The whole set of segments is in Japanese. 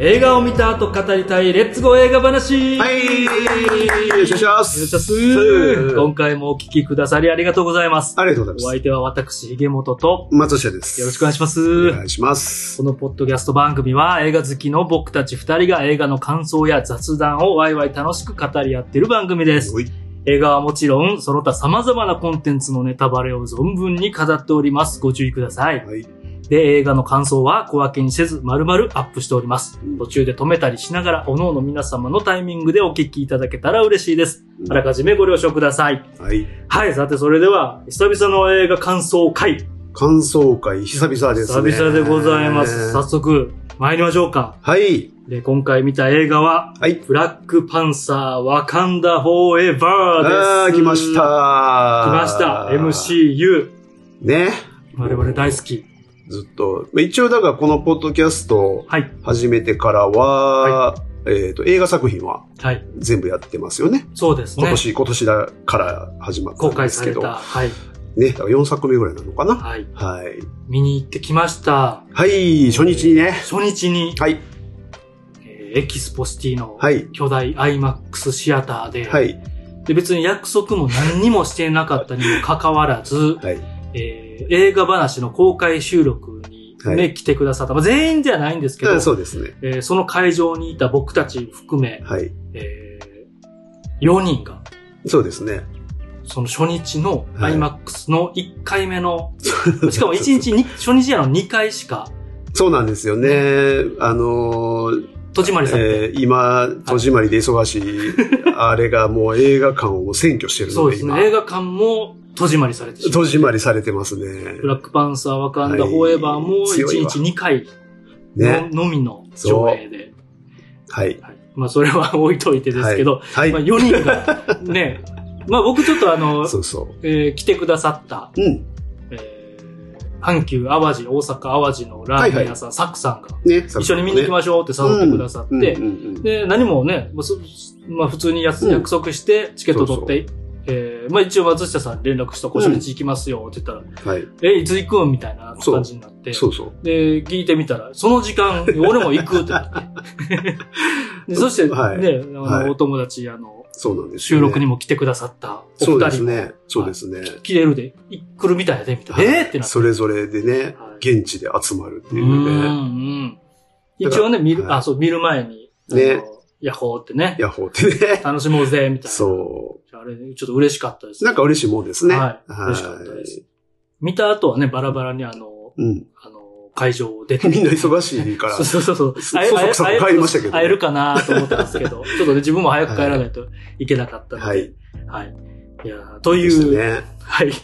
映画を見た後語りたいレッツゴー映画話はいよろしくお願いしますよろしくです今回もお聞きくださりありがとうございます。ありがとうごおざい相手は私、ひげもとと、ます松下ですよろしくお願いします。お願いしますこのポッドキャスト番組は映画好きの僕たち二人が映画の感想や雑談をワイワイ楽しく語り合っている番組です。おい映画はもちろん、その他様々なコンテンツのネタバレを存分に語っております。ご注意ください。はいで、映画の感想は小分けにせず、丸々アップしておりますうん。途中で止めたりしながら、おのおの皆様のタイミングでお聞きいただけたら嬉しいです。あらかじめご了承ください。はいはい、さてそれでは、久々の映画感想会、感想会久々です久ね々でございます。早速、参りましょうか。はいで、今回見た映画は、はいブラックパンサー、ワカンダフォーエバーあでーす。来ました。来ました。MCU。ね我々大好き。ずっとまあ一応だからこのポッドキャストをはい。始めてからは、えっ、と映画作品ははい。全部やってますよねそうです今ね。年、今年だから始まった公んで開すさけれどた。はい。ねだから4作目ぐらいなのかなはい。はい見に行ってきました。はい初日にね初日に、はいえーエキスポシティのはい巨大 IMAX シアターで、はいで別に約束も何にもしてなかったにもかかわらず、はいえー映画話の公開収録に、ねはい来てくださった、まあ、全員ではないんですけど、そうですねえーその会場にいた僕たち含め、はいえ4人が、そうですねその初日のはい IMAX の1回目 の、しかも1日に、初日やの2回しかそうなんですよねあのー戸締まりされて、えー今戸締まりで忙しいあれがもう映画館を占拠してるそのうでです今ね、映画館も戸締まりされてしま戸う。締まりされてますねブラックパンサー、ワカンダ、フォーエバーもはい強い1わ日2回の,、ねみの上映で、はいはいまあそれは置いといてですけど、はい、まあ4人 がね、まあ僕ちょっとあの、そうそえー来てくださった、ううんえー阪急淡路、大阪淡路のラーメン屋さん、サクさんがね一緒に見に行きましょうって誘ってくださって、うんうんうんうんで、何もね、まあそまあ、普通にやすうん約束して、チケット取って、えーまあ一応松下さん連絡した、こう初日行きますよって言ったら、はいえ、いつ行くんみたいな感じになって、そうそうで、聞いてみたら、その時間、俺も行くってなって。 でそして、はいね、あの、はいお友達、あの、そうなんです収よね録にも来てくださった、おそう二です人も、ね。そうですね。来れるで、い来るみたいやで、みたいな。えーってなって。それぞれでね、はい現地で集まるってういん、ううね。ん。一応ね、見る、はいあ、そう、見る前に、あのねヤッホーってね、ヤッホー ってね。楽しもうぜ、みたいな。そあれ、ちょっと嬉しかったですう。なんか嬉しいもんですね。はいは嬉しかったです。見た後はね、バラバラにあの、うん。あの、会場を出て。みんな忙しいからそう。そうそうそう。そそそそ会え帰りましたけどね会えるかなと思ったんですけど、ちょっとね、自分も早く帰らないといけなかったので。ははいい。はい。いやーとでいしたう、ね。はい。はい。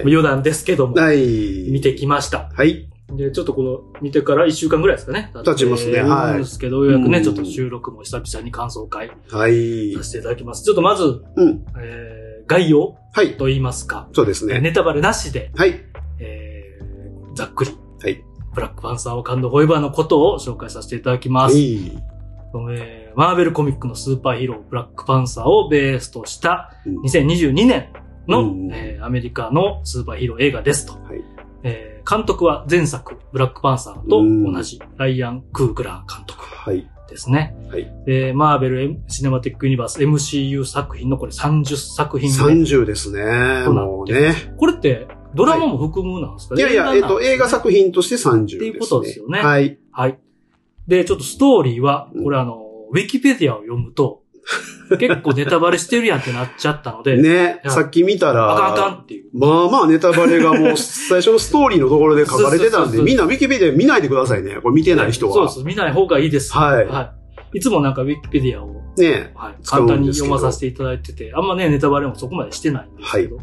余談ですけども、はい。見てきました。はい。で、ちょっとこの、見てから1週間ぐらいですかね。経ちますねはいなんですけど、ようやくうね、んちょっと収録も久々に感想会はいさ。せていただきます。ちょっとまず、うん。えー、概要はい。と言いますか、そうですね。ネタバレなしで、はい。えーざっくり、はいブラックパンサー・オカンド・ホイバーのことを紹介させていただきまはす、い。えーマーベルコミックのスーパーヒーロー、ブラックパンサーをベースとしたうん2022年の、うんえーアメリカのスーパーヒーロー映画ですと。はいえー監督は前作、ブラックパンサーと同じ、ライアン・クーグラー監督はい。ですね。はいえーマーベル M- シネマティック・ユニバース MCU 作品のこれ30作品目。 30ですね。そうなもんうでね。これってドラマも含むなんですかいね、やいや、えっと、映画作品として30です、ね。っていうことですよねはい。はい。で、ちょっとストーリーはう、んこれあの、ウィキペディアを読む と、結構ネタバレしてるやんってなっちゃったので、ね。やさっき見たら。あかんあかんっていう。まあまあネタバレが もう最初のストーリーのところで書かそれてたうそうそうんそで、うみんなウィキペディア見ないでくださいね。これ見てない人そうでは。す。見ない方がいいです。はいい。いつもなんかウィキペディアを、ねはい、使う簡ん単にです読けどまさせていただいてて、あんまね、ネタバレもそこまでしてないんですけど。ちょ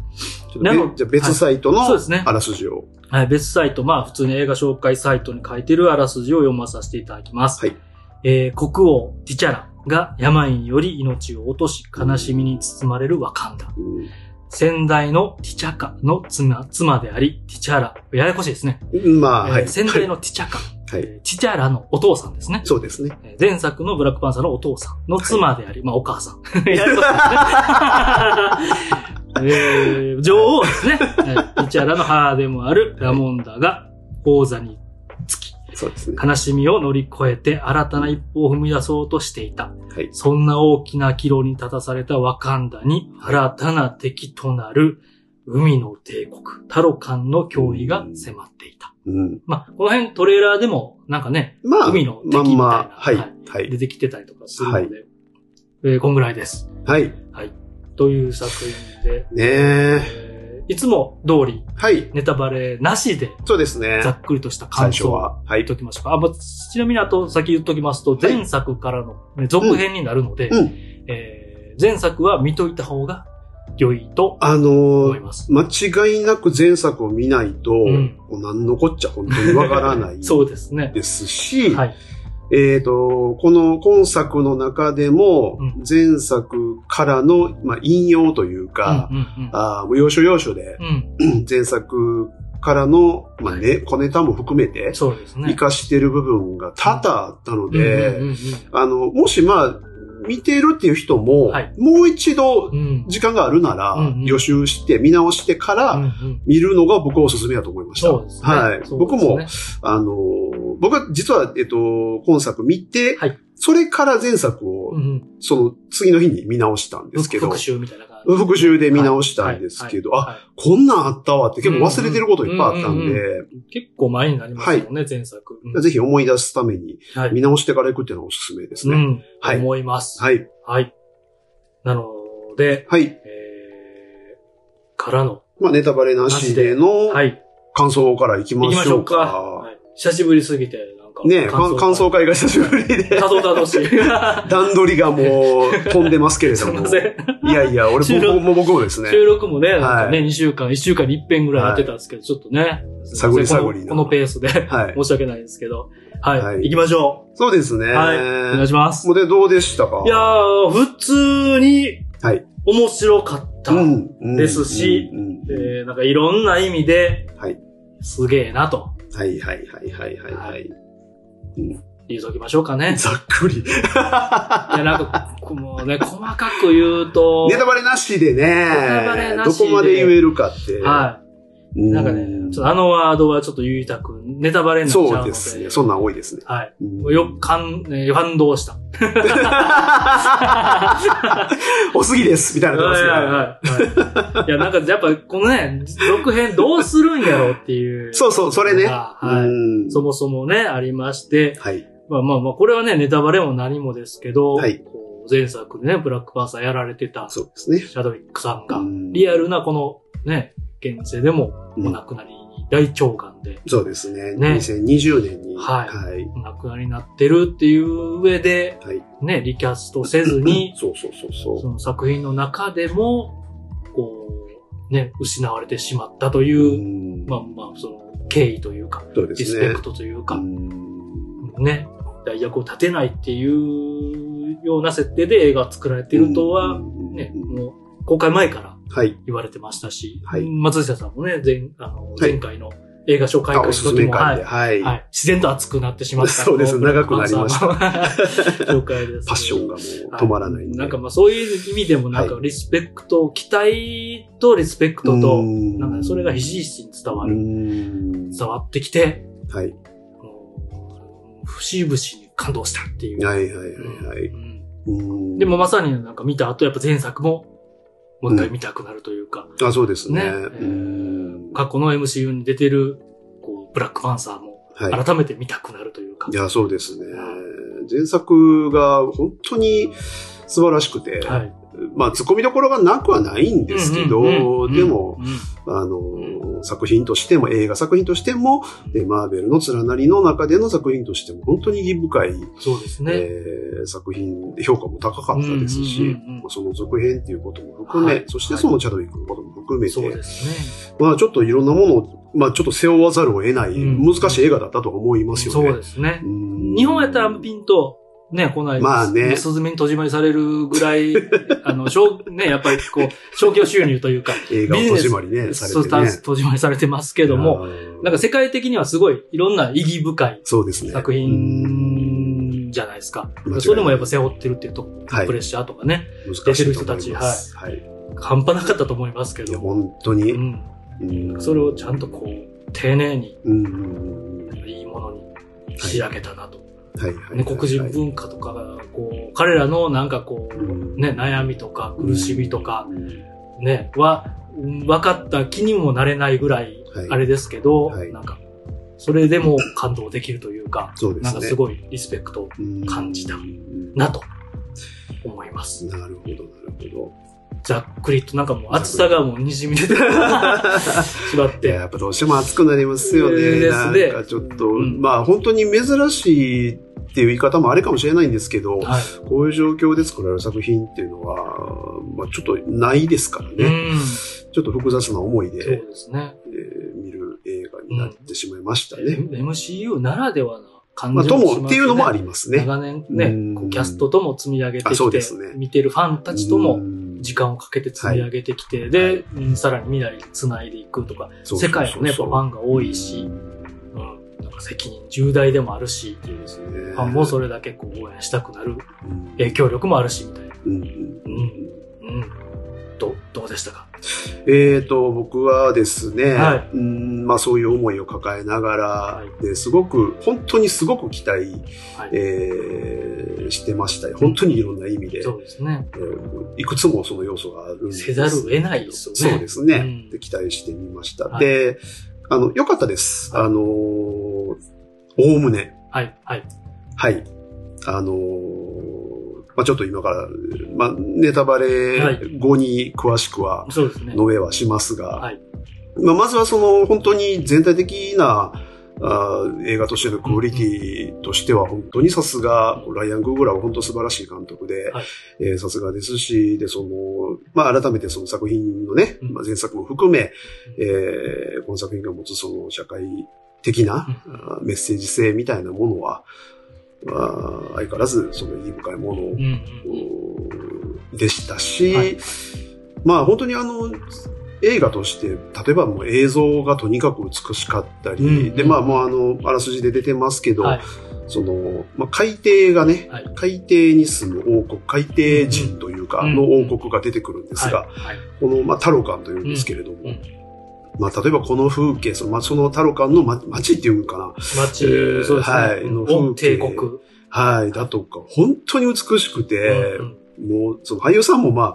っとなのべじゃあ別サイトのそうですねあらすじを。はい、別サイト、まあ普通に映画紹介サイトに書いてるあらすじを読まさせていただきます。はいえー国王、ティチャラが病により命を落とし、悲しみに包まれるワカンダ。先代のティチャカの妻妻であり、ティチャラ。ややこしいですね。うんまあ、はえーい。先代はいのティチャカ。はいえーティチャラのお父さんですね。そうですね。えー前作のブラックパンサーのお父さんの妻であり、まあお母さん。 ややこしいですね。えー女王ですね。えーティチャラの母でもあるラモンダが王座につき、そうですね。悲しみを乗り越えて新たな一歩を踏み出そうとしていた。はい。そんな大きな岐路に立たされたワカンダに新たな敵となる海の帝国、タロカンの脅威が迫っていた。うん。まあ、この辺トレーラーでもなんかね、まあ、海の敵みたまいな、んま、はい。は出い。てきてたりとかするので、えーこんぐらいです。はい。という作品で、ねえ。えーいつも通りはい。ネタバレなしでそうですねざ。っくりとした最感初想をは。は言いっ。ときましょうか。あまあちなみにあと先言っときますと、はい前作からのね続編になるので、うんうえー前作は見といた方が良いとあ思のいー、ます。間違いなく前作を見ないと、んもう何のこっちゃ本当にわからない そうですね。ですし、はい。えっ、と、この今作の中でもうん、前作からの、まあ、引用というか、うんうんあーもう要所要所で、うん、うん前作からの、まあね、小ネタも含めて、そうですね。活かしてる部分が多々あったうんのうんで、うんあの、もしまあ、見てるっていう人もはい、もう一度うん、うん時間があるならうんうん、予習して、見直してかうんうら、ん見るのが僕はおすすめだと思いました。そうですね。はい。そうです僕ねも、あのー、僕は実は、えっと、今作見て、はいそれから前作うを、んうんその次の日に見直したんですけど、復習みたいな感じ。復習で見直したんですけど、はいあ、はいこんなんあったわって結構忘れてることいっぱいあったうんんうんで、結構前になりますよね、前作。うんぜひ思い出すためにはい見直してから行くっていうのはおすすめですうね。ん。はい思います。はい。はい。なので、はい。えー、からの、まあ、ネタバレなしでのはい。感想から行き行まきまししょょううか。か。はい久しぶりすぎて、なんか。ねえ、かん感想会が久しぶりで、たどた どしい。すいま段取りがもう飛んでますけれど も。せん。いやいや、俺収録僕も僕もですね。収録もね、なんかはね、2週間、1週間に一遍ぐらいやってたんですけど、ちょっとね。すいません探り探こりなのこのペースで。はい。申し訳ないですけど。はい。はい行きましょそうですね。う。はい。お願いします。もうで、どうでしたかいやー、普通にはい、面白かった。うんうんですしうんうんえーなんかいろんな意味で、はいすげえなとはいはいはいはいはいはい。言うときましょうか ね。ざっくり。いや、なんか、こうもうね、細かく言うと、ネタバレなしでタバレねな、しどでこまで言えるかって。はい。うなんかね、ちょっとあのワードはちょっと言いたく、ネタバレになっちゃうのそうで。ですね。そんなん多いですね。はい。うんもうよ、感、えー感動した。 おすぎですみたいはいなのがはい好はいはい。いや、なんかやっぱこのね、続編どうするんやろうっていう。きそうそう、それね。はうい。んそもそもね、ありまして、はい。まあまあまあ、これはね、ネタバレも何もですけど、はいこう前作でね、ブラックパンサーやられてた、シそうですね。ャドウィックさんがう、んリアルなこのね、現世でもうんお亡くなりに、大腸がんでそうですね。ね2020年に。はいはい。お亡くなりになってるっていう上で、はいね、リキャストせず に、そうそうそうそそ。の作品の中でも、こう、ね、失われてしまったというう、んまあまあ、その敬意というか、そうでリすスね。ペクトというかう、んね、代役を立てないっていうような設定で映画作られてるとは、、ね、うんもう公開前からはい。言われてましたし、はい松下さんもね、前あのい前回の映画紹介あ、会おのすす時めも、会で。ははいい。はい自然と熱くなってしまった。。そうです長くなりました 紹介です。パッションががもう止まらないんで。なんかまあそういう意味でもなんかリスペクト、期待とリスペクトと、なんかねそれがひしひしに伝わうる、ん伝わってきて、はい。もう節々に感動したっていう。はいはいはいはい。うんうんでも、まさになんか見た後、やっぱ前作も、もう一回見たくなるというか、あ、そうですね。ねうん過去の MCU に出てる、こう、ブラックパンサーも、はい。改めて見たくなるというか。いや、そうですね。前作が本当に素晴らしくて、はい。まあ、突っ込みどころがなくはないんですけうんうんうど、んでも、、うんあの、作品としても、映画作品としても、でマーベルの連なりの中での作品としても、本当に意義深い、そうですね。えー作品、評価も高かったですし、うんうんうんうんその続編っていうことも含め、はいそしてそのチャドウィックのことも含めて、そうですね。まあちょっといろんなものを、まあちょっと背負わざるを得ない、うん難しい映画だったとは思いますよね。そうですね。うん日本やったらピンと、ね、こないまあねすずめに閉じまりされるぐらい、 あの、しょうね、やっぱりこう、商業収入という か、映画を閉じまりね、さそうれてたね。閉じまりされてますけども、あーなんか世界的にはすごいいろんな意義深いそうですね。作品じゃないですか間違いな。いそれもやっぱ背負ってるっていうところ、はいプレッシャーとかね、難しいと思います。はい。半端なかったと思いますけいや、ど、本当うに。ん、うんそれをちゃんとこう、丁寧にうんうんうんいいものに開けたなと。はいはい。ね、黒人文化とかが、こう、彼らのなんかこうんう、ね、悩みとか苦しみとか、うんね、は、うん分かった気にもなれないぐらいはい、あれですけど、はいなんか、それでも感動できるというか、そうでなんすかねす。ごいリスペクトうん感じたななと思います。なるほど、なるほざっくりと、なんかもう暑さがもう滲み出て しまっど。いや、て、やっぱどうしても熱くなりますよえーね。ですねなんかちょっと、うんまあ本当に珍しいっていう言い方もあれかもしれないんですけど、はい。こういう状況で作られる作品っていうのは、まあちょっとないですからうね。ん。ちょっと複雑な思いそうで、ですね。えー見る映画になってしまいましたね。 M- MCU ならではな感まあ、じともしますね。もっていうのもありますね。長年うんね、こうキャストとも積み上げてあそきうでてすね、見てるファンたちともうん時間をかけて積み上げてきて、で、うんさらに未来に繋いでいくとか、そうそ世うそう界のね、やっぱファンが多いし、うんなんか責任重大でもあるし、そうですねファンもそれだけこう応援したくなるうん影響力もあるし、みたいな。うんうんうん。うん。ど、どうでしたかえー、と僕はですね、はうんまあ、そういう思いを抱えながら、はいですごく本当にすごく期待、はいえーしてましたよ本当にいろんな意味で、そうですね。えーいくつもその要素があるんですせざるを得ないですよね。そうですね、うんで期待してみました、はいであの良かったです、はいあのーおおむねはい、はい。はい。あのーまあちょっと今から、まあネタバレ後に詳しくはそうですね。述べはしますが、はいまあまずはその本当に全体的なあー映画としてのクオリティとしては本当にさすが、ライアン・グーグラーは本当素晴らしい監督で、はいえーさすがですし、で、その、まあ改めてその作品のね、うんまあ、前作も含め、えーこの作品が持つその社会的なうんあーメッセージ性みたいなものは、まあ相変わらずその意義深いもうん、のうん。でしたし、はいまあ本当にあの、映画として、例えばもう映像がとにかく美しかったり、うんで、まあもうあの、あらすじで出てますけど、はいその、まあ海底がね、はい。海底に住む王国、海底人というか、うんの王国が出てくるんですが、はい。この、まあ、タロカンというんですけれども、うんうんまあ、例えばこの風景、その、まあ、そのタロカンのま街っていうんかな、街、えーそうですね。はいうんの風景帝国。はい、だとか、本当に美しくてう、んもう、その俳優さんもまあ、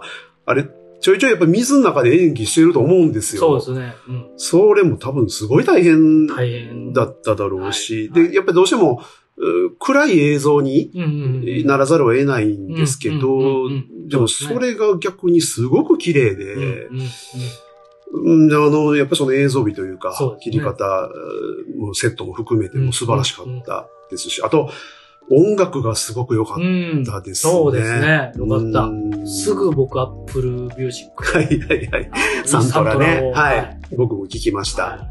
あれ、ちょいちょいやっぱ水の中で演技してると思うんですよ。そうですね。うんそれも多分すごい大変大変だっただろうし、はいで、やっぱりどうしても、うー暗い映像にうんうんうん。ならざるを得ないんですけどうんうんうんうん、でもそれが逆にすごく綺麗で、うんうんうんうん、あの、やっぱりその映像美というか、そうです切ねり方、うんもうセットも含めても素晴らしかったですし、あと、音楽がすごく良かっうん。たですね。そうですね。よかっうんた。すぐ僕、アップルミュージック。 はいはいはい。サントラね。はい。。僕も聞きました。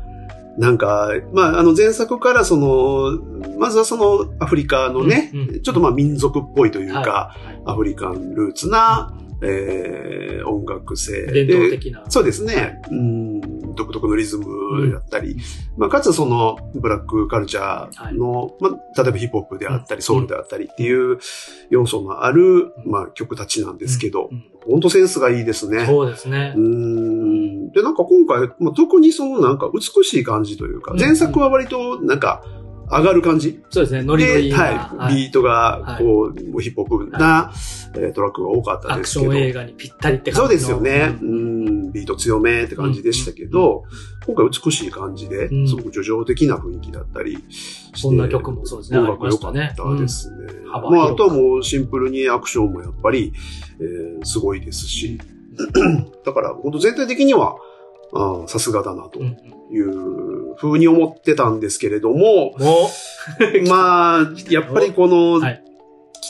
なんか、まあ、あの前作からその、まずはそのアフリカのね、うんうんちょっとまあ民族っぽいというとか、アフリカンルーツな、えー音楽性伝統的な。そうですね。うん、独特のリズムだったり、まあ、かつそのブラックカルチャーの、まあ、例えばヒップホップであったり、うんソウルであったりっていう要素のある、まあ、曲たちなんですけどう、ん本当センスがいいですね。そうですねう。ん。で、なんか今回、まあ、特にそのなんか美しい感じというかう、ん前作は割となんか上がる感じ。そうですね。ノリノリで、な。はい、はいビートが、こう、もうヒップホップな、えートラックが多かったアでクすシけョどン。映画にぴったりってそ感じうでの。すよね。ううんん、ビート強めって感じでしたけど、今回美しい感じで、うんすごく叙情的な雰囲気だったりして、そんな曲もそうですね音楽あがりま良しかたっねたですね。うんま幅あ、広くあとはもうシンプルにアクションもやっぱり、えーすごいですし、だから本当全体的には、あーさすがだなとうんういんうふうに思ってたんですけれど も、もまあ、やっぱりこの、はい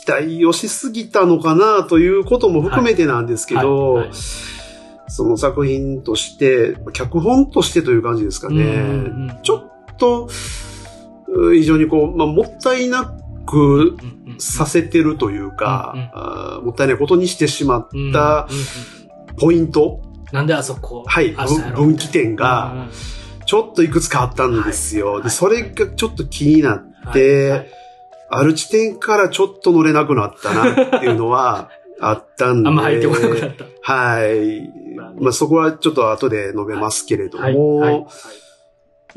期待をしすぎたのかなということも含めてなんですけど、はいはいその作品として、脚本としてという感じですかう、ね。うんうんうんちょっと、う非常にこう、まあ、もったいなくうんうんさせてるというか、うんうんあーもったいないことにしてしまっうんたうんうんポイント、なんであそこはい、あしたやろ分岐点が、ちょっといくつかあったんですよ。はいで、それがちょっと気になって、ではいある地点からちょっと乗れなくなったなっていうの はあったんで。あんま入ってこなくなった。はい。まあそこはちょっと後で述べますけれども、はいはいはい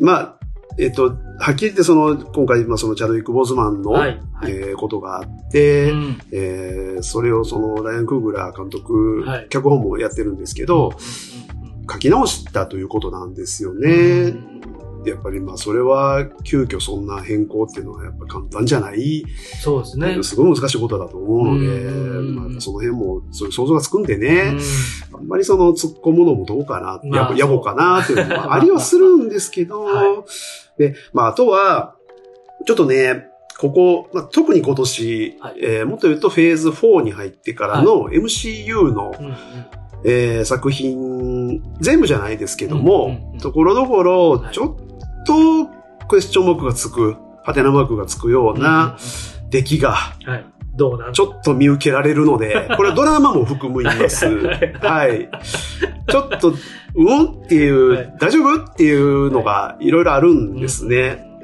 まあ、えっと、はっきり言ってその、今回、まあそのチャドウィック・ボーズマンの、はい。はい。えーことがあって、うんえーそれをそのライアン・クーグラー監督、はい脚本もやってるんですけうど、んうんうん書き直したということなんですようね。んやっぱりまあそれは急遽そんな変更っていうのはやっぱ簡単じゃない、そうですね。すごい難しいことだと思うので、うんまあその辺もそういう想像がつくんでうねん、あんまりその突っ込むのもどうかな、まあやぼ野暮かなっていうのもありはするんですけど、 はいで、まああとは、ちょっとね、ここ、まあ、特に今年、はいえーもっと言うとフェーズ4に入ってからの MCU の、うんうんえー作品、全部じゃないですけども、うんうんうんところどころは、いちょっとクエスチョンマークがつく、ハテナマークがつくような出来が、うんうんはい。どうなんちょっと見受けられるの で、これはドラマも含むいます。はい。ちょっと、うんっていう、はい大丈夫っていうのがいろいろあるんですね。えー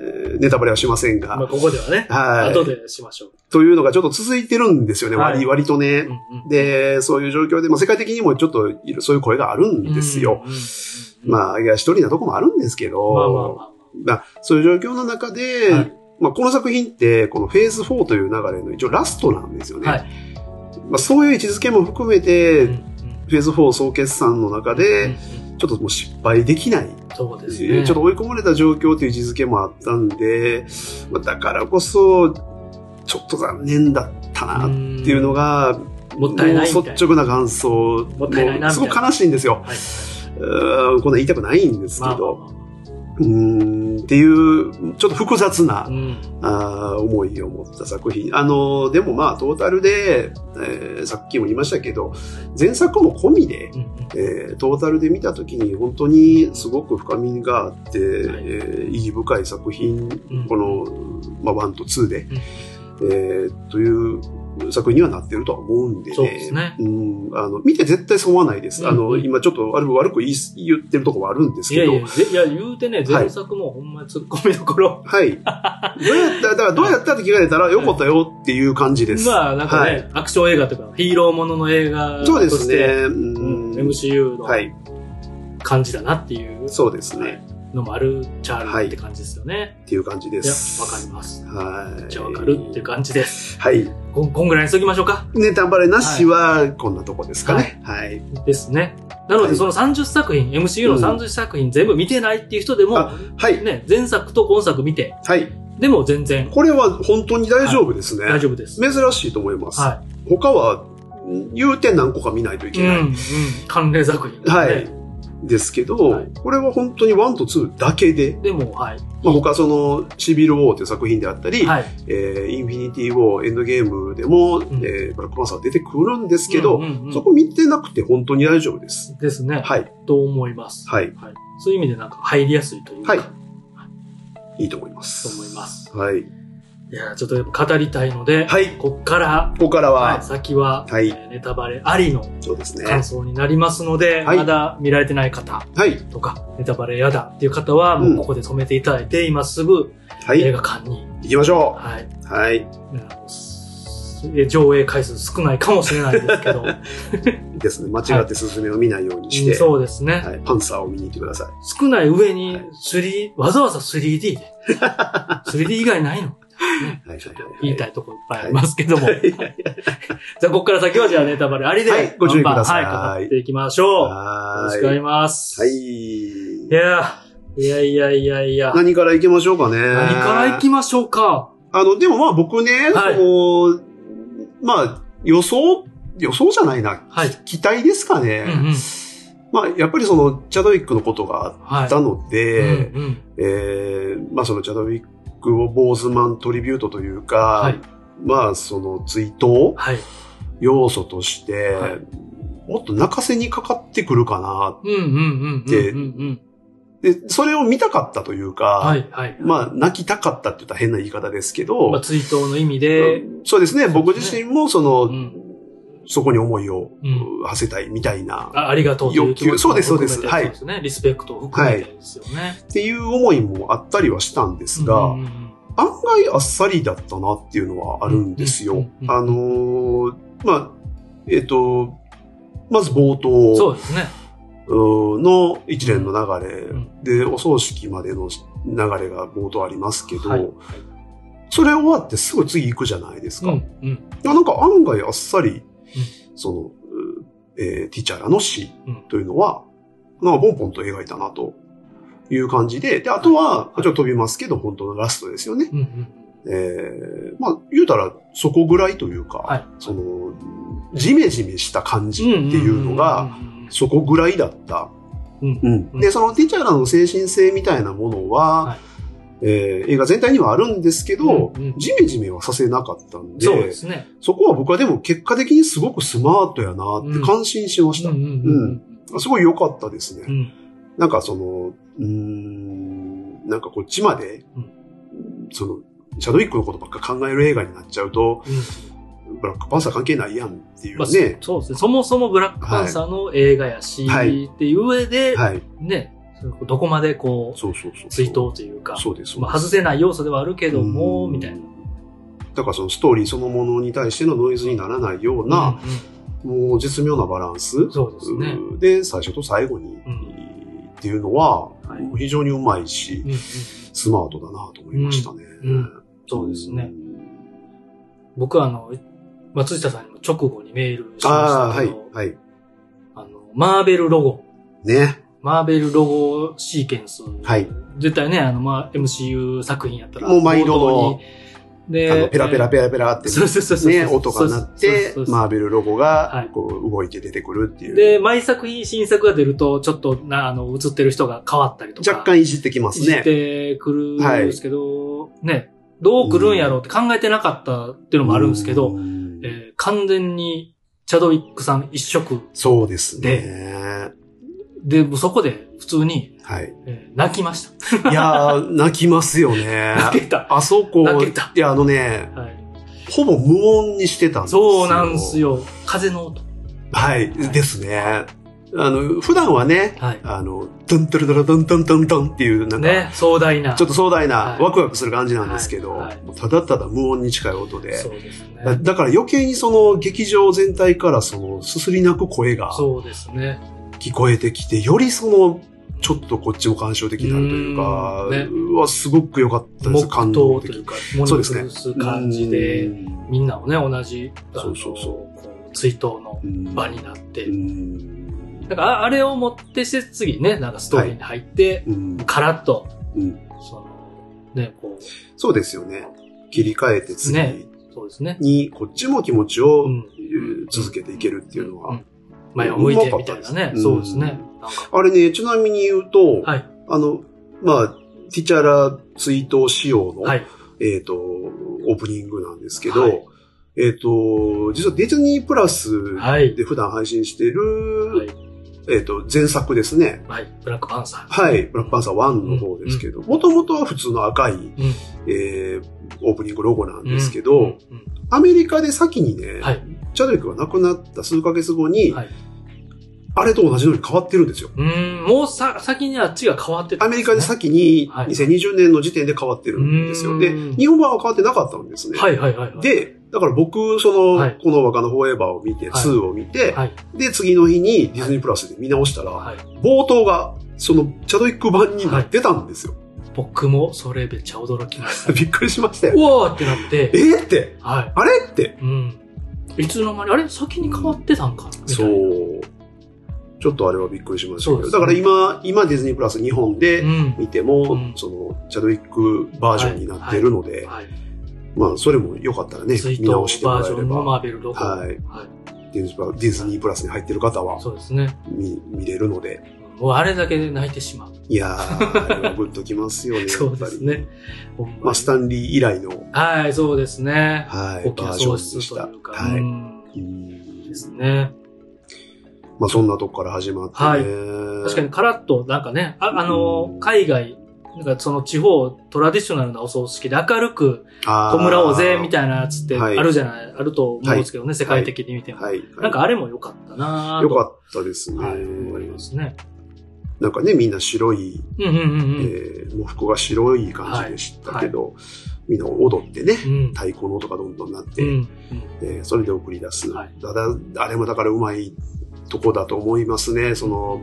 ネタバレはしませんが。まあ、ここではね。はい。後でしましょう。というのがちょっと続いてるんですよね、はい割割とね。うんうんで、そういう状況で、まあ、世界的にもちょっといろそういう声があるんですよ。。あ、まあ、いや、一人なとこもあるんですけど、まあまあままあそういう状況の中で、はいまあ、この作品って、このフェーズ4という流れの一応ラストなんですよね。はいまあ、そういう位置づけも含めて、あ。フェーズ4総決算の中うで、んちょっともう失敗できない、うんそうですちょね。っと追い込まれた状況という位置づけもあったんで、まあ、だからこそ、ちょっと残念だったなっっていうのが、が、もったいないみたもいうな。率直な感想。もったいないなみたいなもうすごく悲しいんですよ。はい。うーんこんなん言いたくないんですけまあまあど。まうーんっていう、ちょっと複雑あ、なう、ん。あー思いを持った作品。あのーでもまあ、トータルで、えーさっきも言いましたけど、前作も込みで、うんうんえートータルで見たときに本当にすごく深みがあって、いえー意義深い作品、うんこの、まあ、1と2で、えーという作品にはなってるとは思うんでね。そうですねうん、あの、見て絶対損はないです。あうんの、うん今ちょっと悪く悪く言い言ってるところはあるんですいけやど、いや、ぜいや、言うてね、前作もほんまに突っ込みどころ。はい。どうやった、だからどうやったって聞かれたら、よかったよっていう感じです。まあ、なんかはね、アクション映画とか、ヒーローものの映画そうとですしね。て、うんうん MCU のはい。感じだなっていうそうですね。のもあるっちゃあるって感じですよね。っていう感じでいや、わかりす。ます。はい。じゃあわかるっていう感じです。はい。こんこんぐらいにしときましょうか。ネタバレなしは、こんなとこですかね。はい。ですね。なのはで、いその30作品、MCU の30作品全部見てないっていう人でも、あはい。ね、前作と今作見て、はい。でも全然これは本当に大丈夫ですね。大丈夫です。珍しいと思います。は他は、言うて何個か見ないといい。けうん、なうい。ん。関連作品、はいね。ですけど、はいこれは本当に1と2だけで、でも、はい。まあ、他その、シビル・ウォーという作品であったり、はい。えーインフィニティ・ウォー、エンドゲームでも、んえーブラックパンサーは出てくるんですけど、うんうんうんそこ見てなくて本当に大丈夫です。ですね。はい。と思います。はい。そういう意味でなんか入りやすいというか、はいいいと思います。と思います。はい。いや、ちょっとやっぱ語りたいので、はい。こっから、ここからは、はい先は、はいえーネタバレありのそうですね。感想になりますので、はいまだ見られてない方はい。とか、ネタバレやだっていう方は、もうここで止めていただいて、今すぐは映い。画館に、行きましょはい、う。はい。あのす上映回数少ないかもしれないですけど、ですね。間違って進めを見ないように して、そうですね、はい、パンサーを見に行ってください。少ない上にはい 3D、わざわざ 3D で、3D 以外ないのはい。ちょっと言いたいとこいっぱいありますけども。はい じゃあ、ここから先はじゃあネタバレありで、はいご注意くださいバンバンはい、語っていきましょう。よろはしくお願いい。します。はいいやーいやいやいやいや。何から行きましょうかね。何から行きましょうか。あの、でもまあ僕ね、はいそのまあ予想、予想じゃないな。はい。期待ですかね。うんうん。まあやっぱりそのチャドウィックのことがはあい。ったので、うんうんえーまあそのチャドウィックをボーズマントリビュートというか、はい。まあその追悼はい。要素として、はいもっと泣かせにかかってくるかな。うんうんうんうんでうんうん。で、それを見たかったというか、はいはい。まあ泣きたかったって言ったら変な言い方ですけど、まあ、追悼の意味で、そうですね、僕自身もその、うんそこに思いをうん馳せたいみたいな、あありがとうという気持ちも欲求そうですそうです含めてはいそうですね。リスペクトを含めてですよね。っていう思いもあったりはしたんですが、うんうんうん案外あっさりだったなっていうのはあるんですうんうよんう。んあのーまあ、えっ、と、まず冒頭、そうですね。うんの一連の流れ、で、お葬式までの流れが冒頭ありますけど、はいそれ終わってすぐ次行くじゃないですうか。ん、うん、なんか案外あっさり、その、えーティチャラの死うんというのは、なんかポンポンと描いたなという感じで、で、あとは、ちょっと飛びますけど、本当のラストですよね。うん、うん。えーまあ、言うたら、そこぐらいというか、はいその、ジメジメした感じっていうのが、そこぐらいだった。うんうんうで、そのティチャラの精神性みたいなものは、はいえー映画全体にはあるんですけうんうんうん、ど、うんうんジメジメはさせなかったんで、そうですね。そこは僕はでも結果的にすごくスマートやなって感心しました。うんうんうんすごい良かったですね。うんうんなんかその、うーん、なんかこっちまで、うその、シャドウィックのことばっか考える映画になっちゃうと、うんブラックパンサー関係ないやんっていまあうね。そうですね。そもそもブラックパンサーの映画やし、はいっていう上で、はい。ね、それこうどこまでこう、そうそうそう。追悼というか、そうです。そうですまあ、外せない要素ではあるけども、うんみたいな。だからそのストーリーそのものに対してのノイズにならないような、うんもう絶妙なバランスうんそうですね。で最初と最後に、んっていうのははい非常にうまいし、うんうんスマートだなと思いましたね。うんうんそうですね。僕はあの、松下さんにも直後にメールしああ、ましたはけいど、、はい。あの、マーベルロゴ、ね。マーベルロゴシーケンス。はい絶対ね、あの、まあ、MCU 作品やったら。もう毎冒度の頭に。あで、の、ペラペラペラペラって、そうそうそうそう。ね、音が鳴ってそうそうそう、そうマーベルロゴはがい、こう、動いて出てくるっていう。で、毎作品、新作が出ると、ちょっと、な、あの、映ってる人が変わったりとか。若干いじってきますいじっね。てくるんですけど、ね、どう来るんやろうって考えてなかったっていうのもあるんですけど、うんえー完全に、チャドウィックさん一色そうですね。で、もうそこで普通に、はい。えー泣きました。いやー、泣きますよね。泣けた。あそこ、泣けたいや、あのね、はい、ほぼ無音にしてたんですよ。そうなんです。よ。風の音。はい、ですね。あの、普段はね、はい。あの、トントルトルトントントントンっていう、なんか、ね、壮大な。ちょっと壮大な、はいワクワクする感じなんですけど、はいはいもうただただ無音に近い音で。そうですね。だだから余計にその劇場全体からそのすすり泣く声がそうですね。聞こえてきて、よりそのちょっとこっちも感傷的になるというか、うんねうわ、すごく良かったです。黙感祷動と的いう。か、ものを崩す感じで、うんみんなをね、同じ、あのそうそうそこう追悼のうん場になって、うんだからああれを持ってして次ね、なんかストーリーに入って、うんカラッと、うんその、ね、こう、そうですよね。切り替えて次ねそうですね。に、こっちも気持ちをうんえー続けていけるっていうのは、ん前を向いてみたいなね。うんそうですね。なんか、あれね、ちなみに言うと、はいあの、まあ、ティチャラ追悼仕様の、はい。えっ、と、オープニングなんですけど、はいえっ、と、実はディズニープラスはい。で普段配信してる、はい。えっ、と、前作ですね。はい。ブラックパンサー。はい、ブラックパンサー1の方ですけど、もともとは普通の赤い、えーオープニングロゴなんですけど、うんうんアメリカで先にね、はいチャドウィックが亡くなった数ヶ月後に、はいあれと同じように変わってるんですよ。うん、もうさ、先にあっちが変わってたアんメすねリカで先にはい2020年の時点で変わってるんですうよ。んで、日本版は変わってなかったんですね。はいはいはいはい。、で、だから僕、その、はいこの若のフォーエバーを見て、はい2を見て、はい。で、次の日にディズニープラスで見直したら、はい。冒頭が、その、チャドウィック版になってたんですよ。僕もそれめっちゃ驚きました。びっくりしましたよ。おーってなってえ、ーって、はい。あれって。うん。いつの間に、あれ先に変わってたんかみたいな。そう。ちょっとあれはびっくりしましたそうけど、ですだねから今、今ディズニープラス日本うでん。見ても、うんその、チャドウィックバージョンになってるので、はい。まあ、それもよかったらねツイ、ー見ト直してもバーらえジョれば。ンのマーベルロゴ。はいい。ディズニープラディズニープラスに入ってる方はそうですね。見見れるので。もうあれだけで泣いてしまう。い やー、あれはグッときますよね。そうですねやっぱほり。。んままあ、にスタンリー以来の、はい、そうですね。はい、大きなバージョ喪ンで失しとた。いうか。はうい。んうんですね。まあ、そんなとこから始まってね。はい確かにカラッとなんかね、ああのうー、ん海外、なんかその地方、トラディショナルなお葬式で明るく、あー、弔おうぜ、みたいなやつってあはいるじゃない、あると思うんですけどね、世界的に見ても。はい。はいなんかあれも良かったなぁよとかったですね。はい、思いますね。なんかね、みんな白い、うんうんうんえうん。ー、喪服が白い感じでしたけど、みんな踊ってね、うん。太鼓の音がどんどんなって、うんうんえーそれで送り出す。はいただ、あれもだからうまいとこだと思いますね。その、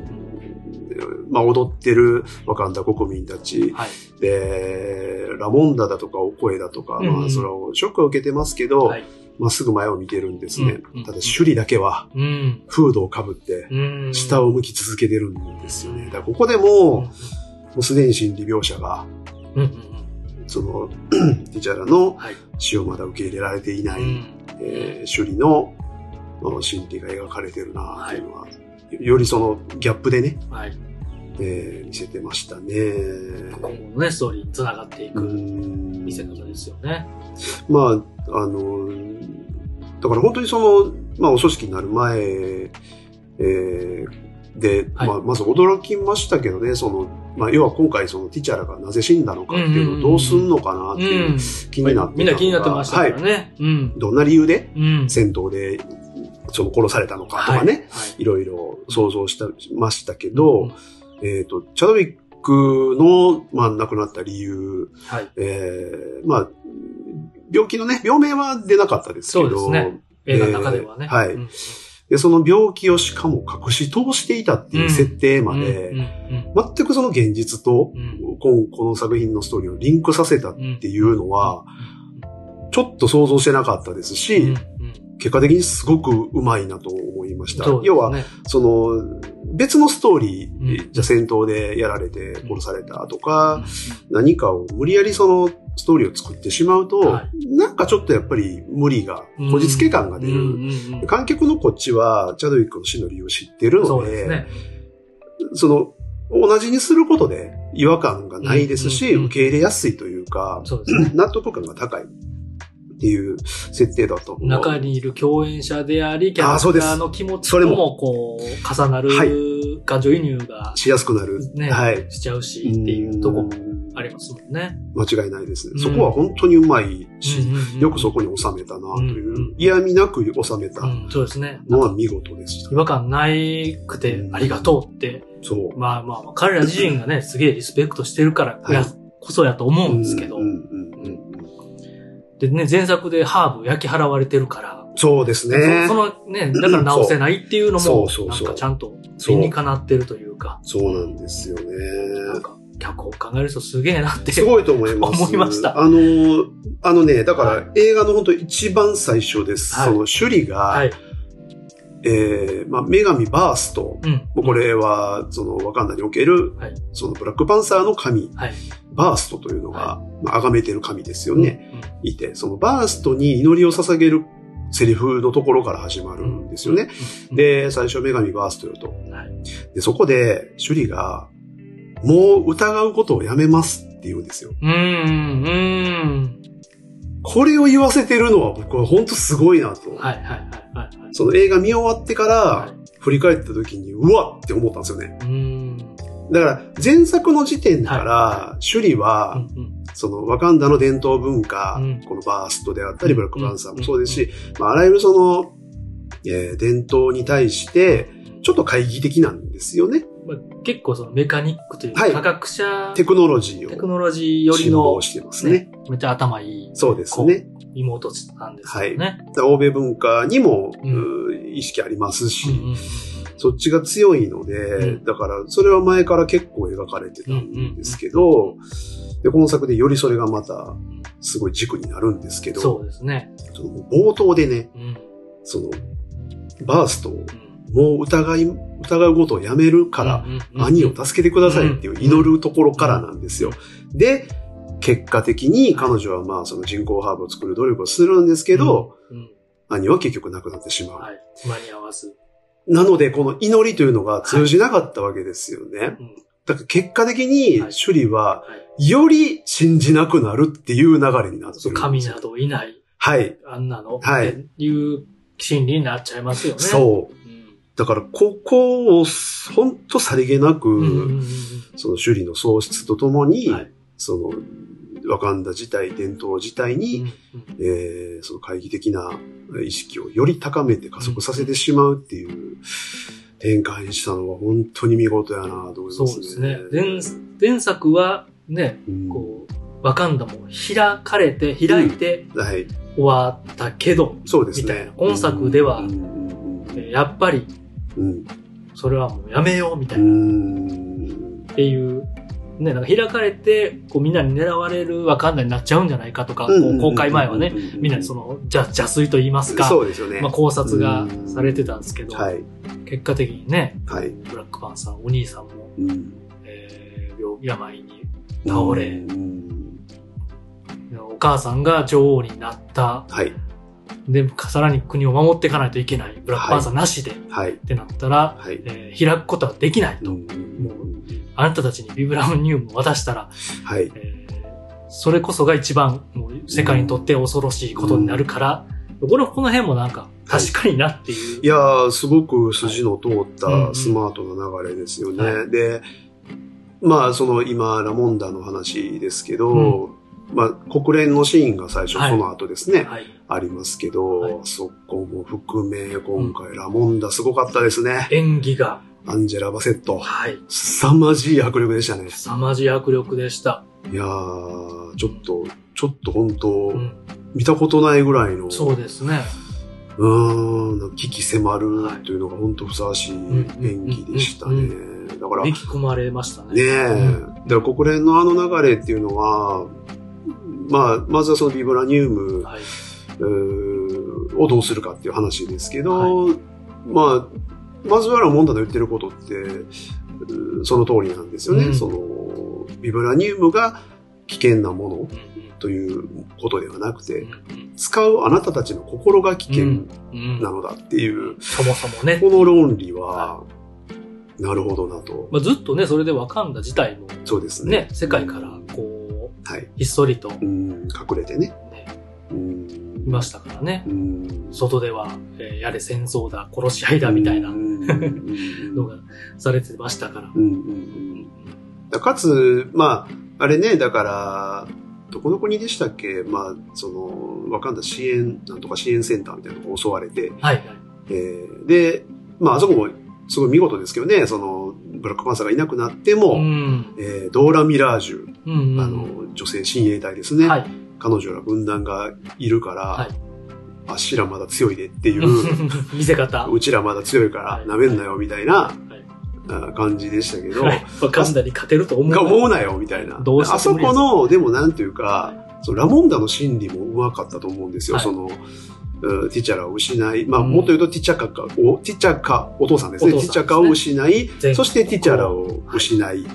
まあ、踊ってるワカンダ国民たち、はい。で、ラモンダだとか、お声だとか、うんまあ、それはショックは受けてますけど、はい。まあ、すぐ前を見てるんですね。うんただ、首里だけは、うん。フードをかぶって、うん。下を。を向き続けてるんですよね。だからここでも、もうすでに心理描写が、うん。うん。その、 ティチャラのはい。死をまだ受け入れられていなうい、ん。えー首里の、まあ心理が描かれてるなっていうのは、よりそのギャップでね、はい。えー見せてましたね。今後のね、ストーリーに繋がっていうくん見せ方ですよね。まあ、あの、だから本当にその、まあ、お葬式になる前、えーで、はいまあ、まず驚きましたけどね、その、まあ、要は今回そのティチャラがなぜ死んだのかっていううのんをどうすんのかなっていううん気になってたのがみんな気になってましたからはい。ね。うん。どんな理由でうん。戦闘で、その殺されたのかとかね、い、はい。ろいろ想像した、ましたけど、えっ、と、チャドウィックの、まあ、亡くなった理由はい。えーまあ、病気のね、病名は出なかったですけど、そうですね映画の中ではね。えーはいうんでその病気をしかも隠し通していたっていう設定まで、うんうん全くその現実と、うんこのこの作品のストーリーをリンクさせたっうんていうのは、ちょっと想像してなかったですし、うんうん結果的にすごくうまいなと思いました。そうですね要は、その、別のストーリー、うんじゃあ戦闘でやられて殺されたとか、うん何かを無理やりそのストーリーを作ってしまうと、はなんかちょっとやっぱり無理が、こじつけ感が出る。うんうんうん観客のこっちは、チャドウィックの死の理由を知ってるそうのでで、すね。その、同じにすることで違和感がないですし、うんうん受け入れやすいというか、そうですね。納得感が高いっていう設定だと思う。中にいる共演者であり、キャあラーそうクでタすーの気持ちそれともも、こう、重なるはい感情移入がしやすくなる。ね、はい。しちゃうし、っていうとこもありますもんね。間違いないですね。うんそこは本当にうまいし、うんうんうんよくそこに収めたなという、うんうん嫌味なく収めたうんそうですね。のは見事でした。違和感ないくてありがとうって、そう。まあまあまあ、彼ら自身がね、すげえリスペクトしてるからやはこそやと思うんですけどうん、うんうんうんでね、前作でハーブ焼き払われてるから、そうですねそ。そのね、だから直せないっていうのそもうそ、うなんそうかちゃんとそ理うにかなってるというか、そうなんですよね。なんか、脚本考える人すげえなって。すごいと思います。思いましたあの、あのね、だかはら映画の本当一番最初です。はいその首里が、はい。えーまあ、女神バースと、うん。もうこれは、その、ワカンダにおける、はいそのブラックパンサーの神、はい。バーストというのが、まあ、崇めてる神ですよね、うん。いて、そのバーストに祈りを捧げるセリフのところから始まるんですよね。うん、で、最初女神バーストよと。はいで、そこで、趣里が、もう疑うことをやめますって言うんですよ。うーん、うーん。これを言わせてるのは僕は本当すごいなと。はい、はい、はい、はいはい。その映画見終わってから、はい振り返った時に、うわっって思ったんですよね。うーん。だから、前作の時点から、は趣里は、うんうんその、ワカンダの伝統文化、うんこのバーストであったり、ブラックバンサーもそうですうし、まあ、あらゆるその、えー伝統に対して、ちょっと懐疑的なんですよね。まあ結構そのメカニックというか、はい科学者、テクノロジーを。テクノロジー寄り辛の抱、してますね。めっちゃ頭いいそうですね。妹なんですよね。欧米文化にも、うんうー意識ありますし、うんうんそっちが強いので、うんだからそれは前から結構描かれてたんですけど、でこの作でよりそれがまたすごい軸になるんですけど、そうですね。その冒頭でね、うん。そのバーストをうんもう疑い、疑うことをやめるから、、うんうんうん兄を助けてくださいっていう祈るところからなんですよ。で、結果的に彼女はまあその人工ハーブを作る努力をするんですけど、うんうん兄は結局亡くなってしまう。はい。間に合わず。なので、この祈りというのが通じなかったわけですよね。うんだから結果的に、はいシュリは、はいより信じなくなるっていう流れになってるんですよ。神などいない、はい。あんなの、はいっていう心理になっちゃいますよね。そう。うん。だから、ここを、ほんとさりげなく、うんうんうんそのシュリの喪失とともに、はいその、ワカンダ自体、伝統自体うんうに、んえーその懐疑的な意識をより高めて加速させてしまうっていう展開にしたのは本当に見事やなと思いますそね。うですね。前前作は、ね、うんこう、ワカンダも開かれて、開いてはい。終わったけど、そうですみたいなね。今作ではうんうんうんえーやっぱりうんそれはもうやめようみたういな、ん。っていう、ね、なんか開かれて、こうみんなに狙われるわかんないになっちゃうんじゃないかとか、こう公開前はね、、みんなにその、の、じゃ、邪推と言いますか、そうですよね。まあ考察がされてたんですけど、はい。結果的にね、はい。ブラックパンさん、お兄さんも、うんえー病病に、倒れうんお母さんが女王になった、はい。で、さらに国を守っていかないといけない、ブラックパンサーなしで、っはい。てなったら、はい。えー開くことはできないと。もあなたたちにビブラムニウムを渡したら、はい。えーそれこそが一番もう世界にとって恐ろしいことになるから、このこの辺もなんか確かになっていう。いやー、すごく筋の通っはいうんたスマートな流れですよね。はで、まあ、その今、ラモンダの話ですけど、まあ、国連のシーンが最初、はいこの後ですね、はい。ありますけど、はいそこも含め、今回、ラモンダすごかったですね。演技が、アンジェラ・バセット。はい。凄まじい迫力でしたね。凄まじい迫力でした。いやー、ちょっと、ちょっと本当、うん。見たことないぐらいの、そうですね。うーん、危機迫るはいというのが本当ふさわしいん演技でしたね。だから、引ねき込まれましたね。え、だから国連のあの流れっていうのは、まあ、まずはそのビブラニウム、はい。うーをどうするかっていう話ですけど、まあ、まずはラモンダの言ってることって、うーその通りなんですよね。うんその、ビブラニウムが危険なものうんということではなくうてん、うん使うあなたたちの心が危険うんなのだっていう、そもそもね。この論理は、なるほどなと。まあ、ずっとね、それでわかんだ自体も、そうですね、ね。世界から、こう、はい。ひっそりと、うん、隠れてね。ね、うん。いましたからね。うん。外では、えーやれ戦争だ、殺し合いだ、みたいなうん。のがされてましたから。うんうんうんだかつ、まあ、あれね、だから、どこの国でしたっけまあ、その、わかんない支援、なんとか支援センターみたいなのが襲われて、はい、はい。えーで、まあ、あそこも、すごい見事ですけどね、その、ブラックパンサーがいなくなっても、うん。えードーラ・ミラージュ、うん、うん。あの、女性親衛隊ですね。はい。彼女ら軍団がいるから、はいあっしらまだ強いでっていう、 見せ方。うちらまだ強いから、なめんなよみたいなはいあ感じでしたけど、はい。わかんだに勝てると思う。が思うなよみたいな。どうしてあそこの、でもなんていうか、そのラモンダの心理もうまかったと思うんですよ。はいその、うんティチャラを失い、まあ、うんもっと言うとティチャカか、おティチャカ、お父さんですね。お父さんですティねチャカを失い、全そしてティチャラを失い。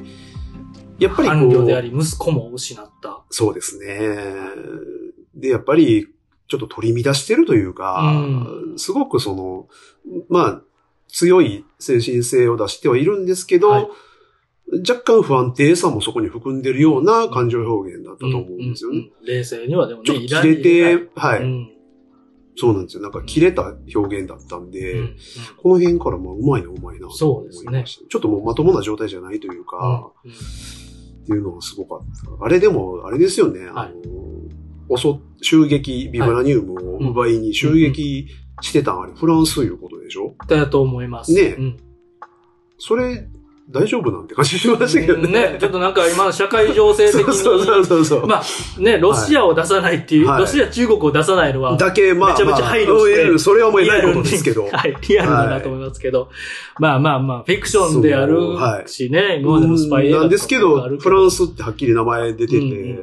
やっぱりこ伴侶であう、り、息子も失った。そうですね。で、やっぱり、ちょっと取り乱してるというか、うすごくその、まあ、強い精神性を出してはいるんですけど、はい若干不安定さもそこに含んでるような感情表現だったと思うんですよね。うんうん冷静にはでもね、ちょっといら切れいて、はらい、ないうんそうなんですよ。なんか切れた表現だったんで、うんこの辺からまあ、うまいな、うまいな。そうですね思いましたちょっともうまともな状態じゃないというか、うんうんっていうのがすごかった。あれでも、あれですよね。はいあの、襲っ、襲撃、ビブラニウムを奪いに襲撃してたん、あれ、フランスいうことでしょだと思います。ねうんそれ、大丈夫なんて感じしましたけどね。ね、ちょっとなんか今の社会情勢的そうそうそに、うそうそう。まあね、ロシアを出さないっていう、はいロシア、中国を出さないのは、だけ、まあ、めちゃめちゃ配慮してまあうんそれはもうリアないルことですけど。にはい、リアルだなと思いますけど。まあまあまあ、フィクションであそうはるいしね、 今までのスパイ映画なんですけど、フランンスってはっきり名前出てて、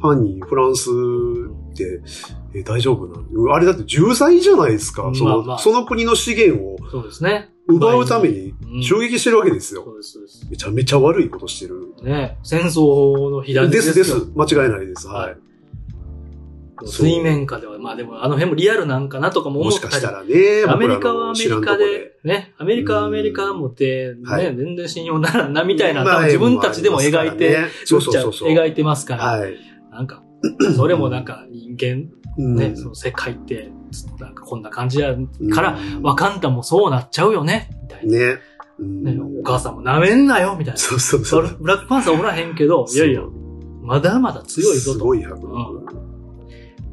犯人フランスって、え大丈夫なのあれだって重罪じゃないですか。そのまあまあその国の資源をそうですね。奪うためにうん襲撃してるわけですよ。そうです、そうです。めちゃめちゃ悪いことしてる。ね、戦争の左ですですよ。。間違いないです。は。はいそう水面下では、まあでもあの辺もリアルなんかなとかもも思っしたかり。したらね、アメ僕らリカはのアメ知らリんとこカでで。、ね、アメリカはアメリカもって、ね、はい全然信用ならんなみたいな、まあ多分自分たちでも描いて、、まあそうそうそうそう。描いてますから、はい。なんか、それもなんか人間、うんね、その世界って、なんかこんな感じやから、、わわかんだもそうなっちゃうよね、みたいな。ね。うんねお母さんも舐めんなよ、みたいな。そうそうそブラう。ブラックパンサーおらへんけど、いやいや、まだまだ強いぞすと。ごい迫力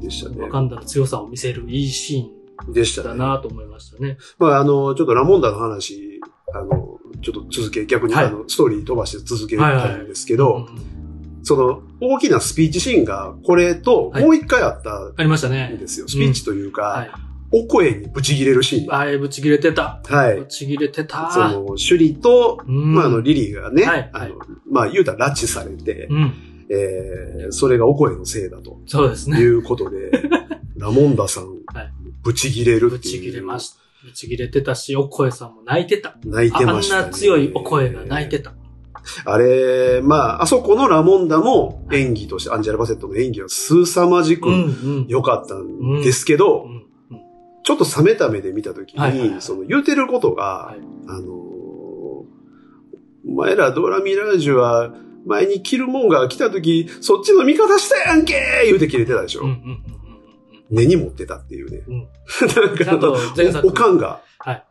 でしたねわ。かんだの強さを見せるいいシーでしンだたね。なと思いましたね。まあ、あの、ちょっとラモンダの話、あの、ちょっと続け、逆に、はいあの、ストーリー飛ばして続けたいんですけど、うんその、大きなスピーチシーンが、これと、はいもう一回あったありましたねん。ですよ。スピーチというか、はい。お声にブチ切れるシーン。あれ、ぶち切れてた。はいぶ。ち切れてた。その、趣里と、うん。まあ、あの、リリーがね、はいあの、まあ、言うたら拉致されて、うん。えー、それがお声のせいだとそうですいね。うこ とで、ラモンダさん、はいブチ切れるぶっていう。ち切れました。ぶち切れてたし、お声さんも泣いてた。泣いあてんました、ね。な強いお声が泣いてた。あれ、まあ、あそこのラモンダも演技として、アンジェラ・バセットの演技は凄まじくうんうん。良かったんですけど、うんうんちょっと冷めた目で見たときに、はいはいはいその言うてることが、いあのーお前らドラミラージュは前に着るもんが来たとき、そっちの味方したやんけー言うて切れてたでしょ。うんうんうんうん根に持ってたっていうね。うん なんうん。ちかゃあんとの、前作。おおかんがはい、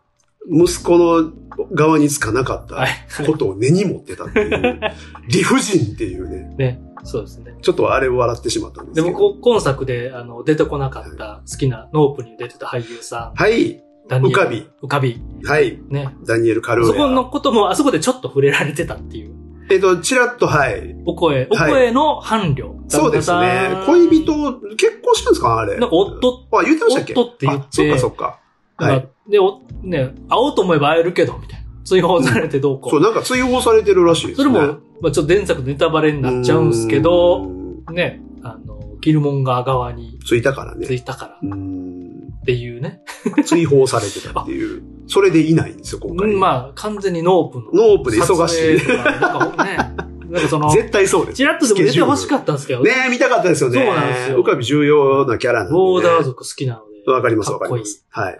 息子の側につかなかっはいた。ことを根に持ってたっていう、理不尽っていうね、そうですね。ちょっとあれを笑ってしまったんですでけも、ど。こ今作で、あの、出てこなかった、好きなノープに出てた俳優さん、はい、ダニエ浮ルか。び。浮かび。はい、ね。ダニエル・カルーそヤこのことも、あそこでちょっと触れられてたっていう。えっと、ちらっと、はい。お声、お声の伴侶。そうです旦那ねさ。ん恋人、結婚してるんですかあれ。なんか夫、あ、言ってましたっけ夫って言ってあそっかそっか。はなんい。かで、お、ね、会おうと思えば会えるけど、みたいな。追放されてどうこそう、う。なんか追放されてるらしいですそね。れも、まあちょっと前作ネタバレになっちゃうんすけうーど、ん。ね、あの、キルモンガー側についたからつね。いたからうーん。っていうね。追放されてたっていう。それでいないんですよ、今回。まあ、完全にノープの。ノープで忙しい。い。なん かね、なんかその、絶対そうです。チラッとでも出てほしかったんですけどねね。え、見たかったですよね。そうなんですようかび重要なキャラなんでね。ボーダー族好きなので。わかります、かっわかりこいいます。はい。は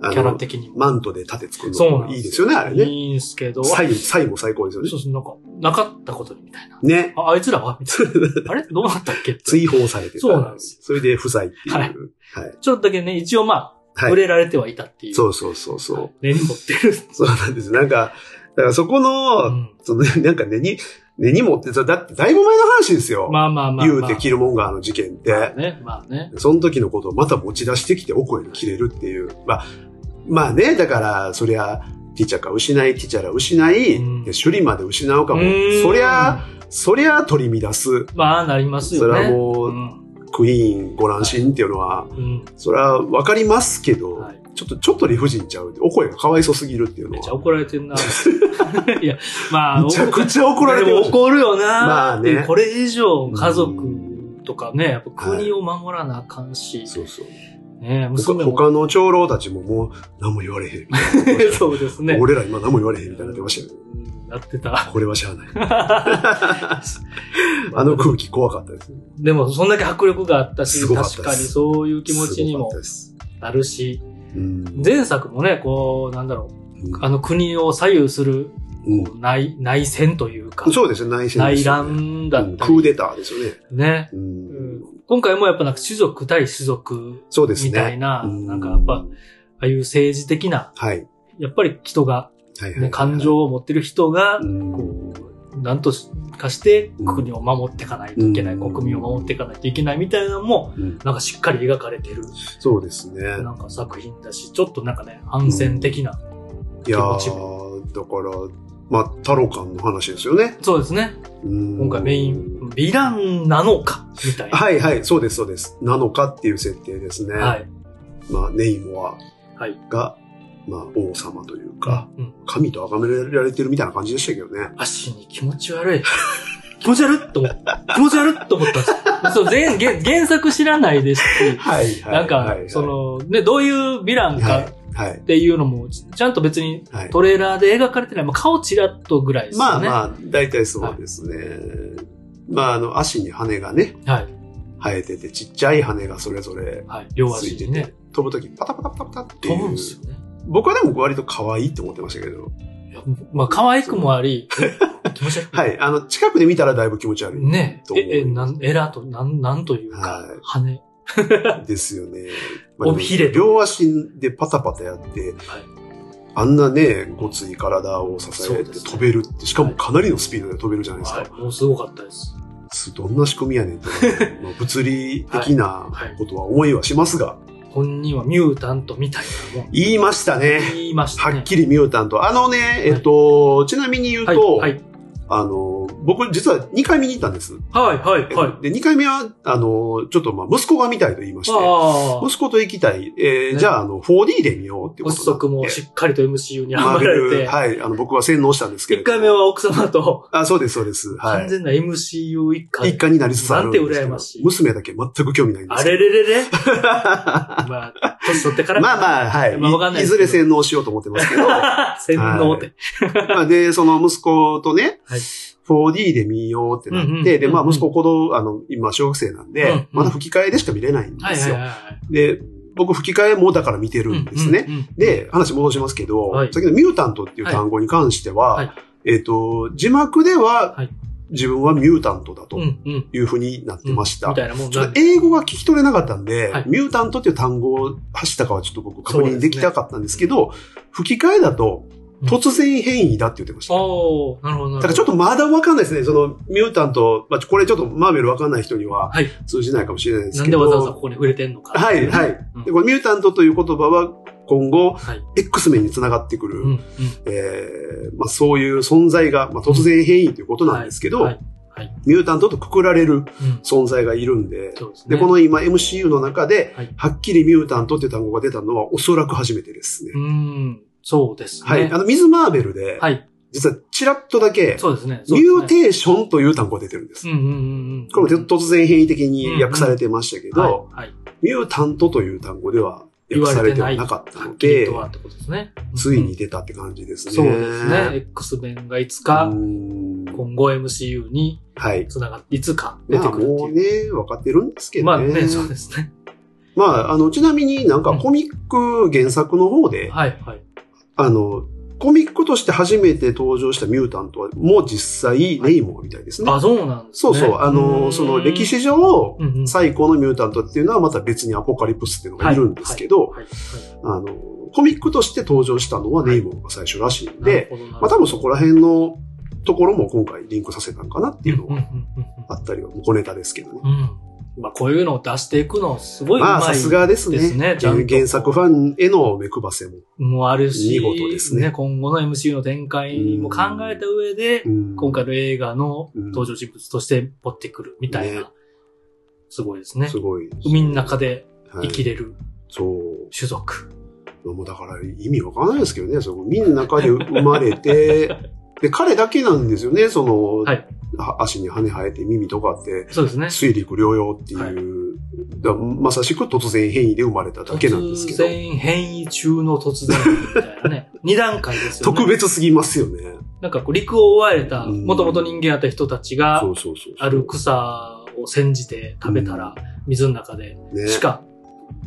あい。キャラの、的にも。マントで盾作るそうなのんいいですよね、あれね。いいんすけど。サイ、サイも最高ですよねそ。うそう、なんか、なかったことにみたいな。ね。あ、あいつらはみたいな。あれどうなったっけって追放されてた。そうなんですそれで不在っていう。ははいい。ちょっとだけね、一応まあ、はい触れられてはいたっていう。そうそうそうそう。はい。根に持ってる。そうなんです。なんか、だからそこの、うんその、なんか根に、根に持ってさ、だってだいぶ前の話ですよ。まあまあまあまあ。言うてキルモンガーの事件って、まあね、まあね。その時のことをまた持ち出してきてお声に切れるっていう。まあ、まあね、だから、そりゃ、ティチャか失い、ティチャラ失い、うんで首里まで失うかもうー。んそりゃ、、そりゃ取り乱す。まあ、なりますよそね。れはもううんクイーンご乱心っていうのは、うん。それはわかりますけど、はいちょっと、ちょっと理不尽ちゃう。お声がかわいそすぎるっていうのめっちゃは。怒られてん な。いや、まあ、めちゃくちゃ怒られてでもました怒るよな。まあねこれ以上家族とかね、やっぱ国を守らなあかんし、そうそう。ね、他娘も。他の長老たちももう何も言われへんみたい なそうですね。 俺ら今何も言われへんみたいになってましたよね。うんなってた。これはしゃあない。 あの空気怖かったですね。でも、そんだけ迫力があったし、すごかったです確かにそういう気持ちにもすごかったですなるし、うん前作もね、こう、なんだろう、あの国を左右するうんこう内内戦というか、そうですね、内戦で内すよ乱ね。だうんったクーり、デターですよね。ね。ううんん今回もやっぱなんか種族対種族そうですね。みたいな、うなんかやっぱ、ああいう政治的な、はい。やっぱり人が、はいはいはね、い。感情を持ってる人がう、ん。こう、なんとかしてうん国を守っていかないといけない、うん国民を守っていかないといけないみたいなのも、うんなんかしっかり描かれてる、そうですね。なんか作品だし、ちょっとなんかね、反戦的な、いや気持ちー、だから、まあ、太郎館の話ですよね。そうですね。今今回メイン、ヴィランなのか、みたいな。はいはい、そうです、そうです。なのかっていう設定ですね。はい。まあ、ネイモアはい。が、まあ、王様というか、うん。神と崇められてるみたいな感じでしたけどね。足に気持ち悪 い。気持ち悪いと思った。気持ち悪いと思ったんですよ。そう、前、原原作知らないですし、はい、なんか、そ、の、ね、どういうヴィランはかい、はいっ、ていうのも、ちちゃんと別にはい。トレーラーで描かれてない。まあ、顔ちらっとぐらいですまよあね。まあ、大体そうですね。まあ、あの、足に羽がね、はい。生えてて、ちっちゃい羽がそれぞれはい。両つ足いてにてね。、飛ぶときパタパタパタパタってい飛ぶんうで。すよね。僕はでも割と可愛いって思ってましたけど。いやまあ、可愛くもあ り、え気持ち悪い。はい、あの、近くで見たらだいぶ気持ち悪い。ねと思うえ、え、なん、エラと、なん、なんというかはい、羽。ですよね。帯ひれと両足でパタパタやって、はいあんなね、ごつい体を支そうえでてすね飛べるって、しかもかなりのスピードで飛べるじゃないですか。はい。もうすごかったです。すどんな仕組みやねん って、まあ物理的なことは思いはしますが、本人はミュータントみたいなもん。言いましたね。言いましたね。はっきりミュータント。あのね、えっと、ちなみに言うと、はい。はいあの、僕実は2回見に行ったんです。はい、はい、はい。で、2回目は、あの、ちょっとまあ、息子が見たいと言いまして、ああ、息子と行きたい、えーねじゃあ、あの、4D で見ようってこごと子息にもなってしっかりと MCU にはまマーベられルて、はい、あの、僕は洗脳したんですけれ1ども。回目は奥様とあ、そうです、そうです。は完い。全な MCU 一家で一家になりつつあるんですけど。なんて羨ましい娘だけ全く興味ないんですあけどれれれ れままあ、年取ってかあら。まあ、はい。まあわかんないでいすずけどれ洗脳しようと思ってます けど。まあ。洗脳って。あで、その息子とね、はい 4D で見ようってなって、うんうんで、まあうんうん息子子供、あの、今小学生なんで、うんうんまだ吹き替えでしか見れないんではいはすいよ。はいはい。で、僕吹き替えもだから見てるんですね。うんうんうん。で、話戻しますけど、はい先のミュータントっていう単語に関しては、はいえっ、と、字幕では、はい自分はミュータントだとうんうん。いうふうになってました。みたいなもんちょっだと。英語が聞き取れなかったんで、はいミュータントっていう単語を発したかはちょっと僕確そうです認ねできなかったんですけど、吹き替えだと突然変異だって言ってました。おー、なるほどなるほど。だからちょっとまだわかんないですね。その、ミュータント、まあ、これちょっとマーベルわかんない人にははい通じないかもしれないですなけんでど。わざわざここに触れてんのか。はい、はい。うんでこれミュータントという言葉は今後、はい。 X 面につながってくる、うんうん。えーまあ、そういう存在が、まあ、突然変異ということなんですけど、はいはいミュータントとくくられうるん。存在がいるんで、そうですね。で、この今 MCU の中で、はいはっきりミュータントっていう単語が出たのはおそらく初めてですね。うーん、そうですね。はい。あの、ミズ・マーベルで、はい。実はチラッとだけ、そうですね。ミューテンーションという単語が出てるんです。うんうんうんうん。これも突然変異的に訳されてましたけど、はいはい。ミュータントという単語では言訳わされれててな。はいなかったはのっきりでと、はってことですね。ついうんに出たって感じですね。そうですね。。X 面がいつか、うん今後 MCU にはい。繋がって、いつか出まてあくるってもういう。ね、分かってるんですけまどあね。ね、そうですね。まあ、あの、ちなみになんかうんコミック原作の方で、はいはい。あの、コミックとして初めて登場したミュータントは、もう実際、ネイモアみたいですね。あ、そうなんですそね。うそう。あうーの、んその歴、史上、うんうん最高のミュータントっていうのはまた別にアポカリプスっていうのがいるんですけど、はいはいあの、コミックとして登場したのはネイモアが最初らしいなんるで、ほどなるまほあど多分そこら辺のところも今回リンクさせたんかなっていうのうんうがんうんあったりは、小ネタですけどね。うんうん。まあこういうのを出していくのすごいうままあ、い。さすがですね。ですねちゃんと原作ファンへの目配せも。もあるし、見事ですね今後の MCU の展開も考えた上で、うん今回の映画の登場人物として持ってくるみたいな、ねすごいですねす。ごい。海の中では生いきれるそう。種族。もうだから意味わからないですけどね。その海の中で生まれ て、で、彼だけなんですよね。その、はいは足に羽生えて耳とかって、そうですね。水陸両用っていう、はいだまさしく突然変異で生まれただけなんですけ突ど、然変異中の突然みたいな ね。二段階ですよね。特。別すぎますよね。なんかこう陸を追われた、うんもともと人間だった人たちがそ、うそうそう。ある草を煎じて食べたら、水の中で、ねしか、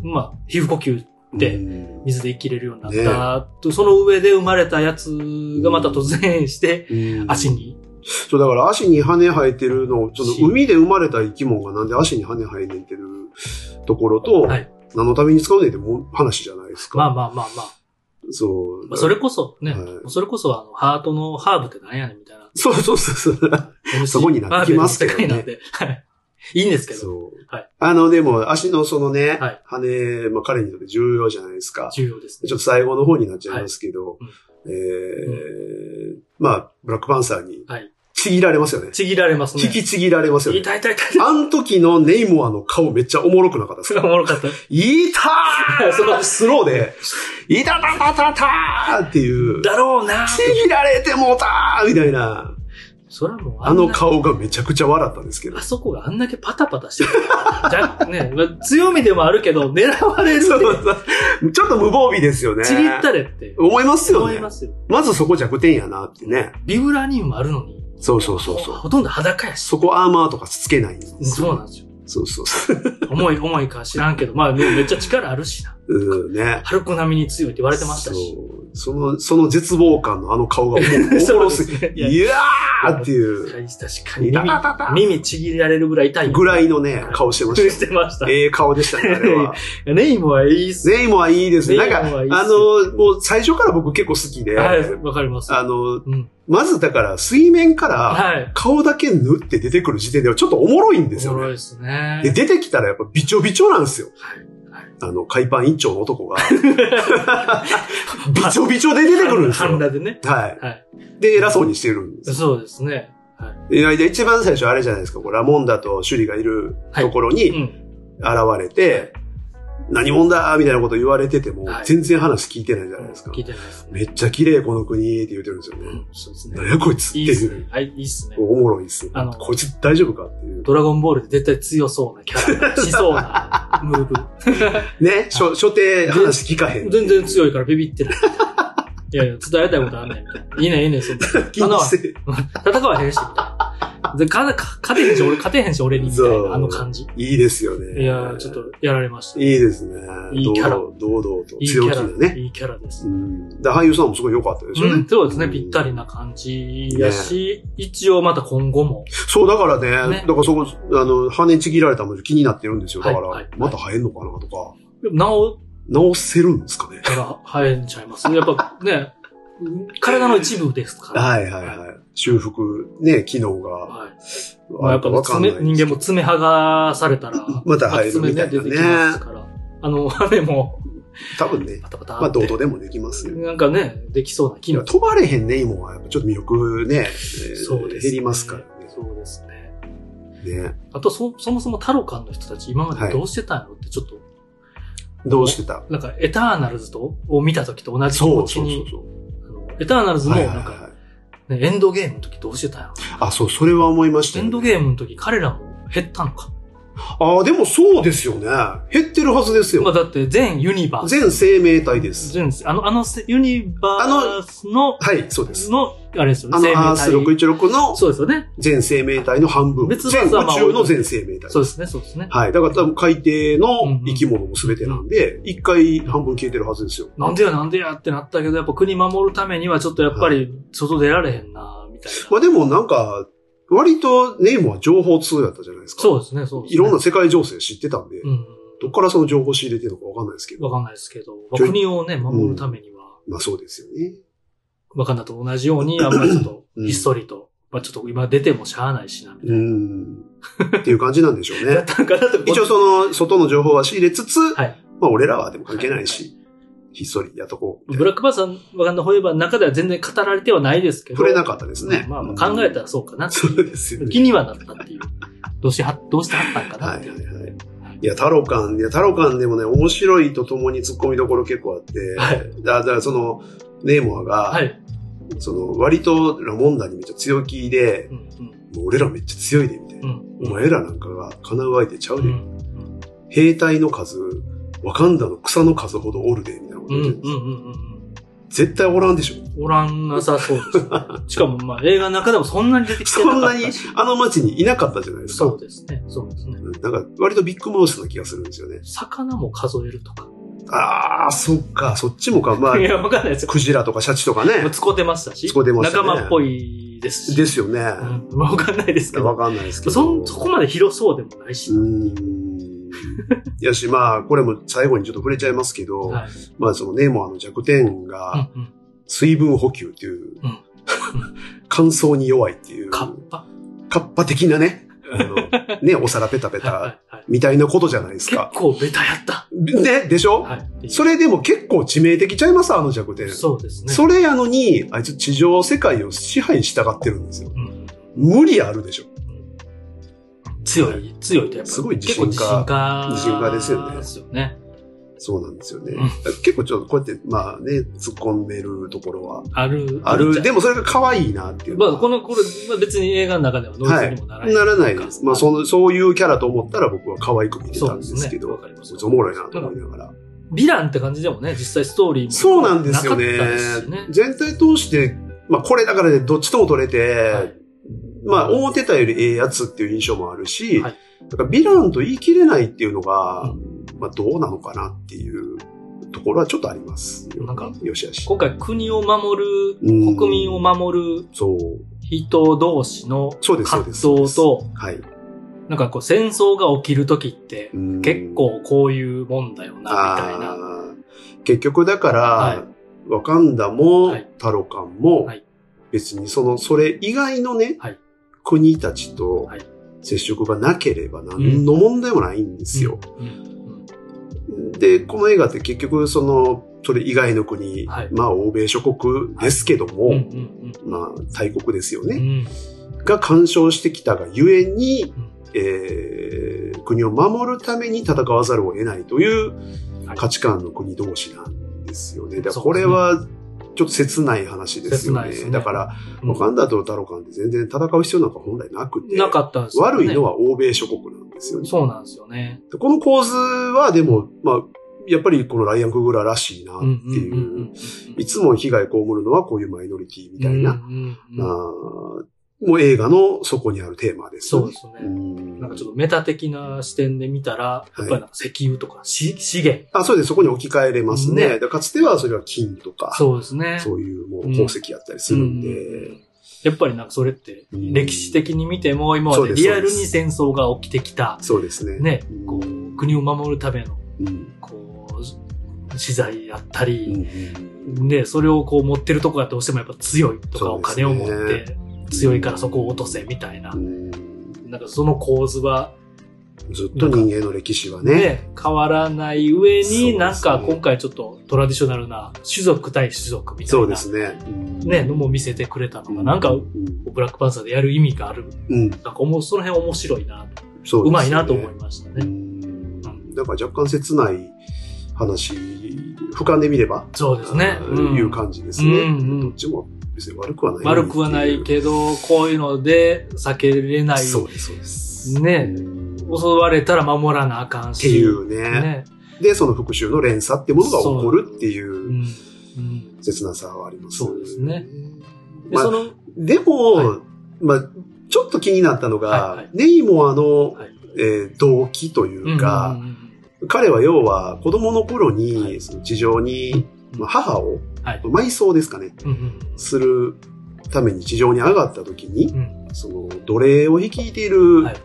まあ、皮膚呼吸ってうん水で生きれるようになった、とその上で生まれたやつがまた突然して、うん足に。そう、だから足に羽生えてるのを、そのし海で生まれた生き物がなんで足に羽生えねんてるところと、はい何のために使うねんってもう話じゃないですか。まあまあまあまあ。そう。まあ、それこそね、はいそれこそあの、ハートのハーブって何やねんみたいな。そうそうそうそう。 そこになってきます けどマーベルの世界ねなんで。はい。いいんですけど。そう。はいあの、でも足のそのね、はい羽、まあ彼にとって重要じゃないですか。重要ですちねょっ。と最後の方になっちゃいますけはど、いえーまあ、ブラックパンサーにはい、ちぎられますよね。ちぎられますね。引きちぎられますよね。痛い痛い痛い痛い。あの時のネイモアの顔めっちゃおもろくなかったですそれかおもろかった。いたーそのスローで、いたたたたたーっていう、だろうなちぎられてもうたーみたいな、それはもうあんなの顔がめちゃくちゃ笑ったんですけどあ。そこがあんだけパタパタしてる。じゃ、ね、まあ強みでもあるけど、狙われるそうっそうちょっと無防備ですよね。て、ちぎったれって思いますよ思いね。まますよ。ずそこ弱点やなってね。ビブラニウムあるのに、そうそうそうそう。ほとんど裸やし。そこアーマーとかつけないんですよそうなんですよ。そうそうそう。重い重いか知らんけど、まあ、めっちゃ力あるしな。うんね。ハルコ並みに強いって言われてましたし。そうその、その絶望感のあの 顔がおもおもろすぎそうですねいやいやーっていう、確かにいたたたた耳、耳ちぎられるぐらい痛い。ぐらいのね、顔してましたよ し。てました。ええ顔でしたね、あ れは。ネイムはいいっす。ネイモはいいですね。なんか、ネイモはいいっあすよの、もう最初から僕結構好きで、はい、わかります。あの、うん。まずだから水面からはい。顔だけ塗って出てくる時点ではちょっとおもろいんですおよもろいね。ですね。で、出てきたらやっぱびちょびちょなんですよ。はいはいあの、海パン一丁の男 が、びちょびちょで出てくるんです半よ。裸でね。ははい。い。で、偉そうにしてるんですよ。そうですね。はい。いや一番最初あれじゃないですか、こうラモンダとシュリがいるところうにん。現れて、何者だみたいなこと言われててもは、い全然話聞いてないじゃないですか聞。いてないですね。めっちゃ綺麗この国って言ってるんですよね。そうですなんね。やこいつっていいっいすうね。。はい、いいっすね。おもろいっすね。あのこいつ大丈夫かっていう。ドラゴンボールで絶対強そうなキャラ、しそうなムー ブ。ね、初初手話聞かへん。全然い。強いからビビってない。いやいや、伝えたいことあんねんみたいな。いいねん、いいねん、そんな。緊張して。戦わへんし、みたいな。でかか勝てへんし、俺、勝てへんし、俺に、みたいそうな、あの感じ。いいですよね。いやー、ちょっと、やられました。いいですね。いいキャラ堂々堂々といいキ強気ャだラ、ね。いいキャラですう。ん。で、俳優さんもすごい良かったですよね。うん、そうですね、うんぴったりな感じやし、一応また今後も、そう、だからね、ねだからそこ、あの、羽ちぎられたも気になってるんですよ。だから、はいはいまた生えんのかなとか、なお直せるんですかね。たら生えんちゃいますね。やっぱね、体の一部ですから。はいはいはい。修復、ね、機能が、はい。まあ、あやるっぱかねわかんないですけど爪人間も爪剥がされたら、 また生えるみたいなね爪出てきますから。あの、 あれも、多分ね、パタパタって。まあ、どうとでもできますよ。なんかね、できそうな機能。飛ばれへんね、今は。やっぱちょっと魅力ね、えーそうです、減りますからそうですね。ね。ね。あと、そ、そもそもタロカンの人たち、今までどうしてたんやろって、ちょっと、どうしてたなんか、エターナルズと、を見た時と同じ気そ持うちそうにそう、そう。あのエターナルズも、はないはいんはか、い。ねエンドゲームの時どうしてたんやろあ、そう、それは思いましたエよンね、ドゲームの時、彼らも減ったのか。ああ、でもそうですよね。減ってるはずですよ。まあ、だって、全ユニバース。全生命体です。全、あの、あの、ユニバースの、はい、そうです。の、あれですよね。あの、アース生命体。 616のそうですよね。全生命体の半分。別全宇枠はまあ宙の全生命体。そうですね、そうですね。はい。だから多分海底の生き物も全てなんで、一、回半分消えてるはずですよ。なんでやなんでやってなったけど、やっぱ国守るためにはちょっとやっぱり外出られへんな、みたいまな。あでもなんか、割とネイモは情報通だったじゃないですか。そうですね、そうですね。いろんな世界情勢知ってたんで、うん。どっからその情報仕入れてるのかわかんないですけど。わかんないですけど、まあちょい国をね、守るためには、まあそうですよね。わかんなと同じように、やっぱりちょっと、うんひっそりと、まあちょっと今出てもしゃあないしな、みたういな。 ん。っていう感じなんでしょうやっ ね。たんかなと一応その、外の情報は仕入れつつ、はいまあ俺らはでも関係ないし、ひっそりやっとこうみたブいラな。ックバーサーわかんないホエーバーの中では全然語られてはないですけど。触れなかったですね。まあまあ考えたうんらそうかなってそいううですよね。気にはなったっていう。どうしては、どうしてはったんかなはっいていはう。いはい。いや、タロカン、いや、タロカンでもね、面白いとともに突っ込みどころ結構あって、はいだだからその、ネーモアが、はい。その、割とラモンダにめっちゃ強気でう、んうんもう俺らめっちゃ強いで、みたいな。うんお前らなんかが叶う相手ちゃううで、ん兵隊の数、ワカンダの草の数ほどおるで、みたいなことうん言うっんてうるんんですよ、うん。絶対おらんでしょ。おらんなさそう ですね。しかもまあ映画の中でもそんなに出てきてそなかんったなにし。あの町にいなかったじゃないですか。そうですね。そうですね。うんなんか、割とビッグマウスな気がするんですよね。魚も数えるとか。あー、そっか、そっちもか、まあい、や、わかんないですよ。クジラとかシャチとかね。つこてましたし。つこてましたね仲間っぽいですし。ですよね。うんまあわかんないですけわど。かんないですけど。そん、そこまで広そうでもないし。うーん。やし、まあ、これも最後にちょっと触れちゃいますけど、はい。まあ、そのネーモアの弱点が、うんうん水分補給っていう、うん乾燥に弱いっていう、カカッパ。ッパ的なね、あの、 ね、お皿ペタペはいはいタ、はい。みたいなことじゃないです結か。構ベタやった。ね、でしょ、はい。それでも結構致命的ちゃいます、あの弱点。そうですね。それやのに、あいつ地上世界を支配したがってるんですよ。うん無理あるでしょ。強い、強いとやっぱすごい自信家結構自自信信家家ですよねですよね。そうなんですよねうん。結構ちょっとこうやって、まあね、突っ込めるところはある。ある。でもそれが可愛いなっていうのまは。あ、この、これ、まあ、別に映画の中ではノイズにもならない。ならないです。まあ、その、そういうキャラと思ったら僕は可愛く見てたんですけそうですねわど、かりますおもろいなと思いながら。ヴィランって感じでもね、実際ストーリーも。そうなんですよねなかったですしね。全体通して、まあ、これだからね、どっちとも取れて、はいまあ、思ってたよりええやつっていう印象もあるし、はいだからヴィランと言い切れないっていうのが、うまあ、どうなのかなっていうところはちょっとありますよね。なんかよしよし。今回、国を守る、うん国民を守るそう。人同士のそうです、葛そうで藤す。そうですと、はい。なんかこう、戦争が起きるときって、うん結構こういうもんだよな、みたいあな。ー結局だから、はワカンダも、はいタロカンも、はい別にその、それ以外のね、はい国たちとはい接触がなければ何の問題もないんですよ。うん。うんで、この映画って結局その、それ以外の国、はいまあ欧米諸国ですけども、うん。うん。まあ大国ですようんうね。ん。が干渉してきたがゆえにうん、えー国を守るために戦わざるを得ないというはい価値観の国同士なんですよね。だからそうこですれねはちょっと切ない話です切よないね。ですねだから、うんウガンダとタロカンって全然戦う必要なんか本来なくて、なかったんですよ、ね。悪いのは欧米諸国なんですよね。そうなんですよね。でこの構図はでも、まあ、やっぱりこのライアン・クグラらしいなっていう、いつも被害被るのはこういうマイノリティみたいな、うんうんうんあーもう映画の底にあるテーマですそうよね。ですね。うんなんかちょっとメタ的な視点で見たら、いやっぱりなんか石油とかし資源。あ、そうです。そこに置き換えれますねね。だからかつてはそれは金とか、そうですね。そういうもう宝石やったりするんうで、んやっぱりなんかそれって、うん歴史的に見ても、今まそうでですリアルに戦争が起きてきた、そうですね。ねう、んこう、国を守るための、うんこう、資材やったうんり、ね、それをこう持ってるとこがどうしてもやっぱ強いとか、そおうです金ねを持って強いからそこを落とせみたいなう、んなんかその構図はずっと人間の歴史はね、ね、変わらない上そうですに、ねなんか今回ちょっとトラディショナルな種族対種族みたそいうでな、すね。うんね、のも見せてくれたのが、なんかう、んブラックパンサーでやる意味がある。うん、なんかおもその辺面白いな、そううですねまいなと思いましたうね。んなんか若干切ない話、俯瞰で見れば、そうですね。あうんーいう感じですね、うんうんどっちも別に悪くはない。悪くはないど。けど、こういうので避けれない。そうです、そうです。ねうんっ襲われたら守らなあかんし。ていうねね。。で、その復讐の連鎖ってものが起こるっていううんうん切なさはあります、そうですね。で、まあその、でも、はまあ、ちょっと気になったのが、はいはいネイモアの、はいえー動機といううんか、うん彼は要は子供の頃に、はいその地上に、まあ、母を、はい埋葬ですかね、うんうんするために地上に上がった時に、うんうんその奴隷を率いている、はい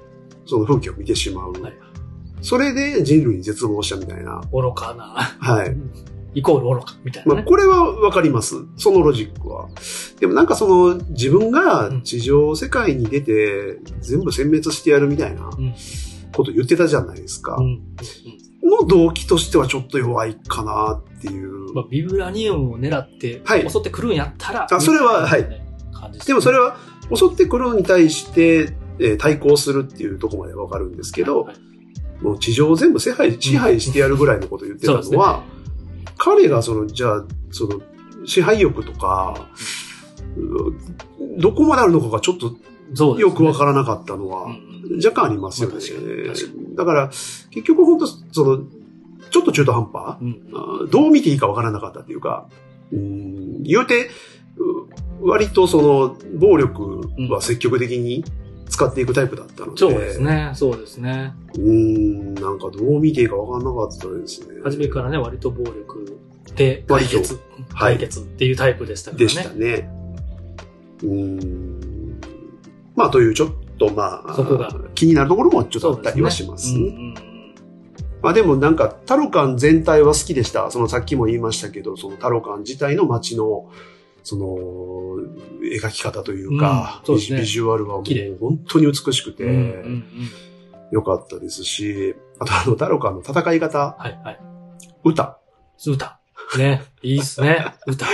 その風景を見てしまう、はいそれで人類に絶望したみたいな。愚かな、はい。イコール愚か、みたいなまあ、ね。これはわかります。そのロジックは。でもなんかその自分が地上世界に出て全部殲滅してやるみたいなうんこと言ってたじゃないですかうん。うんの動機としてはちょっと弱いかなっていう。まあ、ビブラニウムを狙ってはい襲ってくるんやったら、あそれははいみたいな感じすねでもそれは襲ってくるのに対して、えー対抗するっていうところまでわかるんですけど、はいもう地上を全部支配支配してやるぐらいのことを言ってたそうでのは、彼がその、じゃあ、その、支配欲とか、うんどこまであるのかがちょっとそうですねよくわからなかったのはうん、うん若干ありますよねまあ確かに確。だから、結局本当その、ちょっと中途半端、うんあーどう見ていいかわからなかったっていうか、うん、言うて、う割とその、暴力は積極的に使っていくタイプだったので、そうですね、そうですね。うん、なんかどう見ていいかわからなかったですね。初めからね、割と暴力で解割と決、はい解決っていうタイプでしたからね。でしたね。うん。まあ、というちょっとまあそこが、気になるところもちょっそとあうっでたすりね。はしますね。うんうんまあでもなんか、タロカン全体は好きでした。そのさっきも言いましたけど、そのタロカン自体の街の、その、描き方といううか、んそうでビすジねビジュアルはもう綺麗本当に美しくうんうんうんうて、ん良かったですし、あとあの、タロカンの戦い方、はいはい。歌。歌。ね。いいっすね。歌。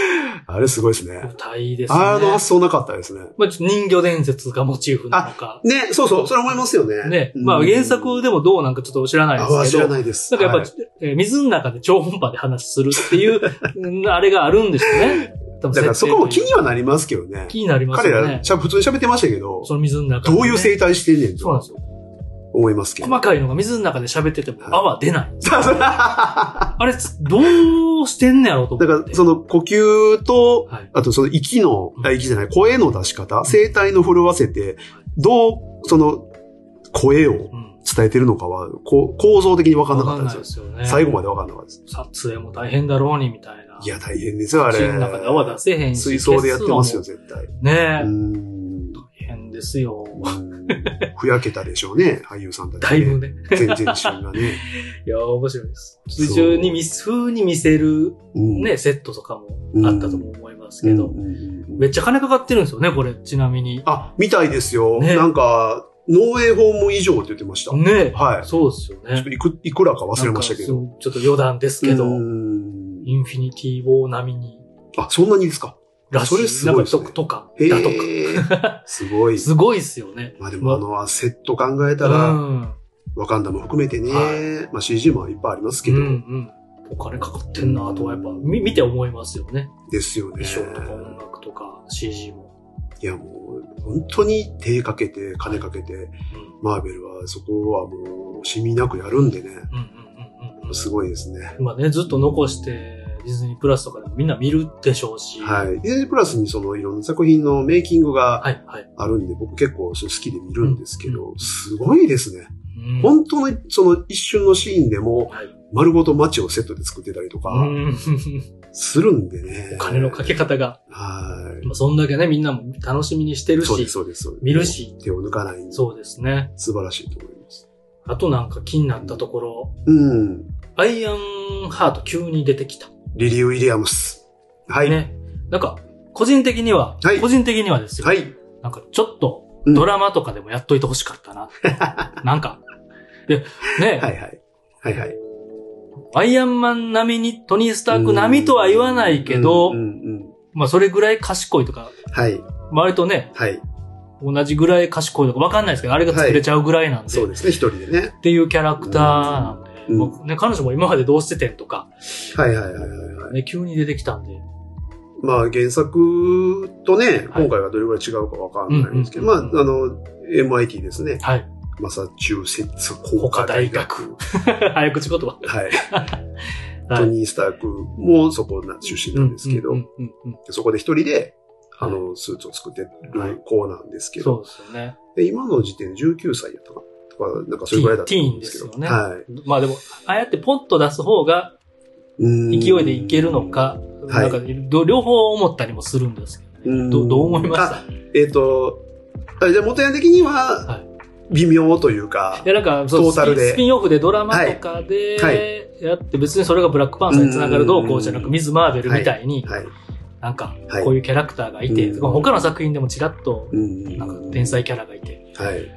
あれすごいですね。歌いいですね。あの発想なかったですね。まあ、ちょっと人魚伝説がモチーフなのか。ね、そうそう、それ思いますよね。ね。まあ、原作でもどうなんかちょっと知らないあですけ知ど。らないです。なんかやっぱ、はいえー水の中で超音波で話するっていう、うんあれがあるんですよね。多分だからそこも気設定というにはなりますけどねか。気になります彼よら、ね。ちゃん普通に喋ってましたけど、その水の中でね、どういう生態してんねんとそうなんかですよ。思いますけど。細かいのが水の中で喋っててもはい泡出ない。 だあれ、どうしてんねやろうと思かっら、て。その呼吸と、はい。あとその息のう、んあ息じゃない、声の出し方、声帯の震わせて、どう、その、声をうん。伝えてるのかは、こう構造的に分かんなわかかっんなたんいでですすよよ。ね。最後まで分かんなかったです。撮影も大変だろうに、みたいな。いや、大変ですよ、あれ。水の中で泡出せへんし。水槽でやってますよ、絶消対。すのも。ねえ。うーん。大変ですよ。ふやけたでしょうね、俳優さんたち、ね。だいぶね。全然違がね。いや、面白いです。水中に見、風に見せるうんね、セットとかもあったとも思いますけど、うんうんうんうんめっちゃ金かかってるんですよね、これ、ちなみに。あ、みたいですよ。ねなんか、農営訪問以上って言ってました。ね、はい。そうですよちょっねと。いくいくらか忘れましたけど。なんかちょっと余談ですけど、うーんインフィニティウォー並みにあ、そんなにですか。らしい。それすごいですねなんかととか、へだとか。ー すごい。すごいですよね。まあでもあの、アセット考えたうら、ん。ワカンダも含めてね、はまあ CG もいっぱいありますけど、うんうん。お金かかってんなとはやっぱ、み見て思いますよね。ですよね衣。装とか音楽とか CG も。いやもう、本当に手かけて、金かけて、うんマーベルはそこはもう、惜しみなくやるんでね、うんうんうんうんうん。すごいですね。まあね、ずっと残して、ディズニープラスとかでもみんな見るでしょうし。はい。ディズニープラスにそのいろんな作品のメイキングがはい、はい。あるんで、僕結構そう好きで見るんですけうどん、すごいですね。うん本当のその一瞬のシーンでも、はい丸ごと街をセットで作ってたりとか、うんするんでね。お金のかけ方が、はまあそんだけね、みんなも楽しみにしてい。るそうでしす、、そうです。そうです見る。し、手を抜かない。そうですね。素晴らしいと思います。あとなんか気になったところ、うん。アイアンハート急に出てきた。リリー・ウィリアムス。はい。ね。なんか、個人的には、はい個人的にはですよ。はい。なんか、ちょっと、うんドラマとかでもやっといてほしかった な。なんか。で、ね、はいはい。はいはい。アイアンマン並みに、トニー・スターク並みとは言わないけど、うんうんうんまあ、それぐらい賢いとか、はい。割とね、はい。同じぐらい賢いとかわかんないですけど、あれが作れちゃうぐらいなんで、そうですね、一人でね。っていうキャラクターなんで、うん僕ね、彼女も今までどうしててんとか、はいはいはいはいはい。ね、急に出てきたんで、まあ原作とね、はい今回はどれぐらい違うかわかんないんですけど、うんまあうんうんあの、MIT ですね。 はい。マサチューセッツ工科大学。早口言葉。はい。はいトニー・スタークもそこな出身なんですけど、うんうんうんうんそこで一人で、あの、スーツを作ってる子なんですけど、そうですよね。で今の時点で19歳やったかなとか、なんかそれぐらいだったと思うんですけど。ティーンですよはい。まあでも、ああやってポッと出す方が勢勢いでいけるの。か、はいなんかど両方思ったりもするんですけど、どどう思いましたあえっ、と、あじゃあ元屋的には、はい微妙というか、いやなんかそうトータルでスピンスピンオフでドラマとかはいでやって別にそれがブラックパンサーにつながるどうこうじゃなくうんミズ・マーベルみたいにはい。なんかはいこういうキャラクターがいてうん他の作品でもちらっとうんなんか天才キャラがいてはい。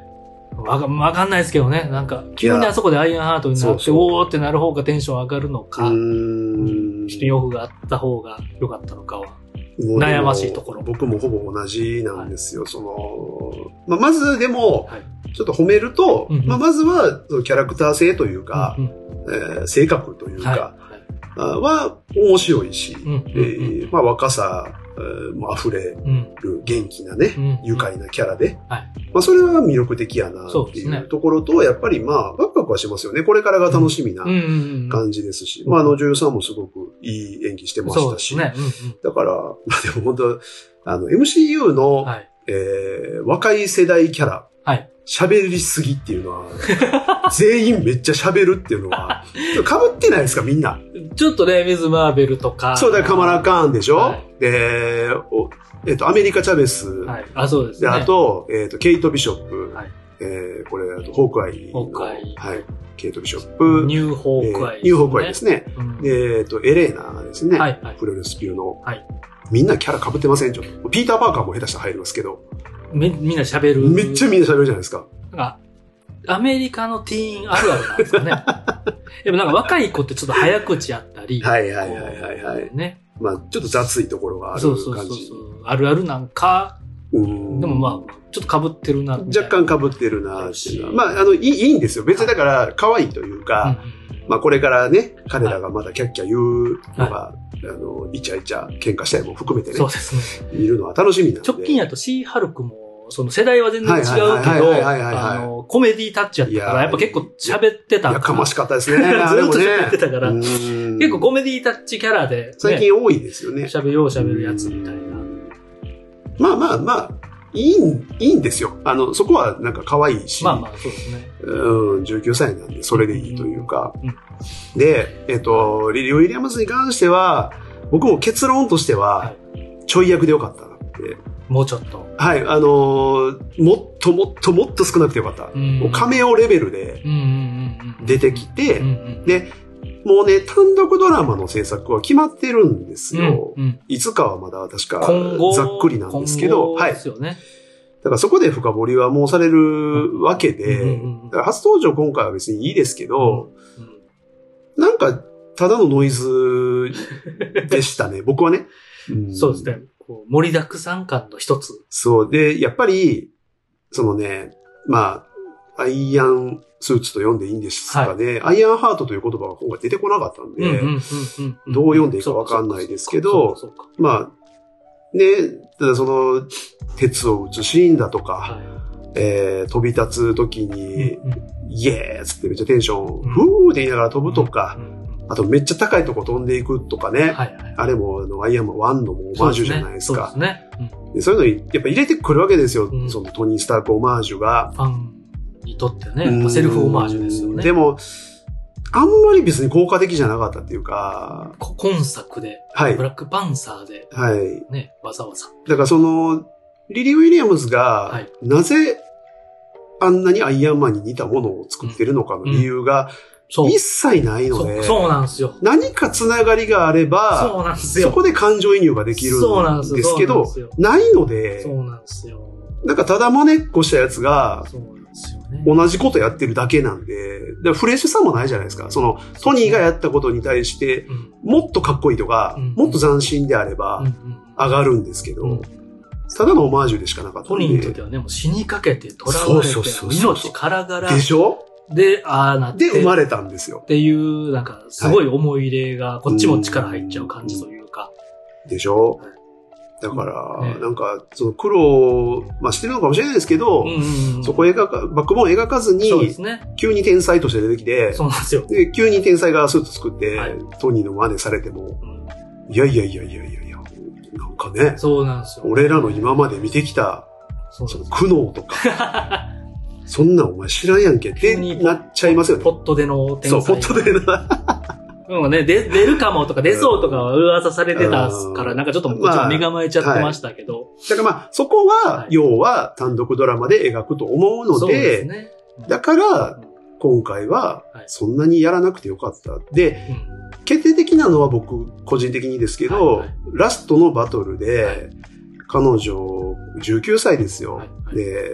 わかわかんないですけどねなんか急にあそこでアイアンハートになそっうてそうおーってなる方がテンション上がるのかうーんスピンオフがあった方が良かったのかはもうでも悩ましいところ僕もほぼ同じなんですよ。その、まあ、まずでもはい、ちょっと褒めると、うんうんまあ、まずは、そのキャラクター性というかう、んうんえー性格というはいか、あは面白いし、うんうんえーまあ、若さえーも溢れうんる元気なね、うん愉快なキャラで、はいまあ、それは魅力的やなそうっでてすねいうところと、やっぱりまあ、ワクワクはしますよね。これからが楽しみなうんうんうん感じですし、まあ、あの女優さんもすごくいい演技してまそうしでたすし、ね。うんだから、まあ、でも本当あの、MCU の、うんはい。えー若い世代キャラ、はい喋りすぎっていうのは、 全員めっちゃ喋るっていうのは、被ってないですか、みんな。ちょっとね、ミズ・マーベルとか。そうだ、カマラ・カーンでしょ、はいで、おえっと、アメリカ・チャベス。はい。あ、そうですで、ね。あと、えっと、ケイト・ビショップ。はいえーこれ、あとホークアイの。ホークアイはい。ケイト・ビショップ。ニューホークアイ、えーニューホークアイですね。うんでえっと、エレーナですね。はいはい。プロレス級の。はいみんなキャラ被ってませんちょっと。ピーター・パーカーも下手したら入りますけど。み、みんな喋る。めっちゃみんな喋るじゃないですか。あ、アメリカのティーンあるあるなんですか ね。でもなんか若い子ってちょっと早口やったり。はいはいはいはいはい。ね。まあ、ちょっと雑いところがあるそ感うじ。そうそうそう。あるあるなんか、うんでもまあ、ちょっと被ってるなみたいな。若干被ってるなっていうのは。まあ、あの、いいいいんですよ。別にだから、可愛いというか、うんまあこれからね、彼らがまだキャッキャ言うのが、あの、イチャイチャ喧嘩したりも含めてねそう、ですね。見るのは楽しみなんで。直近やとシーハルクも、その世代は全然違うけはいはいど、はいはいはいはいあの、コメディタッチやったから、やっぱ結構喋ってたやかましかっ たですね。ずっとあれもね喋ってたからうん結結構コメディタッチキャラで、ね、最近多いですよね。喋るよう喋るやつみたいな。まあまあまあ、いいん、いいんですよ。あの、そこはなんか可愛いし、まあまあ、そうですね。うん、19歳なんで、それでいいというか。うんで、えっと、リリー・ウィリアムズに関しては、僕も結論としてはは、ちょい役でよかったなって。もうちょっと。はい、あのーもっともっともっと少なくてよかった。んもうカメオレベルでうんうんうんうん。出てきて、うんうん、で、もうね、単独ドラマの制作は決まってるんですよ。うんうんいつかはまだ確か今後、ざっくりなんですけ今後ど、はい。でだすよね。からそこで深掘りはもうされるわけで、うんうんうんだから初登場今回は別にいいですけど、うなんかただのノイズでしたね、僕はね。 んそうですね。こう盛りだくさん感の一つ。そう。で、やっぱり、そのね、まあ、アイアンスーツと読んでいいんですかね。アイアンハートという言葉が今回出てこなかったんで、んうんどう読んでいいかわかんないですけどそうかそうかまあ、ね、ただその、鉄を打つシーンだとそうかそうか、かはえー、飛び立つ時いに、うんうんイエーっつってめっちゃテンション、うんふーって言いながら飛ぶとかう、んうんあとめっちゃ高いとこ飛んでいくとかね、はいはい。あれもあのアイアンマンワンのもオマージュじゃないですか。そうですね。そうですねうんでそういうのやっぱ入れてくるわけですよ、うんそのトニー・スタークオマージュが。ファンにとってはね、まあセルフオマージュですようんね。でも、あんまり別に効果的じゃなかったっていうか、こ今作で、はいブ。ラックパンサーで、はい。ね、わざわざ。だからその、リリー・ウィリアムズはがい、なぜ、あんなにアイアンマンに似たものを作ってるのかの理由がそう。一切ないのそで、うそうなんですよ。何かつながりがあれば、そうなんですよ。そこで感情移入ができるそうなんんですよですけどそうなんで、ないのでそ、うなんですよ。なんかただ真似っこしたやつが、そうなんですよね。同じことやってるだけなんで、だからフレッシュさもないじゃないですか。その、トニーがやったことに対して、うんもっとかっこいいとか、うんもっと斬新であれうばんう、ん上がるんですけど、うんただのオマージュでしかなかったトんで。ニーにとってはね、もう死にかけて、囚われてそうそうそ、うそう命からがらでしょで、ああなって、で、生まっれたんですよ。ていう、なんか、すごい思い入れが、こっちも力入っちゃう感じというか、でしょはいだから、ねなんか、その苦労、まあ、してるのかもしれないですけど、うんうんそこを描か、バックボーン描かずに、そうですね。急に天才として出てきて、そうなんですよ。で、急に天才がスーツ作って、はいトニーの真似されても、うんいやいやいやいやいやいや、なんかね、そうなんですよ。俺らの今まで見てきた、そうそそうの苦悩とか、 そんなんお前知らんやんけって急になっちゃいますよねポ。ットでの天そ才。う、ポッ トでな。うんね、で出るかもとか出そうとかは噂されてたかうら、んなんかちょっとこっちも身構えちゃってましたけど。だからまあ、そこはは、い要は単独ドラマで描くと思うのそうでで、すね。だからうん、今回ははい、そんなにやらなくてよかった。で、うん決定的なのは僕、個人的にですけど、はいはいラストのバトルで、はい彼女、19歳ですよ。はいはいで、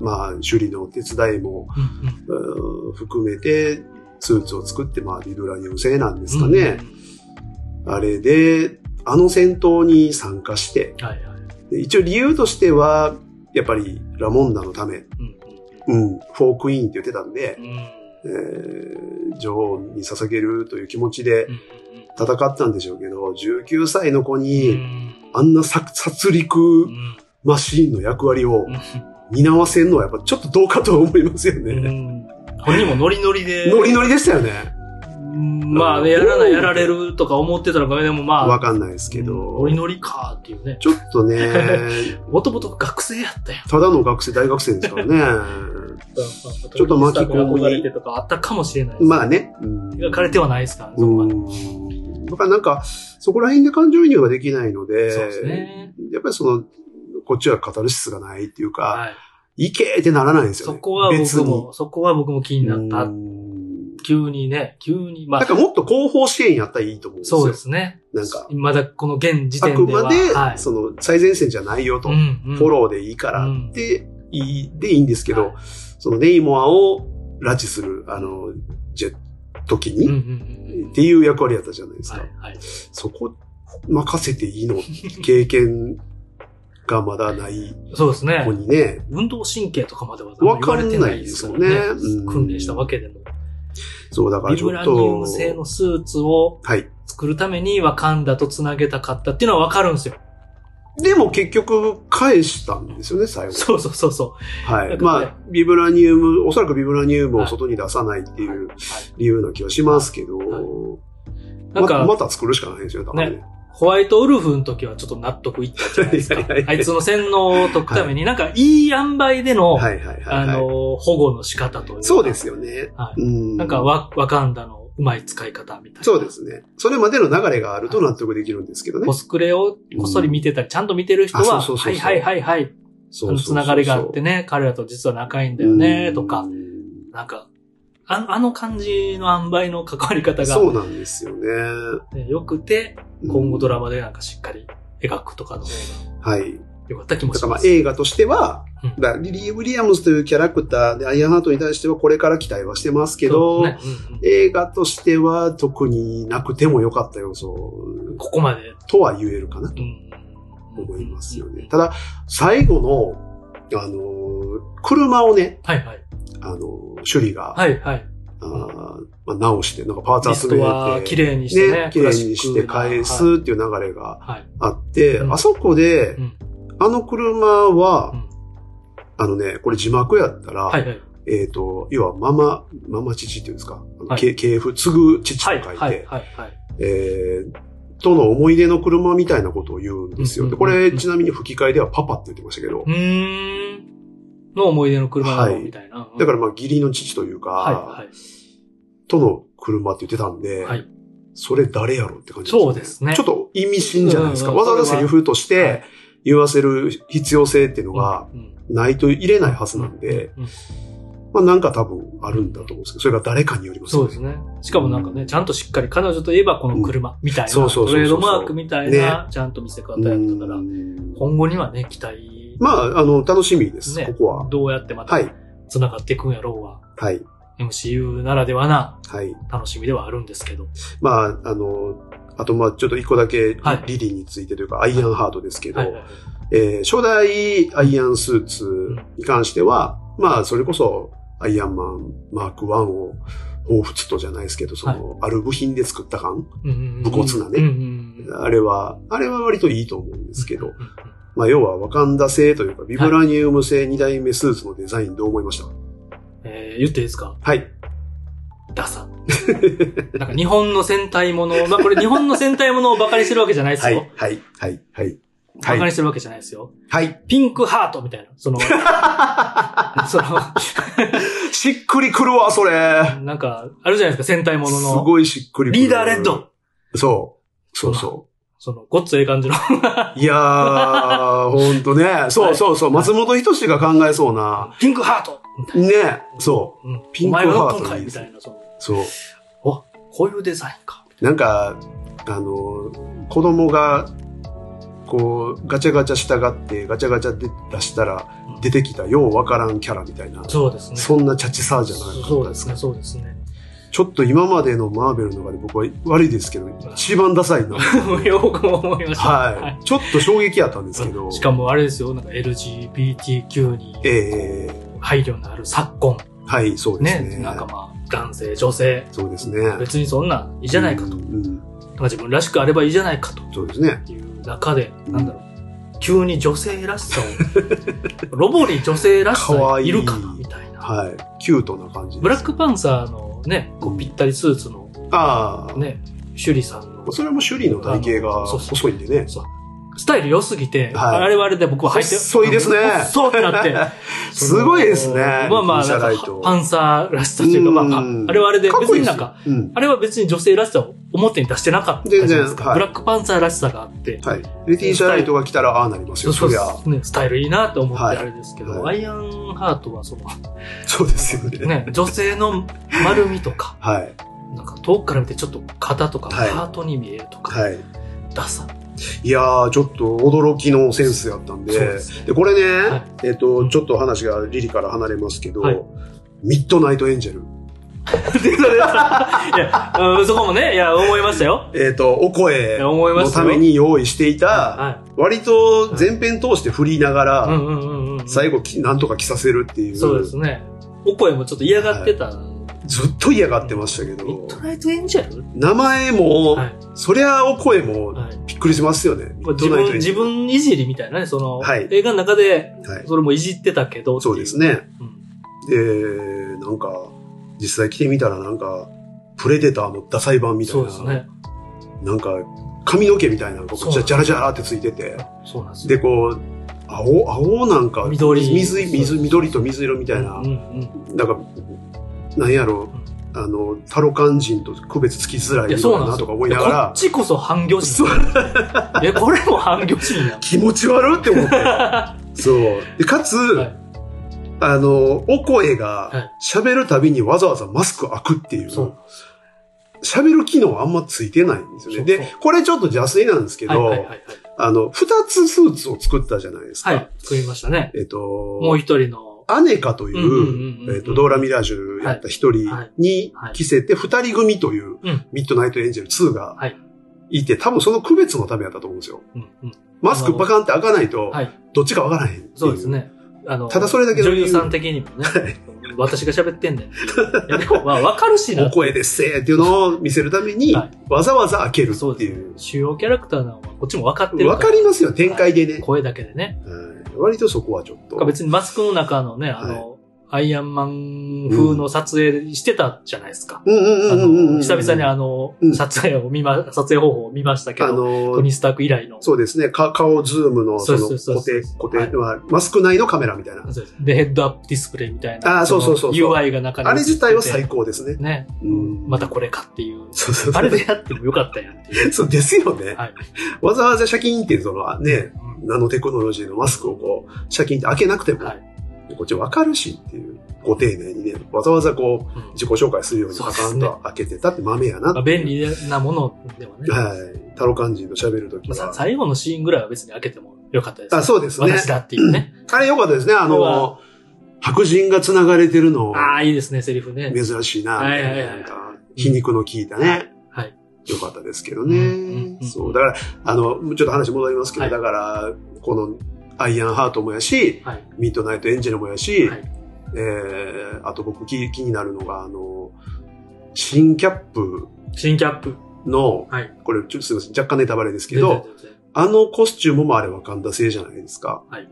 まあ、趣里の手伝いも、うんうんうん含めて、スーツを作って、まあ、ビブラニウム製なんですかね。あれで、あの戦闘に参加して、うんはいはい。うんで一応理由としては、やっぱりラモンダのため、うん、フォークイーンって言ってたんでう、んうんえー女王に捧げるという気持ちでうん戦ったんでしょうけど、19歳の子うんうに、んあんな殺殺う戮んマシーンの役割うをん担わせんのはやっぱちょっとどうかと思いますようね。ん本人もノリノリで。ノリノリでしたよね。うんまあね、やらない、やられるとか思ってたのかね、でもまあ。わかんないですけうんどノリ。ノリかーっていうね。ちょっとね、もともと学生やったやん。ただの学生、大学生ですからね。ちょっと巻き込み憧れてとかあったかもしれないです。まあね。うん描かれてはないですからね、そこまうで。ん。だからなんか、そこら辺で感情移入ができないので、そうですね。やっぱりその、こっちはカタルシスがないっていうか、はい。い、けーってならないんですよ、そね。こは別僕にも、そこは僕も気になっうた。ん急にね、急に、まだあか、らもっと後方支援やったらいいと思うんですよ。そうですね。なんか、まだこの現時あ点くでは。まで、はい。その、最前線じゃないよと、んうんフォローでいいからうんって、いい、でいいんですけど、はそのネイモアを拉致する、あの、ジェット機うんうに、んっていう役割やったじゃないでうん。すか。はい。はい。そこ任せていいの経験がまだないそうですね子。にね。運動神経とかまではわ言わかんれてないですからなねいですよねうん。訓練したわけでも。そう、だからビちブょっラニウとム。製のスーツをはい。作るためにワカンダと繋げたかったっていうのはわかるんですよ。でも結局返したんですよね、最後。そうそうそうそう。はなんかい。ねまあ、ビブラニウム、おそらくビブラニウムを外に出さないっていうはい理由な気はしますけど、はいなんまか、また作るしかないですよ、だからね。ホワイトウルフの時はちょっと納得いったじゃないですか。いやいやいやあいつの洗脳を解くために、なんかいい塩梅での、はいはいあはい、はい。の、保護の仕方というか。そうで。すよね。はうん。なんかワ、ワカンダのうまい使い方みたいな。そうで。すね。それまでの流れがあると納得できるんですけどねコ。スクレをこっそり見てたり、ちゃんと見てる人は、あそうそうはそういそうはいはいはい、あそうのそうそうつながりがあってね、彼らと実は仲いいんだよね、とかう、んなんか、ああの感じの塩梅の関わり方がそうなんですよね。ね良くて、うん今後ドラマでなんかしっかり描くとかの方がはい。良かった気もだしからままあす。映画としては、うんだからリリー・ウィリアムズというキャラクターでアイアンハートに対してはこれから期待はしてますけど、そうねうんうん映画としては特になくてもよかった要素ここまでとは言えるかな。うん思いますようんうんうねん。ただ、最後の、あの、車をね、はいはい。あの、処理が、はいはい。あーまあ、直して、なんかパーリツス集めトは綺て、麗にしてね。ク綺麗ラシックにして返すはっていう流れがい。はいあって、うんあそこで、うんあの車は、うんあのね、これ字幕やったら、はいはい。えっ、と、要はママ、ママ父っていうんですか、あのはいけ系譜、継ぐ父と書はいいて、はいはいはい。えーとの思い出の車みたいなことを言うんですよ。うんでこれ、うんちなみに吹き替えではパパって言ってましたけどう、ーん。の思い出の車だろうみたいな。、だかららまあ義理の父というか、はいはい。との車って言ってたんで、はいそれ誰やろって感じそうですね。ちょっと、と意味深じゃないですか。うんうんわざわざセリフとしはてい言わせる必要性っていうのがうんうんないと入れないはずなんで、うんまあなんか多分あるんだと思うんですけど、それが誰かによりますそようね。ですね。しかもなんかね、ちゃんとしっかり、彼女といえばこの車みたいな、そうそうそうそうトレードマークみたいな、ちゃんと見せ方やったから、うん今後にはね、期待、まあ、あの、楽しみです、ねここは。どうやってまたはい、繋がっていくんやろうは、はい、 MCU ならではなはい。楽しみではあるんですけど。まあ、あの、あと、まあ、ちょっと一個だけはい、リリーについてというか、アイアンハードですけど、はいはいはい。えー初代アイアンスーツに関しては、まあ、それこそ、アイアンマンマーク1を、彷彿とじゃないですけど、その、ある部品で作った感、うんうんうん武骨なねうんうんうんあれは、あれは割といいと思うんですけうどん、うんまあ、要は、ワカンダ製というか、ビブラニウム製二代目スーツのデザインどう思いましたえー言っていいですかはい。ダサ。なんか日本の戦隊も の、まあこれ日本の戦隊ものをバカにしてるわけじゃないですはよ。い、はい、はい、はい。バカにしてるわけじゃないですよ。はい。ピンクハートみたいな。その、 その、しっくりくるわ、それ。なんか、あるじゃないですか、戦隊ものすの。ごいしっくりくるリーダーレッド。そう。そうそその、ごっつええ感じの。う。いや ー、ほんとね。そうそうそう。松本人志が考えそうな。ピンクハートね。そうんピンクおハー前トが乗ったんかいいいでみすたねいな、そのう。、そう。お、こういうデザインか。なんか、あの、子供が、こう、ガチャガチャしたがって、ガチャガチャで出したらうん、出てきたようわからんキャラみたいな。そうですね。そんなチャチサーじゃなかそっうでたですすかね、。そうですね。ちょっと今までのマーベルの中で僕は悪いですけど、一番ダサいな。 僕も思いました。はい。ちょっと衝撃やったんですけど。しかもあれですよ、なんか LGBTQ にええ配慮のある昨今、はい、そうでねすね。なんかまあ、男性、女性、そうですね。別にそんなんいいじゃないかと。うんうんなんか自分らしくあればいいじゃないかと。そうですね。っていう中で、なんだろう。急に女性らしさ を、ロボに女性らしさ可が愛いいるかなみたいな。はい。キュートな感じです。ブラックパンサーのね、こうぴったりスーツのああ。ね、シュリさんのそれもシュリーの体型がそうそう細いんでね。スタイル良すぎて、はいあれはあれで僕は入って。細いですねそうってなって。 すごいですねまあまあ、リンなサんかライトパンサーらしさというか、まあまあうん、あれはあれで、かっ別こいいにでなんすよか、。うん。あれは別に女性らしさを表に出してなかったじゃないです全然か。はブいラックパンサーらしさがあって、はい。レティーシャライトが来たら、ああなりますよ。そりゃ。ね、スタイルいいなと思ってはいあれですけど、はいアイアンハートはその、そうですよね。ね、女性の丸みとか、はい。なんか遠くから見てちょっと肩とかはいハートに見えるとか、はい。ダサ。いやー、ちょっと驚きのセンスやったんそうでで。すね。で、これね、はいえっと、ちょっと話がリリから離れますけど、はいミッドナイトエンジェル。いや、うんそこもね、いや、思いましたよ。えっと、おい声や思いまのしたたよめに用意していた、は割と前編通して振りない。がうら、んうんうんうん。最後きなんとか着させるっていう、そうですね。お声もちょっと嫌がってた。ずっと嫌がってましたけミッどド、ナイトエンジェル名前も、はいそりゃお声もはい。びっくりしますよね。ミッ自ドナイ分、トエンジ自ェル分いじりみたいなね、その、はい映画の中で、はい、それもいじってたけどそうですね。ね。うんで、なんか、実際着てみたらなんか、プレデターのダサい版みたいそうな、ですね。なんか髪の毛みたいなのがこそううじなんですゃじゃらじゃらってついてて、そうなんですで、よ。こう、青、青なんか、緑水、水、緑と水色みたいなうん、うんなんか、なんやろ、あの、タロカン人と区別つきづらいいやそうのなんでかなすよとか思うん。いでなこがっら、ちこそ反魚 人。え、これも反魚人やん。気持ち悪って思って。 そう。で、かつ、はいあの、お声はがい喋るたびにわざわざマスク開くっていうそう。喋る機能あんまついてないんですよそね。うそうで、これちょっと邪推なんです けはいど、はいはいはい。あの、二つスーツを作ったじゃないですか。はい、作りましたね。えっ、と、もう一人の、アネカという、うんうんうんうんえっと、ドーラ・ミラージュやった一人にはいはい着せて、二人組といううんミッドナイト・エンジェル2がはいいて、多分その区別のためやったと思うんですよ。うんうん。マスクパカンって開かないと、はい。どっちかわからへんっていう。そうです。ね。あの、ただそれだけの女理由優さん的にも ね、私が喋ってんだよ。いや、でも、まあ、わかるしな お。声でっせーっていうのを見せるために、はわざわざ開けるそうってでいう。主要キャラクターなのはこっちもわかってるわらかりますよ、展開でね。声だけでね。はい割とそこはちょっと。別にマスクの中のね、あの、アイアンマン風の撮影してたじゃないですか。うんうんあうんうんうんうのん。久々にあのう、ん撮影を見ま、撮影方法を見ましたけあど、のトニー・スターク以来の。そうですね、か顔ズームのそのそうそうそう固定、そう固定、はマスク内のカメラみたいな。そうですで、ヘッドアップディスプレイみたいな。あーそうそうそうそうの UI が中に。あれ自体は最高ですね。ね。うんまたこれかっていう。そうそうそあう。れでやってもよかったやんって いう。そうですよね。はい。わざわざシャキーンっていうそのね、うんナノテクノロジーのマスクをこう、シャキーンって開けなくても、はいこっちわかるしっていう、ご丁寧にね、わざわざこう、うん自己紹介するようにそうパですねカンと開けてたって豆やなってまあ、いう便。利なものではね。はい。タロ肝心と喋るときまあさは。最後のシーンぐらいは別に開けてもよかったです。あ、そうですね。私だっていうね。あれ良かったですね。あこれのは、白人が繋がれてるの、ああ、いいですね、セリフね。珍しいな、みたいはいはいはな。いなんか、皮肉の効いたね。はい。良かったですけどうんうんねう。んそう。だから、あの、ちょっと話戻りますけはど、いだから、この、アイアンハートもやし、はい。ミッドナイトエンジェルもやしはい、えーあと僕気気になるのが、あの、新キャップ新キャップ。のはい、これ、ちょっとすみません、若干ネタバレですけ全然ど、全然あのコスチュームもあれワカンダ製じゃないですか。はい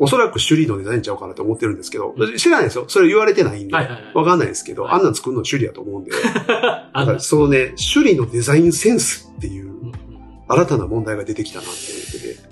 おそらくシュリーのデザインちゃうかなと思ってるんですけど、知らないですよ。それ言われてないんで。はいはいはいわかんないですけど、はいあんなん作るのシュリやと思うんで。 あだのからそのね、シュリのデザインセンスっていううんうん新たな問題が出てきたなって思ってて。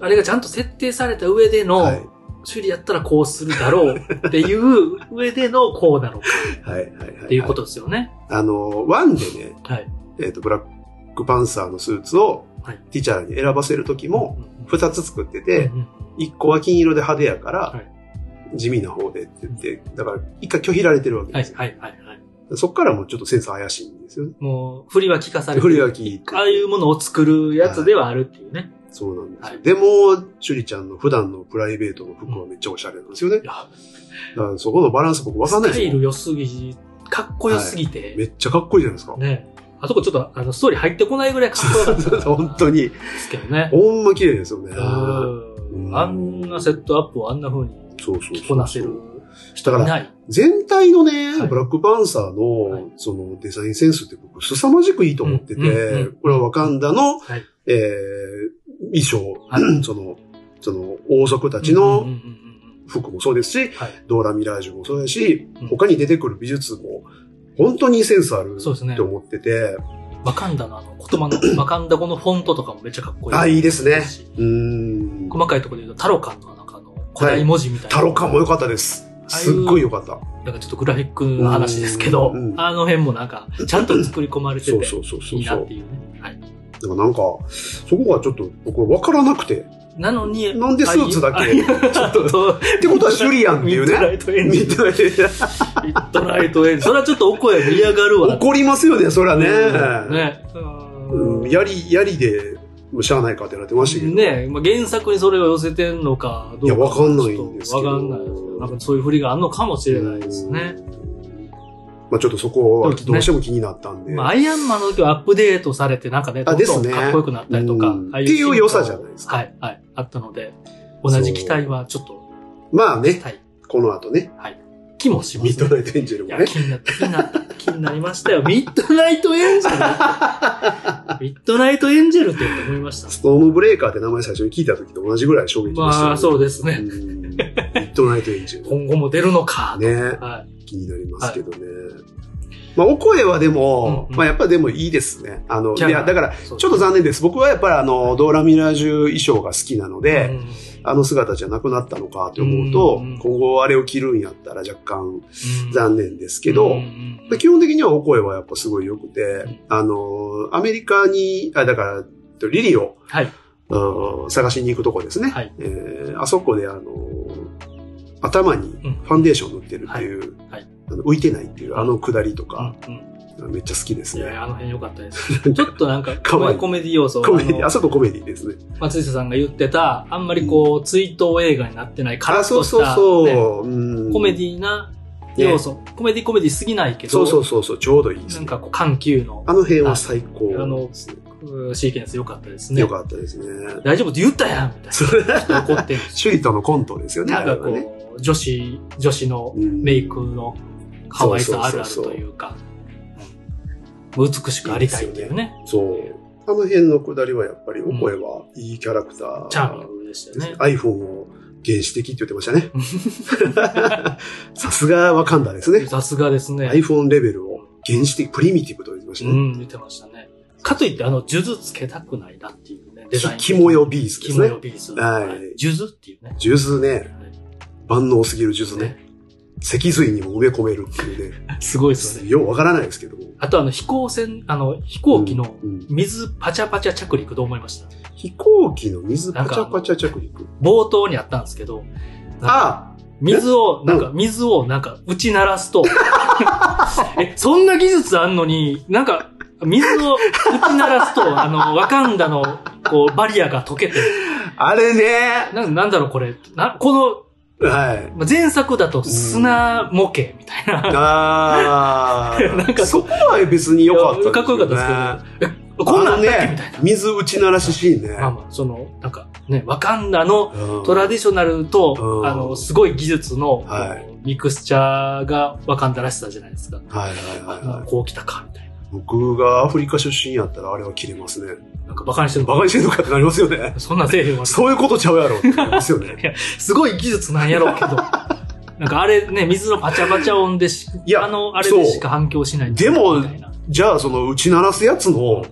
あれがちゃんと設定された上での、はい。修理やったらこうするだろうっていう上でのこうなのかはい。はい。はい。っていうことですよね。あの、ワンでね、はい。えっ、と、ブラックパンサーのスーツをはいティチャーに選ばせるときも、うん2つ作ってうんて、うん1個は金色で派手やかはらい、地味な方でって言って、だから1回拒否られてるわけはでいすよ。はいはいはい。そこからもちょっとセンス怪しいんですよね。もう、振りは聞かされて振りはる。聞いて。ああいうものを作るやつではあるっていうね。そうなんですよ。はいでも、シュリちゃんの普段のプライベートの服はめっちゃおしゃれなんですよね。いやだからそこのバランス僕わかんないスタでイすよ。ル良すぎ、かっこよすぎて。めっちゃかっこいいじゃないですか。。ね。あそこちょっと、あの、ストーリー入ってこないぐらいかっこよかった 本当。に。ですけどね。ほんま綺麗ですよね。うんあんなセットアップをあんな風にそうそうそう着こなせるだかいら、ない。全体のね、はいブラックパンサーはいの、そのデザインセンスって僕、凄まじくいいと思ってうんうんうてん、これはワカンダのはい、えー衣は装、その、その、王族たちうのんうんうん服もそうですしはい、ドーラ・ミラージュもそうだしうん、他に出てくる美術も、本当にセンスあるそうですねって思ってて、うんワカンダのあの言葉 の、ワカンダ語のフォントとかもめっちゃかっこいい。あいいですねうーん。細かいところで言うと、タロカンのなんかあの、古代文字みたいな。タロカンも良かったです。ああいうすっごい良かった。なんかちょっとグラフィックの話ですけどうんう、んあの辺もなんか、ちゃんと作り込まれてそうて、そうそうそいういそなっうて。いうね。はい。だからなんか、そこがちょっと僕は分からなくて。なのに、なんでスーツだけあいいあちょっとと、っってことはシュリアンっていう ミッドね。ライトエンジミン。ミッドナイトエンジンッドライトエンジン。それはちょっとお声盛り上がるわ。怒りますよね、そりゃね。ね。うんやり、やりで、もうしゃあないかってなってましたけど。ねまあ、原作にそれを寄せてんのかどうか。いやわかんないんですちょっけどとわかんないですけど、なんかそういう振りがあるのかもしれないですね。うん。まあちょっとそこはどうしても気になったんで。まあ、アイアンマンの時はアップデートされて、なんかね、どあんですどんねかっこよくなったりとか、うんああっていう良さじゃいないでですすか。はい、はい、あったので、同じ期待はちょっとまあしね、たいこの後ね、気もしまミッドす、ナね。イトエンジェルいもや、ね。気になった、気になった、気になりましたよ。ミッドナイトエンジェルミッドナイトエンジェルって思いま した。ストームブレーカーって名前最初に聞いた時と同じぐらい衝撃でしたよね。まあ、そうですうね。んミッドナイトエンジェル。今後も出るのか、ねはい。気になりますけどね。まあ、お声はでも、うんうんまあ、やっぱでもいいですね。あの、いキャラや、だから、ちょちょっと残念です。僕はやっぱりあの、ドーラミラージュ衣装が好きなので、あの姿じゃなくなったのかと思うと、うんうん今後あれを着るんやったら若干残念ですけうど、んうん基本的にはお声はやっぱすごい良くて、あの、アメリカに、あ、だから、リリをはい。うん探しに行くとこですね。はいえーあそこであの、頭にファンデーション塗ってるっていう、はいはいあの浮いてないっていうあのくだりとか、うんうんめっちゃ好きですいやいねや、。あの辺良かった です。ちょっとなんか、かわいいコメディ要素コメディ、ああのそこコメディですね。松下さんが言ってた、あんまりこう、追悼映画になってない、カラあ、ッそとうした、そうねそう。うんコメディな要素、コメディコメディすぎないけど、そうそうそうそう、ちょうどいいですなね。んかこう、緩急のあの辺は最高ですね。うーシーケンス良かったですねよ。かったですね。大丈夫って言ったやんみたいそれ、な。怒 ってるしシュリトのコントですよね、なあんれかはね。こう、女子、女子のうんメイクの可愛さあるあるそうそうそうそうというか、うん美しくありたいというね、そう。あの辺のくだりはやっぱり、お声はいいキャラクター。チャーミングでしたよね。 iPhone を原始的って言ってましたね。さすがワカンダですね。さすがですね。 iPhone レベルを原始的、プリミティブと言ってましうたね。ん、見てましたね。かといって、あの、数珠つけたくないなっていうね、デザイン。キモヨビーズでキすモねヨ。ビーズ。はい数珠っていうね。数珠ね、万能すぎる数珠ね。脊髄にも埋め込めるっていうね。すごいですよね。ようわからないですけども。あと、あの、飛行船、あの、飛行機のうんうん水パチャパチャ着陸どう思いました飛行機の水パチャパチャ着陸。冒頭にあったんですけど、なんかあ水を、えなんか、水を、なんか、打ち鳴ら すと、え、そんな技術あんのに、なんか、水を打ち鳴らすと、あの、ワカンダの、こう、バリアが溶けて、あれね。ななんだろう、これ、な、この、はい。まあ前作だと砂模型みたいな。あなーんかこうそこは別に良かったですね、かっこよかったですけど、え、こんなんあったっけ、あのみたいな。水打ち鳴らしシーンね。まあまあ、その、なんかね、ワカンダのうんトラディショナルと、うんあの、すごい技術の、はいこうミクスチャーがワカンダらしさじゃないですか。はいはいはあいはい。こう来たか、みたいな。僕がアフリカ出身やったらあれは切れますね。なんかバカにしてるバカにしてんのかってなりますよね。そんなんせえへんわ。そういうことちゃうやろってなりますよ ね。すごい技術なんやろうけど。 なんかあれね、水のパチャパチャ音でし、いやあの、あれでしか反響しない。でもみたいなじゃあその打ち鳴らすやつの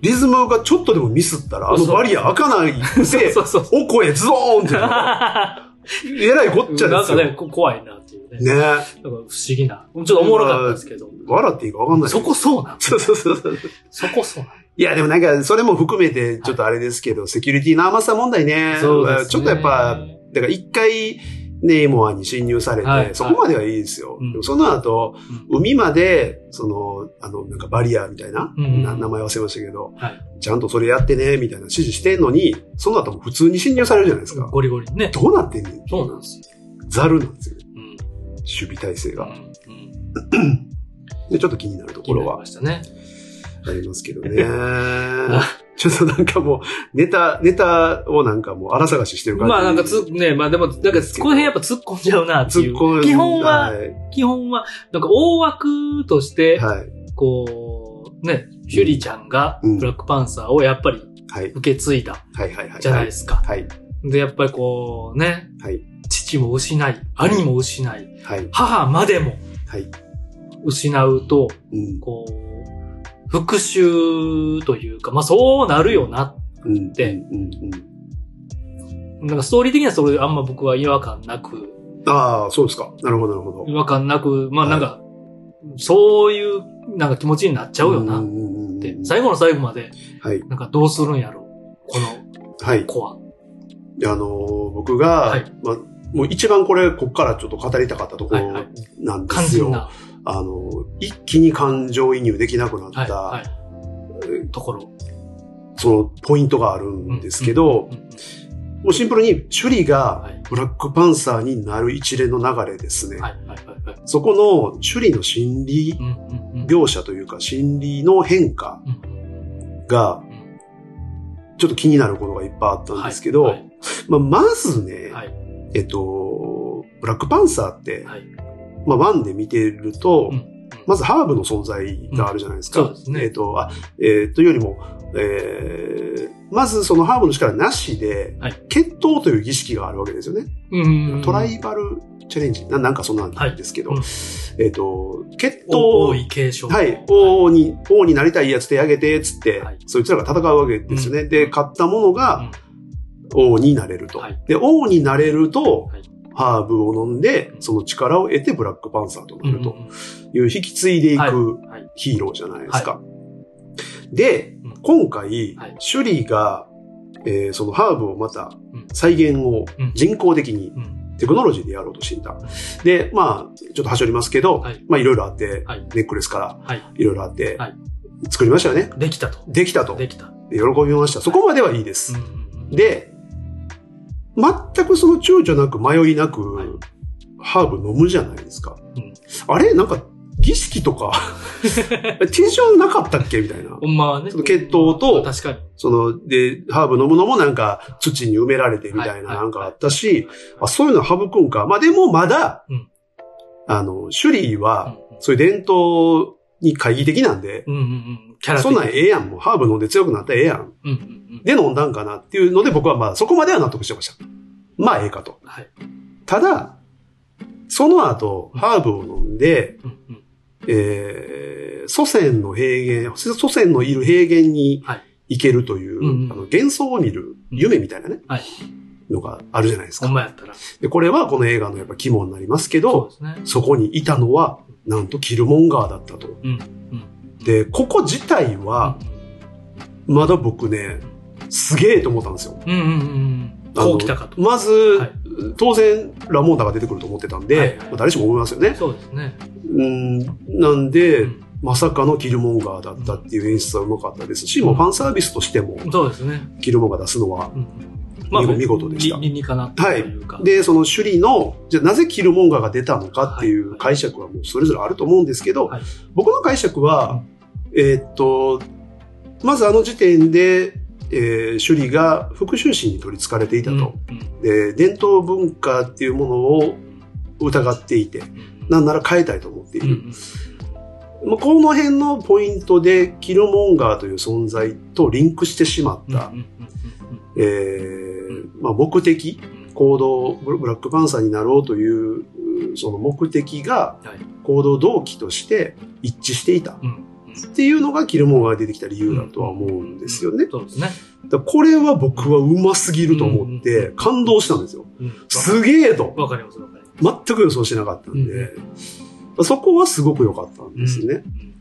リズムがちょっとでもミスったらあのバリア開かないそうでそ、う そう。お声ズドーンってなる。 えらいこっちゃなでんすかよ。ねね、こ怖いなっていうね。なんか不思議な。ちょっとおもろかったですけど。笑っていいかわかんない。そこそうなん そうそうそうそう。そこそうなんいや、でもなんか、それも含めて、ちょっとあれですけど、セキュリティの甘さ問題ね。そうですねちょっとやっぱ、だから一回、ネイモアに侵入されて、はいそこまではいいですよ。うんでもその後、うん海まで、その、あの、なんかバリアみたいな、うんうんな名前忘れましたけど、はいちゃんとそれやってね、みたいな指示してんのに、その後も普通に侵入されるじゃないですか。ゴリゴリにね。どうなってんねん。そうなんですよ。ザルなんですよね。うん。守備体制が。うん。で、ちょっと気になると気こにろなりはましたね。ありますけどね。 ちょっとなんかもう、ネタ、ネタをなんかもう荒探ししてる感じ。まあなんかつ、ね、まあでも、なんかこの辺やっぱ突っ込んじゃうなってい突っ込う。む基本は、はい。基本は、なんか大枠として、はい。こう、ね、ヒュリちゃんがうんブラックパンサーをやっぱりはい。受け継いだはい。はい。はい。じゃないですか。はい。で、やっぱりこうね、はい父も失い、兄も失い、はい。母までもはい。失うと、うん。こう、復讐というか、まあそうなるよな。うん。でうん。うん。うんなんかストーリー的にはそれあんま僕は違和感なく、ああ、そうですか。なるほど、なるほど。違和感なく、まあなんか、そういうなんか気持ちになっちゃうよなうっんうんうんうんて、最後の最後まで、はい。なんかどうするんやろう、このはい。子は。あのー、僕が、はいまあ、もう一番これ、こっからちょっと語りたかったとこはいろはい。なんで肝すよ。心な、あのー、一気に感情移入できなくなった、はい、はい。ところ。そのポイントがあるんですけど、うんもうシンプルに、シュリはがいブラックパンサーになる一連の流れですね。はい、はい、はいはい。そこの、シュリの心理うん、うん、うん。描写というか、心理の変化うんが、うんちょっと気になることがいっぱいあったんですけど、はいまあ、まずね、はいえっと、ブラックパンサーって、はいまあ、ワンで見てると、うんまずハーブの存在があるじゃないですか。うんそうですねえっと、あ、えーというよりも、えーまずそのハーブの力なしで、はい決闘という儀式があるわけですよね。うん。トライバルチャレンジななんかそんなんはいですけど、うんえっ、と、決お多闘、い継承。はい、王に、王になりたいやつ手あげて、つって、はいそいつらが戦うわけですよね。で、勝ったものうんが王になれると。はいで、王になれると、はいハーブを飲んでう、んその力を得てブラックパンサーとうなんうるんという、引き継いでいくうんはい。ヒーローじゃないですか。でうん、今回、はいシュリーが、えーそのハーブをまたうん再現をうん人工的にうん。テクノロジーでやろうとしていた。で、まあ、ちょっと端折りますけど、はいまあ、いろいろあって、はいネックレスからはい。いろいろあって、はい作りましたよね。できたと。できたと。で喜きた。うんびました。そこまではいいです。うんうんで、全くその躊躇なく、迷いなく、はいハーブ飲むじゃないですか。うんあれなんか、儀式と か、手順なかったっけみたいな。ほんまはね。その血糖と確かに。その、で、ハーブ飲むのもなんか土に埋められてみたいなはいなんかあったし、あそういうの省くんか。まあでもまだ、うんあの、首里は、うそういう伝統に懐疑的なんで、んうんうんうん。キャラ的そんなんええやん、もうハーブ飲んで強くなったらええやん。うんうんうん。で飲んだんかなっていうので僕はまあそこまでは納得してました。まあええかと。はい。ただ、その後、うんハーブを飲んで、うんうん。えー、祖先の平原、祖先のいる平原にはい行けるという、うんうんあの幻想を見る夢みたいなね、はいのがあるじゃないですほんか。まやったら。で、これはこの映画のやっぱ肝になりますけそうど、ですね。そこにいたのは、なんとキルモンガーだったと。うんで、ここ自体は、まだ僕ね、すげえと思ったんですよ。うんうんうんうん。あのこう来たかと。まず、はい当然、ラモンダが出てくると思ってたんで、はいはいまあ誰しも思いますよね。そうですね。うん、なんで、うんまさかのキルモンガーだったっていう演出はうまかったですし、もうファンサービスとしても、そうですね。キルモンガー出すのは、うんうんまあ、見見事でした理理にかなったというか。で、その首里の、じゃあなぜキルモンガーが出たのかっていう解釈はもうそれぞれあると思うんですけど、はい僕の解釈は、えーっと、まずあの時点で、えー、首里が復讐心に取り憑かれていたうんと、で、伝統文化っていうものを疑っていて、うんなんなら変えたいと思っていうんうる。んまあ、この辺のポイントでキルモンガーという存在とリンクしてしまっうんうんた、うんえーまあ、目的行動ブブラックパンサーになろうといううその目的がはい行動動機として一致していたうんうんっていうのがキルモンガーが出てきた理由だとは思うんですよね。そうですね。だからこれは僕はうますぎると思って感動したんですよ。うんすげえとわかります、わかります。全く予想してなかったんで、そこはすごく良かったんですね。うん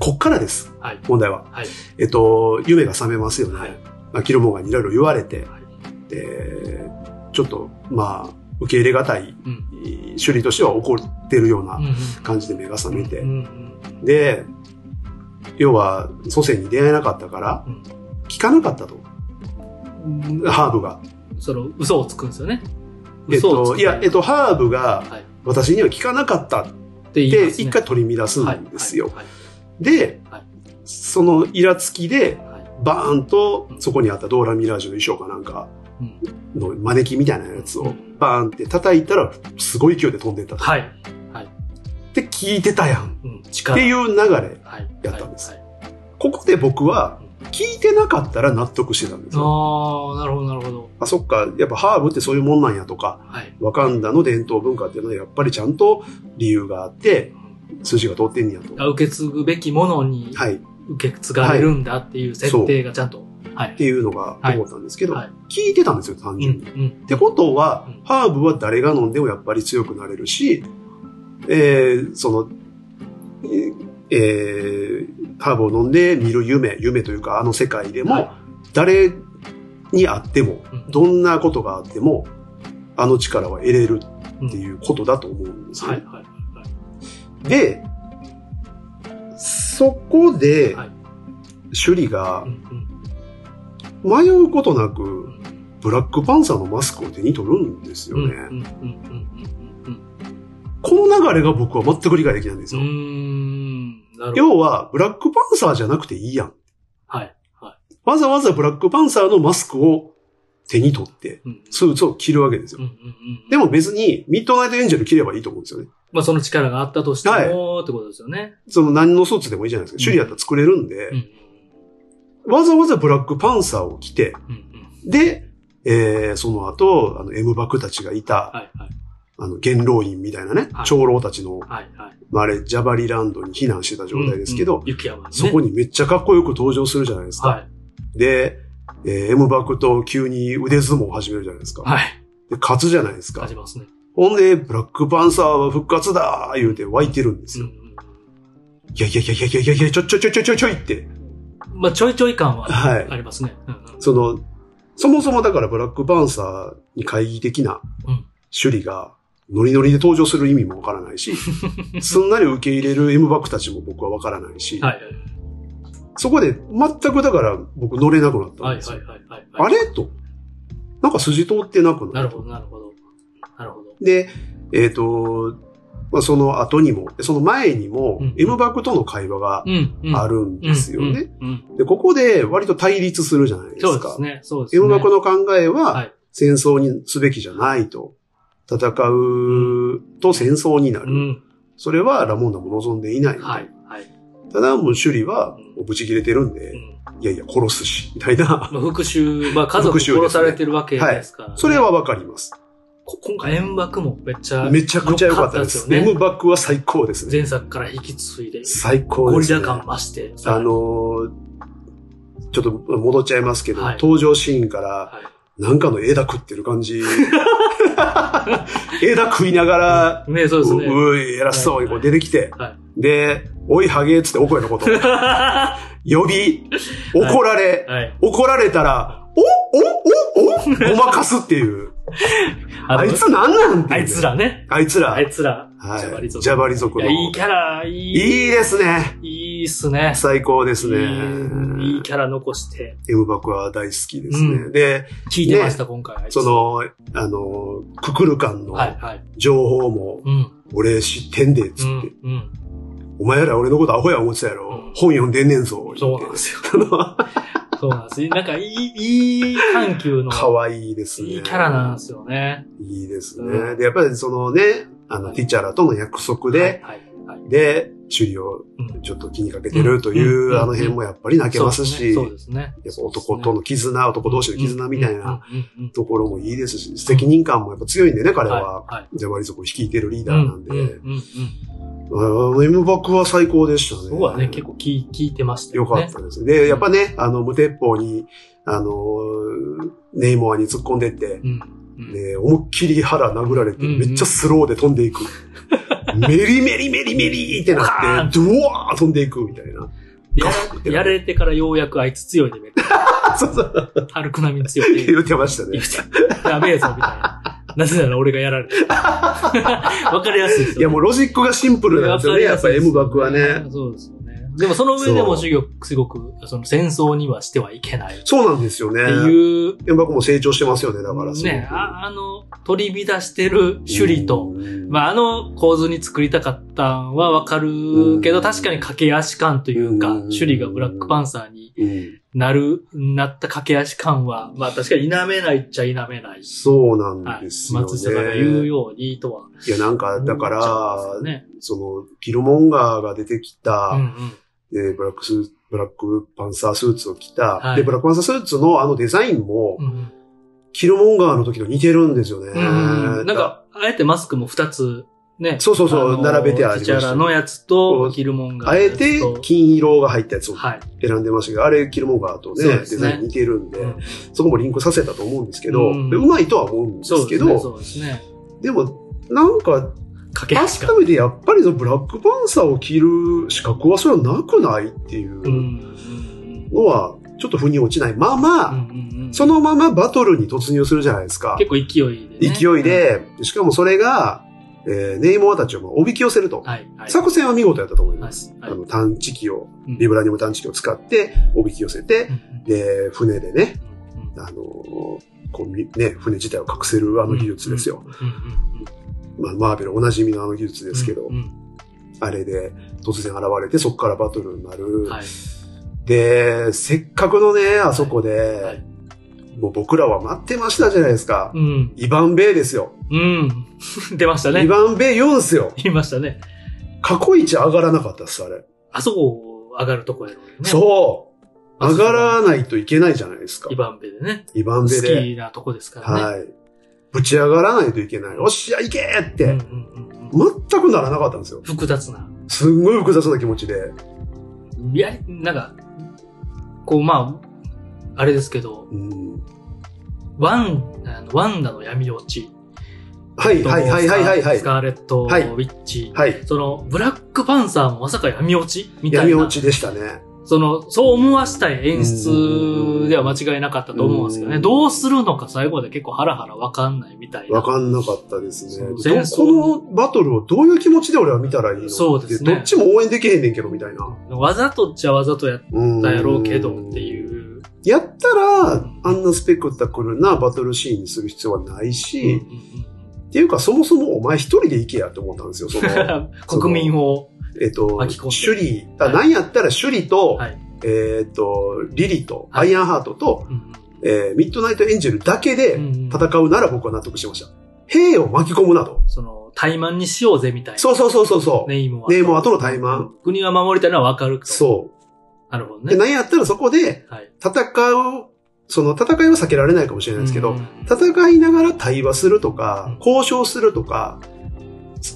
こっからです。はい。問題は。はいえっと、夢が覚めますよね。はいまあ、キルモンガーにいろいろ言われて、はいで、ちょっと、まあ、受け入れがたい、うん首里としては怒ってるよううんなうん感じで目が覚めて、うんうんうんで、要は、祖先に出会えなかったからうん、聞かなかったと、ハーブが。その、嘘をつくんですよね。えっ嘘をつと、く。いや、えっと、ハーブがはい、私には聞かなかったっって言いて、ますね一回取り乱すんですよ。はいではい、そのイラつきで、はいはいはいバーンとそこにあったドーラ・ミラージュの衣装かなんかうんの招きみたいなやつうをんバーンって叩いたらすごい勢いで飛んでったとはい。って聞いてたやんうんっ力。ていう流れはい。やったんですはい。はいここで僕は聞いてなかったら納得してたんですよああ、なるほど、なるほど。あそっかやっぱハーブってそういうもんなんやとかはい。ワカンダの伝統文化っていうのはやっぱりちゃんと理由があって筋が通ってんねやとあ受け継ぐべきものにはいっ受け継がれるんだっていう設定がちゃんと。はい。ていうのが思ったんですけどはい聞いてたんですよ単うん、う純にん。ってことはうん、ハーブは誰が飲んでもやっぱり強くなれるし、えーその、えーハーブを飲んで見る夢、夢というかあの世界でも、は誰にあっても、うんどんなことがあっても、あの力は得れるい、っていうことだと思うんですよ、はい、ねはい。で、そこで、はい趣里がうんうん迷うことなく、うんブラックパンサーのマスクを手に取るんですようんね。うんうんうんうんこの流れが僕は全く理解できないんですうよ。ん。なるほど。要は、ブラックパンサーじゃなくていいやん。はい。わざわざブラックパンサーのマスクを手に取って、うんスーツを着るわけですよ。ででも、も別に、ミッドナイトエンジェル着ればいいと思うんですよね。まあその力があったとしても、ってことですよね。その何のスーツでもいいじゃないですか。シュリアったら作れるんでう、んわざわざブラックパンサーを着て、うんうん。で、えー、その後、あの、エムバクたちがいた、はい、はい、あの、元老院みたいなねは、い長老たちの、はい、はい。まあ、あれ、ジャバリランドに避難してた状態ですけうんどう、ん雪山にね。そこにめっちゃかっこよく登場するじゃないですか。はい。で、えー、エムバクと急に腕相撲を始めるじゃないですか。はい。で、勝つじゃないですか感じ。ますね。ほんで、ブラックパンサーは復活だー言うて湧いてるんですうよ。んいやいやいやいやいやいやいや、ちょちょちょちょちょちょいって。うんまあちょいちょい感ははい。ありますね。うんうんその、そもそもだからブラックパンサーに懐疑的なうん首里がノリノリで登場する意味もわからな いし、すんなり受け入れるエムバクたちも僕はわからないし、はい、そこで全くだから僕乗れなくなったはんい、ですはよ。い、はいはい。あれと。なんか筋通ってなくなるなるほど、なるほど。なるほど。で、えっ、と、まあ、その後にも、その前にもうん、エムバクとの会話がうん。うん。あるんですよね。うん。うん。で、ここで割と対立するじゃないですそうでかす。ね。そうですエね。ムバクの考えは、はい戦争にすべきじゃないと。戦うと戦争になうる。ん。それはラモンダも望んでいない。はい。はい。ただ、もうシュリはうん、もうブチ切れてるんで、うん。いやいや、殺すし、みたいな。まあ復讐、まあ家族復讐ですね殺されてるわけですからね、それはわかります。こ今回円幕もめっちゃめちゃくちゃ良かったです。良かったエですよねムバックは最高ですね。前作から引き継いで、最高ゴでリす、ラね。感増して。あのーちょっと戻っちゃいますけど、はい登場シーンからはい、なんかの枝食ってる 感じ。枝食いながら、ね、そううですね。うい、偉そうにこう出てきて、はで、おいハゲーっつってお声のこと、 は呼び、怒られ、い。怒られたら、おおおおごまかすっていう。のあいつなんなんってうねあいつ。らね。あいつら。あいつら。はい。ジャバリ族ジャバリ族いの。や、いいいキャラ、いいい、ですね。いいっすね。最高ですね。いいいいキャラ残して、エムバクは大好きですね。うで、聞いてました、今回。あいつそ、の、あの、ククルカンのはい、はい。情報も、うん、俺知ってんで、つうって、ん、うん。お前ら俺のことアホや思ってたやろ。うん本読んでんねんぞ。そうなん言っでてすよ。あのそうなんです。なんか、いい、いい緩急の、 可愛いですね。いいキャラなんですよね。いいですうね。で、やっぱりそのね、あの、ティチャラとの約束で、はい、はい。で、首里をうんちょっと気にかけてるという、うんうんあの辺もやっぱり泣けますし、そうですね。やっぱ男との絆、男同士の絆みたいなうんうんうんうんところもいいですし、責任感もやっぱ強いんでね、彼は。はいはいジャバリ族を率いてるリーうダんーうなんんうんで、うん。あの M バックは最高でしたね。そこはね、結構聞い聞いてましたよよね。かったですね。で、やっぱね、あの、無鉄砲に、あのー、ネイモアに突っ込んでって、うん。うんで、思いっきり腹殴られて、うんうんめっちゃスローで飛んで いく。メリメリメリメリってなわーって、ドワー飛んでいくみたいな。 やらやられてからようやくあいつ強いでめっちそうそう、ゃ、はるくなみ強いで。言ってましたね言。うてやべえぞ、みたいな。なぜなら俺がやられ た。わかりやすいですいや、よね。もうロジックがシンプルなんですよね。やっぱ M バックはね。。そうですよね。でもその上でもそう主玉、すごく、その戦争にはしてはいけない。っそうなんですよてね。いう、 M バックも成長してますよね、だから。ね、ああの、取り乱してる首里と、まあ、あの構図に作りたかったんはわかるけうど、ん確かに駆け足感というかうん、首里がブラックパンサーにうん、なる、なった駆け足感は、まあ確かに否めないっちゃ否めない。そうなんはですい。よ松下さんが言うね。ようにとは。いや、なんか、だ思かっら、ちゃうんですその、キルモンガーが出てきた、よね、うんうん。で、ブラックスーツ、ブラックパンサースーツを着た、はいで、ブラックパンサースーツのあのデザインも、うんキルモンガーの時と似てるんですよね。うんうんなんか、あえてマスクも二つ、ね。そうそうそうあの並べてありまテしチたャラのやつとそ、うキルモンだが。あえて金色が入ったやつをはい。選んでましたけど、あれキルモンガーとね、そうでデすねザイン似てるんで、うんそこもリンクさせたと思うんですけど、ううんまいとは思うんでそすうけですど、ね。そうですね。でも、なんか、駆け足感。改めてやっぱりそのブラックパンサーを着る資格はそれはなくないっていううんううんのは、ちょっと腑に落ちないまま、うんうんうんそのままバトルに突入するじゃないですか。結構勢いでね。勢いで、しかもそれが、えーネイモアたちをもうおびき寄せると。はい。はい。作戦は見事やったと思います。はいあの探知機を、うんビブラニウム探知機を使っておびき寄せてう、んで、船でね、うんうんあのーこうみね、船自体を隠せるあの技術ですよ。うんうんうんまあ、マーベルおなじみのあの技術うんですけど、うんあれで突然現れてそこからバトルになる。はい。で、せっかくのね、あそこで、はいもう僕らは待ってましたじゃないですか。うん。イバンベイですよ。うん。 出ましたイね。バンベイ4ですよ。言いましたね。過去一上がらなかったっす、あれ。あそこ上がるとこやろうね。そう。あそ上こがらないといけないじゃないですかイ。バンベでね。イバン好ベで。きなとこですからね。はい。ぶち上がらないといけない。おっしゃ、いけーって、うんうんうんうん全くならなかったんですよ。複雑な。すんごい複雑な気持ちで。いや、なんか、こう、まあ、あれですけど、うんワン、あのワンダの闇落ち。はい、はい、はい、はい、はい、はスい。カーレット・ウはいィッチ。はい。その、ブラックパンサーもまさか闇落ちみたい闇な落。ちでしたね。その、そう思わしたい演出では間違いなかったと思うんですけどね。うんどうするのか最後まで結構ハラハラわかんないみたいな。わかんなかったですね。そうど戦争このバトルをどういう気持ちで俺は見たらいいのそうですねどっちも応援できへんねんけど、みたいな。わざとっちゃわざとやっうんたやろうけどっていう。やったら、あんなスペクタクルなバトルシーンにする必要はなうんいうんし、うんっていうか、そもそもお前一人で行けやって思ったんですよ。その、 国民を、えっと、巻き込んでシュリ、あはいなんやったらシュリと、はいえっと、リリと、はアいイアンハートと、うんえーミッドナイトエンジェルだけうでん戦うなら僕は納得しました。兵を巻き込むなと。その、怠慢にしようぜみたいな。そうそうそうそうそう。ネイモア。ネイモアとの怠慢。国が守りたいのはわかるけどそなるほどう。で、ね。なんやったらそこではい。戦う、その戦いは避けられないかもしれないですけど、うん、戦いながら対話するとうかん、交渉するとか、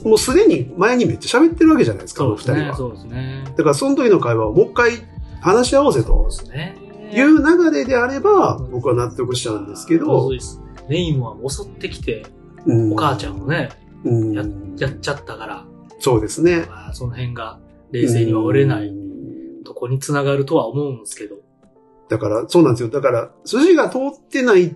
もうすでに前にめっちゃ喋ってるわけじゃないですか、あそのうで二人すね。は。そうですね。だからその時の会話をもう一回話し合おうぜそとうですね。いう流れであれば、うん僕は納得しちゃうんですけむどずい、っすねネイモアも襲ってきて、うんお母ちゃんをね、うんやっちゃったから、そうですね。まあ、その辺が冷静には折れないうんとこに繋がるとは思うんですけど。だから、そうなんですよ。だから、筋が通ってないっ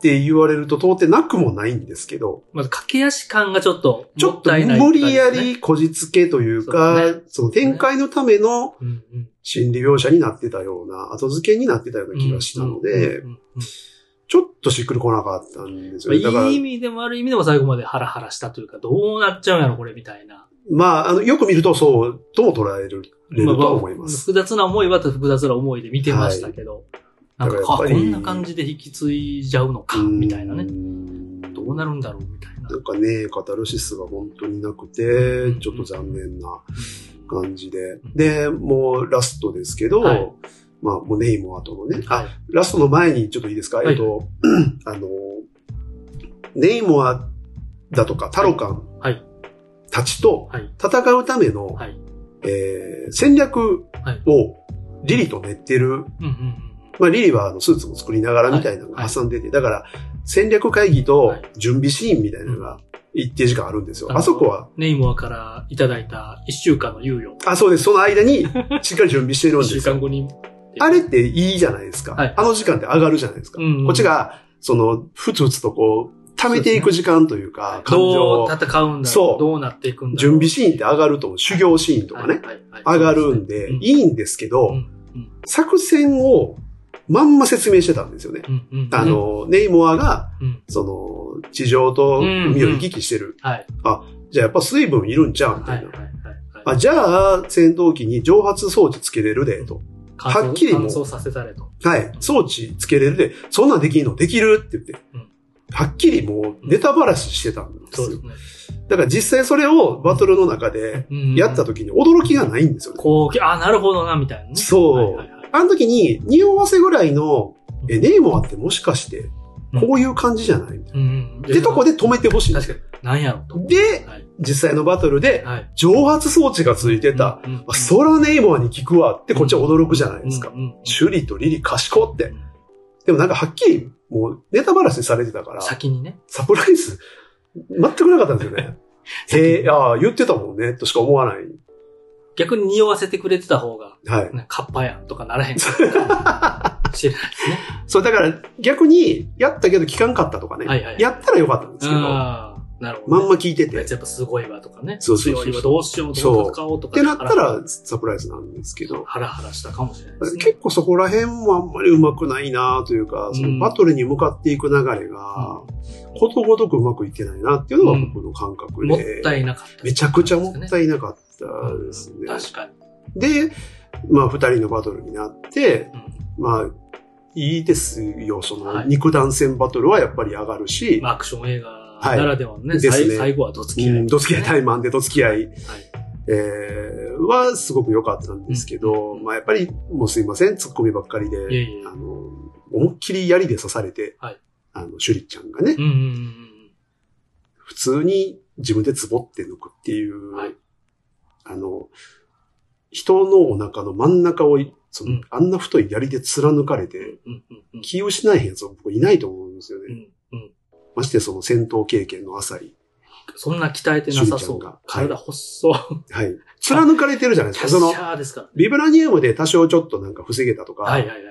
て言われると通ってなくもないんですけど、まず、駆け足感がちょっと、ちょっともたいない無理や感じですね。りこじつけというそうか、ですねその展開のためのうんうん心理描写になってたような、後付けになってたような気がしたのでう、んうんちょっとしっくりこなかったんですうんよね。だかまあらいい意、味でも悪い意味でも最後までハラハラしたというか、どうなっちゃうんやろ、これ、みたいな。まあ、あの、よく見るとそう、とも捉える、れるとは思います。複雑な思いは複雑な思いで見てましたけど、はいなんだか、あ、こからやっぱりんな感じで引き継いじゃうのか、みたいなね。うんどうなるんだろう、みたいなな。んかね、カタルシスが本当になくうてん、ちょっと残念なうん感じで。で、もうラストですけど、はいまあ、もうネイモアとのね、はい。ラストの前にちょっといいですか、はいえっと、 あの、ネイモアだとかタロカンはいたちとはい。戦うための、はい。えー戦略をリリと練ってる。うんうんうん。まあ、リリはあのスーツも作りながらみたいなのはいはがい挟んでて、だから戦略会議とはい準備シーンみたいなのが一定時間あるんですよ。あのあそこは、ネイモアからいただいた一週間の猶予。あ、そうです。その 間にしっかり準備してるん一週です間よ。後に。あれっていいじゃないですか。はいあの時間って上がるじゃないですか。うんうんこっちが、その、ふつふつとこう、溜めていく時間というか、感情どをう、戦うんだろ。そううどうなっていくんだろう。準備シーンって上がると、修行シーンとかはね、いはいはい上がるんで、うんいいんですけど、うんうん作戦をまんま説明してたんですよね。うんうんうんあ、の、ネイモアが、うんその、地上と海を行き来してる。はい。じゃあやっぱ水分いるんじゃんみはたいいはいな。はいはあい。じゃあ、戦闘機に蒸発装置つけれるで、と。乾燥はっきりもう乾燥させたれと。はい。装置つけれるで、そんなんできんのできるって言ってうん。はっきりもうネタばらししてたんですそうよで。すね。だから実際それをバトルの中でうんやった時に驚きがないんですよね。こう、あ、なるほどな、みたいなね。そうはいはいはいあの時に匂わせぐらいうの、んえ、ネイモアってもしかして、こういう感じじゃないうんうん。で、とこで止めてほしい。確かに。なんやろうと。で、はい実際のバトルで、はい。蒸発装置がついてた。うんうんあそらネイモアに効くわってこっちは驚くじゃないですかうん。うんうんシュリとリリ賢ってうん。でもなんかはっきり、もうネタばらしされてたから。先にね。サプライズ、全くなかったんですよ ね。えー、ああ、言ってたもんね、としか思わない。逆に匂わせてくれてた方が、はい。ね、カッパやんとかならへん かもしれないですね。そう、だから逆に、やったけど聞かんかったとかね。はいはいやったらよかったんですけど、まんああ、なるほど、ね。ま聞いてあて。いっつやっぱすごいわとかね。そうそうそう強いわどうしようどう戦おうとかてね、なったら、サプライズなんですけど。ハラハラしたかもしれないですね。結構そこら辺もあんまりうまくないなというか、そうんのバトルに向かっていく流れが、ことごとくうまくいってないなっていうのが僕の感覚で。もったいなかった。めちゃくちゃもったいいなかったですね。確かに。で、まあ二人のバトルになって、うんまあ、いいですよ。そはの、い肉弾戦バトルはやっぱり上がるし、まあ、アクション映画ならではのね、はいですね最最後はどつき合い、うん、どつき合い、対マンでどつき合い、はいえーはすごく良かったんですけうど、んまあやっぱり、もうすいません、ツッコミばっかりで、いえいえあの、思いっきり槍で刺されて、はいあの、シュリちゃんがね、うんうんうんうん。普通に自分でツボって抜くっていう、はいあの、人のお腹の真ん中を、そのうんあんな太い槍で貫かれて、うんうんうん気を失えへんやつは僕いないと思うんですよね。うんうんましてその戦闘経験の浅い。そんな鍛えてなさそう。趣里ちゃんが体細そう。はい。貫かれてるじゃないでキすャか。ッそのシ、ャーですから。ビブラニウムで多少ちょっとなんか防げたとか、はいはいはいはい。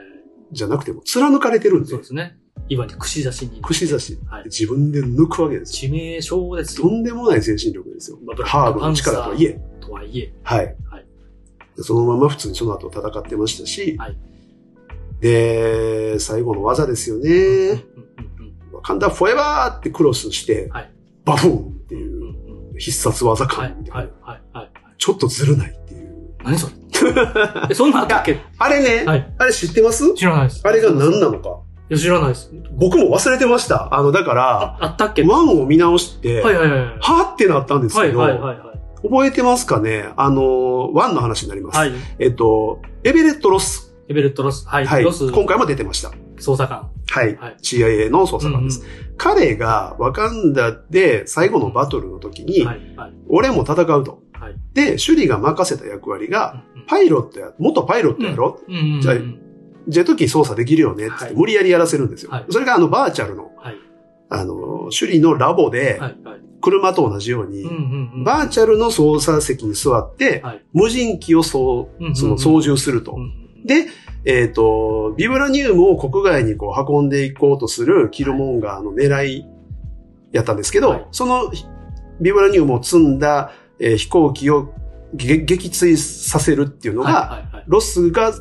じゃなくても貫かれてるんでそう、ですね。今に串刺しに。串刺し、はい自分で抜くわけですよ。致命傷ですとよ。んでもない精神力ですよまあブ。ラックハーブの力とはいえ。とはいえ。はい。はいそのまま普通にその後戦ってましたし、はいで、最後の技ですようんうんね。うんうんワカンダフォーエバーってクロスして、はいバフォーンっていうんううん必殺技はい感みたいな、はいはいはい。ちょっとずるないっていう。何 それえ、そんなんあったっけあれね、はいあれ知ってます知らないです。あれが何いなのか。や、知らないです。僕も忘れてました。あの、だから、ああったっけはワンを見直して、いははいはいはい。ーってなったんですはけいど、はいはい はい。覚えてますかねあの、ワンの話になります。はい。えっと、エベレット・ロス。エベレットロス。はい。はい。ロス今回も出てました。捜査官。はい。はい CIA の捜査官です。うん彼がワカンダで最後のバトルの時うにん、はいはい。俺も戦うと。はいで、シュリが任せた役割が、パイロットや、元パイロットやろ、うんうんうん。じゃあジェット機操作できるよねって言って、はい無理やりやらせるんですよ。はいそれがあのバーチャルの、はいあの、シュリのラボで、はいはい。車と同じように、うんうんうん。バーチャルの操作席に座って、はい無人機をそううんうんうんその操縦すると。うんうんで、えっ、と、ビブラニウムを国外にこう運んでいこうとするキルモンガーの狙いやったんですけど、はいそのビブラニウムを積んだ、えー飛行機をげ撃墜させるっていうのが、はいはいはいロスが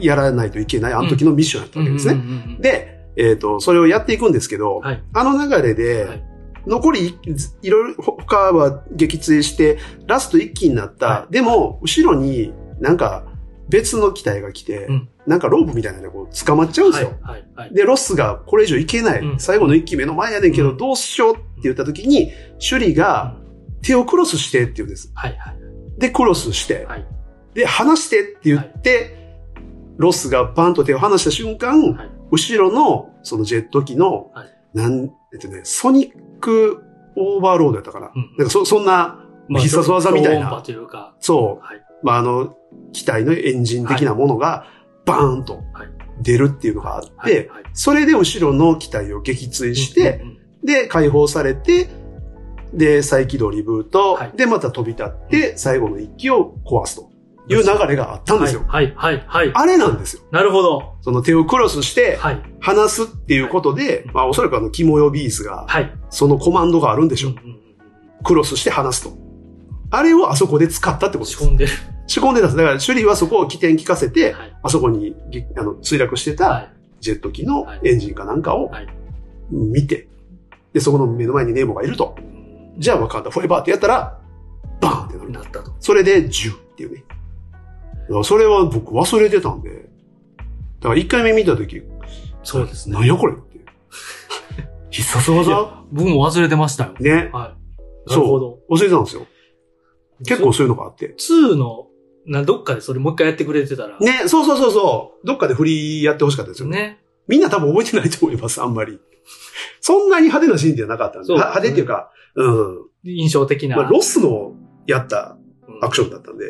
やらないといけない、あの時のミッションやったわけですね。うんうんうんうん、で、えっ、と、それをやっていくんですけど、はい。あの流れで、はい残りいいろいろ、他は撃墜して、ラスト一機になった。はでも、後ろになんか別の機体が来て、うんなんかロープみたいなのでこう捕まっちゃうんですよ。はいはいはい。で、ロスがこれ以上いけない。うん最後の一機目の前やねんけど、うんどうしようって言った時に、シュリが手をクロスしてって言うんです。はいはいで、クロスして、はいで、離してって言って、ロスがバンと手を離した瞬間、はい。後ろの、そのジェット機の、はいなん、えっとね、ソニックオーバーロードやったかな。うんなんかそ、そんな、まあ必殺技みたいな超音波というか、そはい。う、まあ、あの、機体のエンジン的なものが、バーンとはい出るっていうのがあって、はいはい、それで後ろの機体を撃墜しうて、んうんうん、で、解放されて、で、再起動リブート、はいで、また飛び立って、最後の一機を壊すという流れがあったんですよ。はいはいはい。はいあれなんですよ。なるほど。その手をクロスして、はい離すっていうことで、はいまあ、おそらくあの、キモヨビーズが、はい。そのコマンドがあるんでしうょん。うんクロスして離すと。あれをあそこで使ったってうこん仕込んとです。でる。仕込んでたんです。だから、シュリーはそこを起点聞かせて、はいあそこにぎあの墜落してたはジェット機のはいエンジンかなんかをはい見て、で、そこの目の前にネモがいると。い。じゃあ、わかんだ。フォエバーってやったら、バーンってなる。なったと。それで10っていうね。だからそれは僕忘れてたんで。だから1回目見たとき、そうですなんね。やこ れって。必殺技僕も忘れてましたよ。ね。はい。なるほど。忘れてたんですよ。結構そういうのがあって。 2の、な、どっかでそれもう一回やってくれてたら。ね、そうそうそうそう。どっかで振りやってほしかったですよね。ね。みんな多分覚えてないと思います、あんまり。そんなに派手なシーンじゃなかったんで。そうは派手っていうか、うん。印象的な。まあ、ロスのやったアクションだ。だったんで。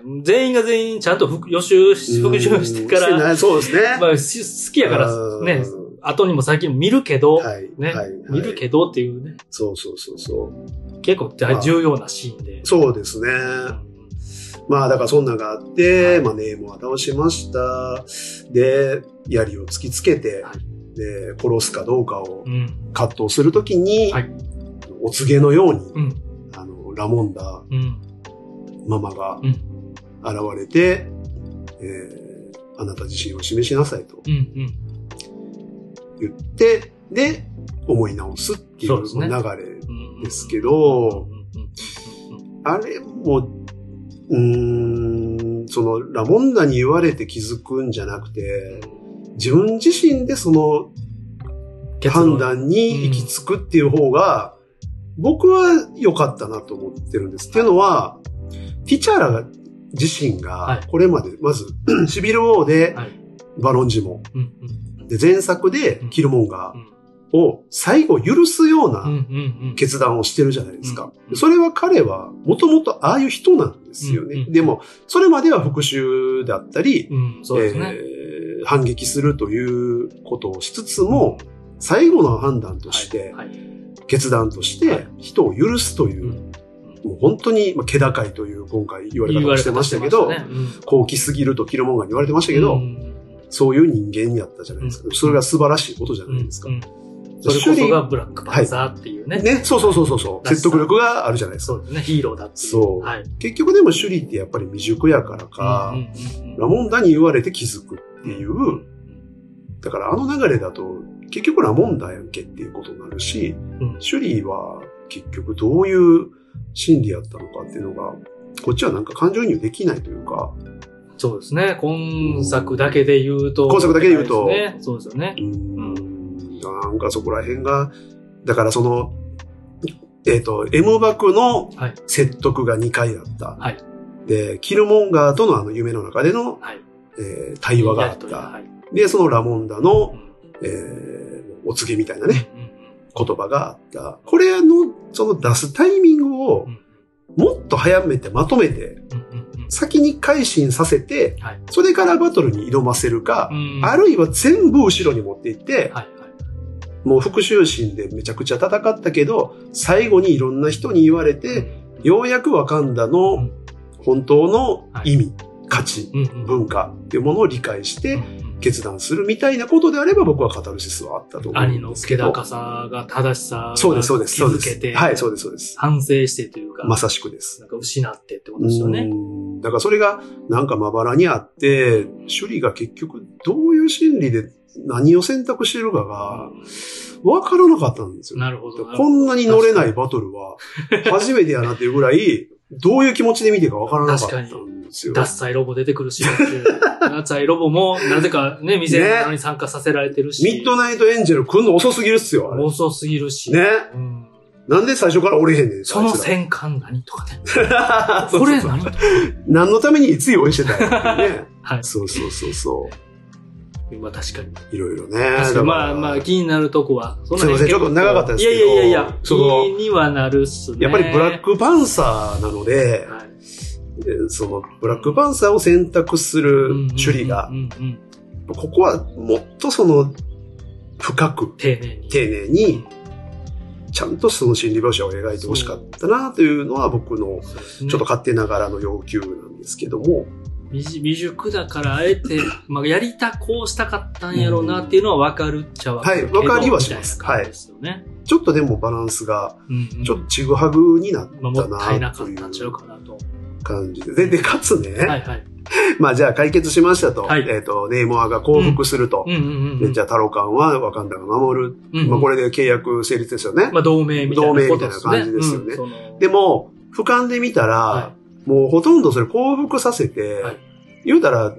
ね全員が全員ちゃんと復予習し、 復習してかうんら、ないそうですね。まあ、し好きやからう、んね、後にも最近も見るけど、はい。ねはい。見るけど。どっていうね、そうそうそうそう。結構大重要なシーンで。そうですね。うんまあ、だからそんなのがあって、まあ、ネイモは倒しました。で、槍を突きつけて、はで、殺すかどうかをうん。葛藤するときに、はいお告げのように、うん。あの、ラモンダうん。ママがうん現れて、えーあなた自身を示しなさいとうん。うん。言って、で、思い直すっていうそうです流ねれうんですけ。ど、うんうんあれも、うーん、その、ラモンダに言われて気づくんじゃなくて、自分自身でその結論判断に行き着くっていう方が、僕は良かったなと思ってるんです。っていうのは、ティチャーラ自身はがい、これまで、まず、 シビル王ではい、バロンジモうんうんン。で、前作で、キルモンガうんーを最後許すよううなんうんうん。決断をしてるじゃないですかう。んそれは彼は、もともとああいう人なんですようんねう。んでも、それまでは復讐だったり、うん、そうですね。えー反撃するということをしつつも、最後の判断として、はいはい決断としはてい人を許すというう、んもう本当に、まあ、気高いという今回言われ方をしてましたけど、言われ方してましたね高貴すぎるとキルモンガーに言われてましたけど、うんそういう人間にあったじゃないですか。うんそれが素晴らしいことじゃうないんですか。うんそでれこシュリそーがブラックパンサーっていうね。ね、そうそうそうそうそう、らしさ説得力があるじゃないですか。そうですね。ヒーローだっていう。そうはい。結局でもシュリーってやっぱり未熟やからか、うんうんうんラモンダに言われて気づくっていう、だからあの流れだと、結局ラモンダやんけっていうことになるし、うんシュリーは結局どういう心理やったのかっていうのが、こっちはなんか感情移入できないというか、そうですね。今作だけで言うと。今作だけで言うとね。そうですよねう。ん、なんかそこら辺が、だからその、えっ、と、エムバクのはい説得が2回あった。はいで、キルモンガーとのあの夢の中での、はい。えー対話があやっりとりがはた。い。で、そのラモンダう、のんえーお告げみたいなね、うん言葉があった。これの、その出すタイミングをうん、もっと早めてまとめて、うんうん先に改心させて、はいそれからバトルに挑ませるかう、んうんあるいは全部後ろに持っていって、はいはい。もう復讐心でめちゃくちゃ戦ったけど、最後にいろんな人に言われて、ようやくワカンダうのん本当の意味、価値、うんうん文化っていうものを理解しうてんうん決断するみたいなことであれば僕はカタルシスはあったと思う兄んのですけ助ど。高さが正しさそうです、そうです、気そうづでけす。て、はい、そうです、そうです。反省してというか、まさしくです。なんか失ってってことですよね。うんだからそれがなんかまばらにあって、処理が結局どういう心理で何を選択してるかが分からなかったんですよ。なるほど。なるほこんなに乗れないバトルは初めてやなっていうぐらい、どういう気持ちで見ていいか分からなかったんですど よ。ダッサイロボ出てくるし、ダッサイロボも、 なぜかね、店なのに参加させられてるし、ミッドナイトエンジェル来んの遅すぎるっすよ、あれ。遅すぎるし、ね。うんなんで最初から折れへんねん。そのあいつら戦艦何とかね、 そうこそうれそう何とか、何のためにいつ用意してたんやっていうね。はいそうそうそうそう。まあ確かに。いろいろ確ね。かだにかまらあまあ気になるとこは、そすいませんちょっと長かったですけどいやいやいやいや、気そのにはなるっすね。やっぱりブラックパンサーなので、はい、えーそのブラックパンサーを選択する処理がうん、うんうんうんここはもっとその、深く、丁寧に。丁寧に、ちゃんとその心理描写を描いてほしかったなというのは僕のそうですねちょっと勝手ながらの要求なんですけども、未熟未熟だから、あえて、 まあ、やりた、こうしたかったんやろうなっていうのは分かるっちゃ分かるけど。はい分かりはしますみたいな感じですよね。ちょっとでもバランスがうんうんちょっとちぐはぐになっまあ、もったいたななかとっいたんちゃううかなと。感じで。で、で、かつね、はいはい。まあじゃあ解決しましたと、はいえっ、と、ネイモアが降伏すると、うんうんうんうん。でじゃあタロカンはワカンダが守る。うんうんまあこれで契約成立ですよね。まあ、同盟みたいなことですね。同盟みたいな感じですよねうんそのでも、俯瞰で見たら、はもうほとんどそれ降伏させて、はい言うたら、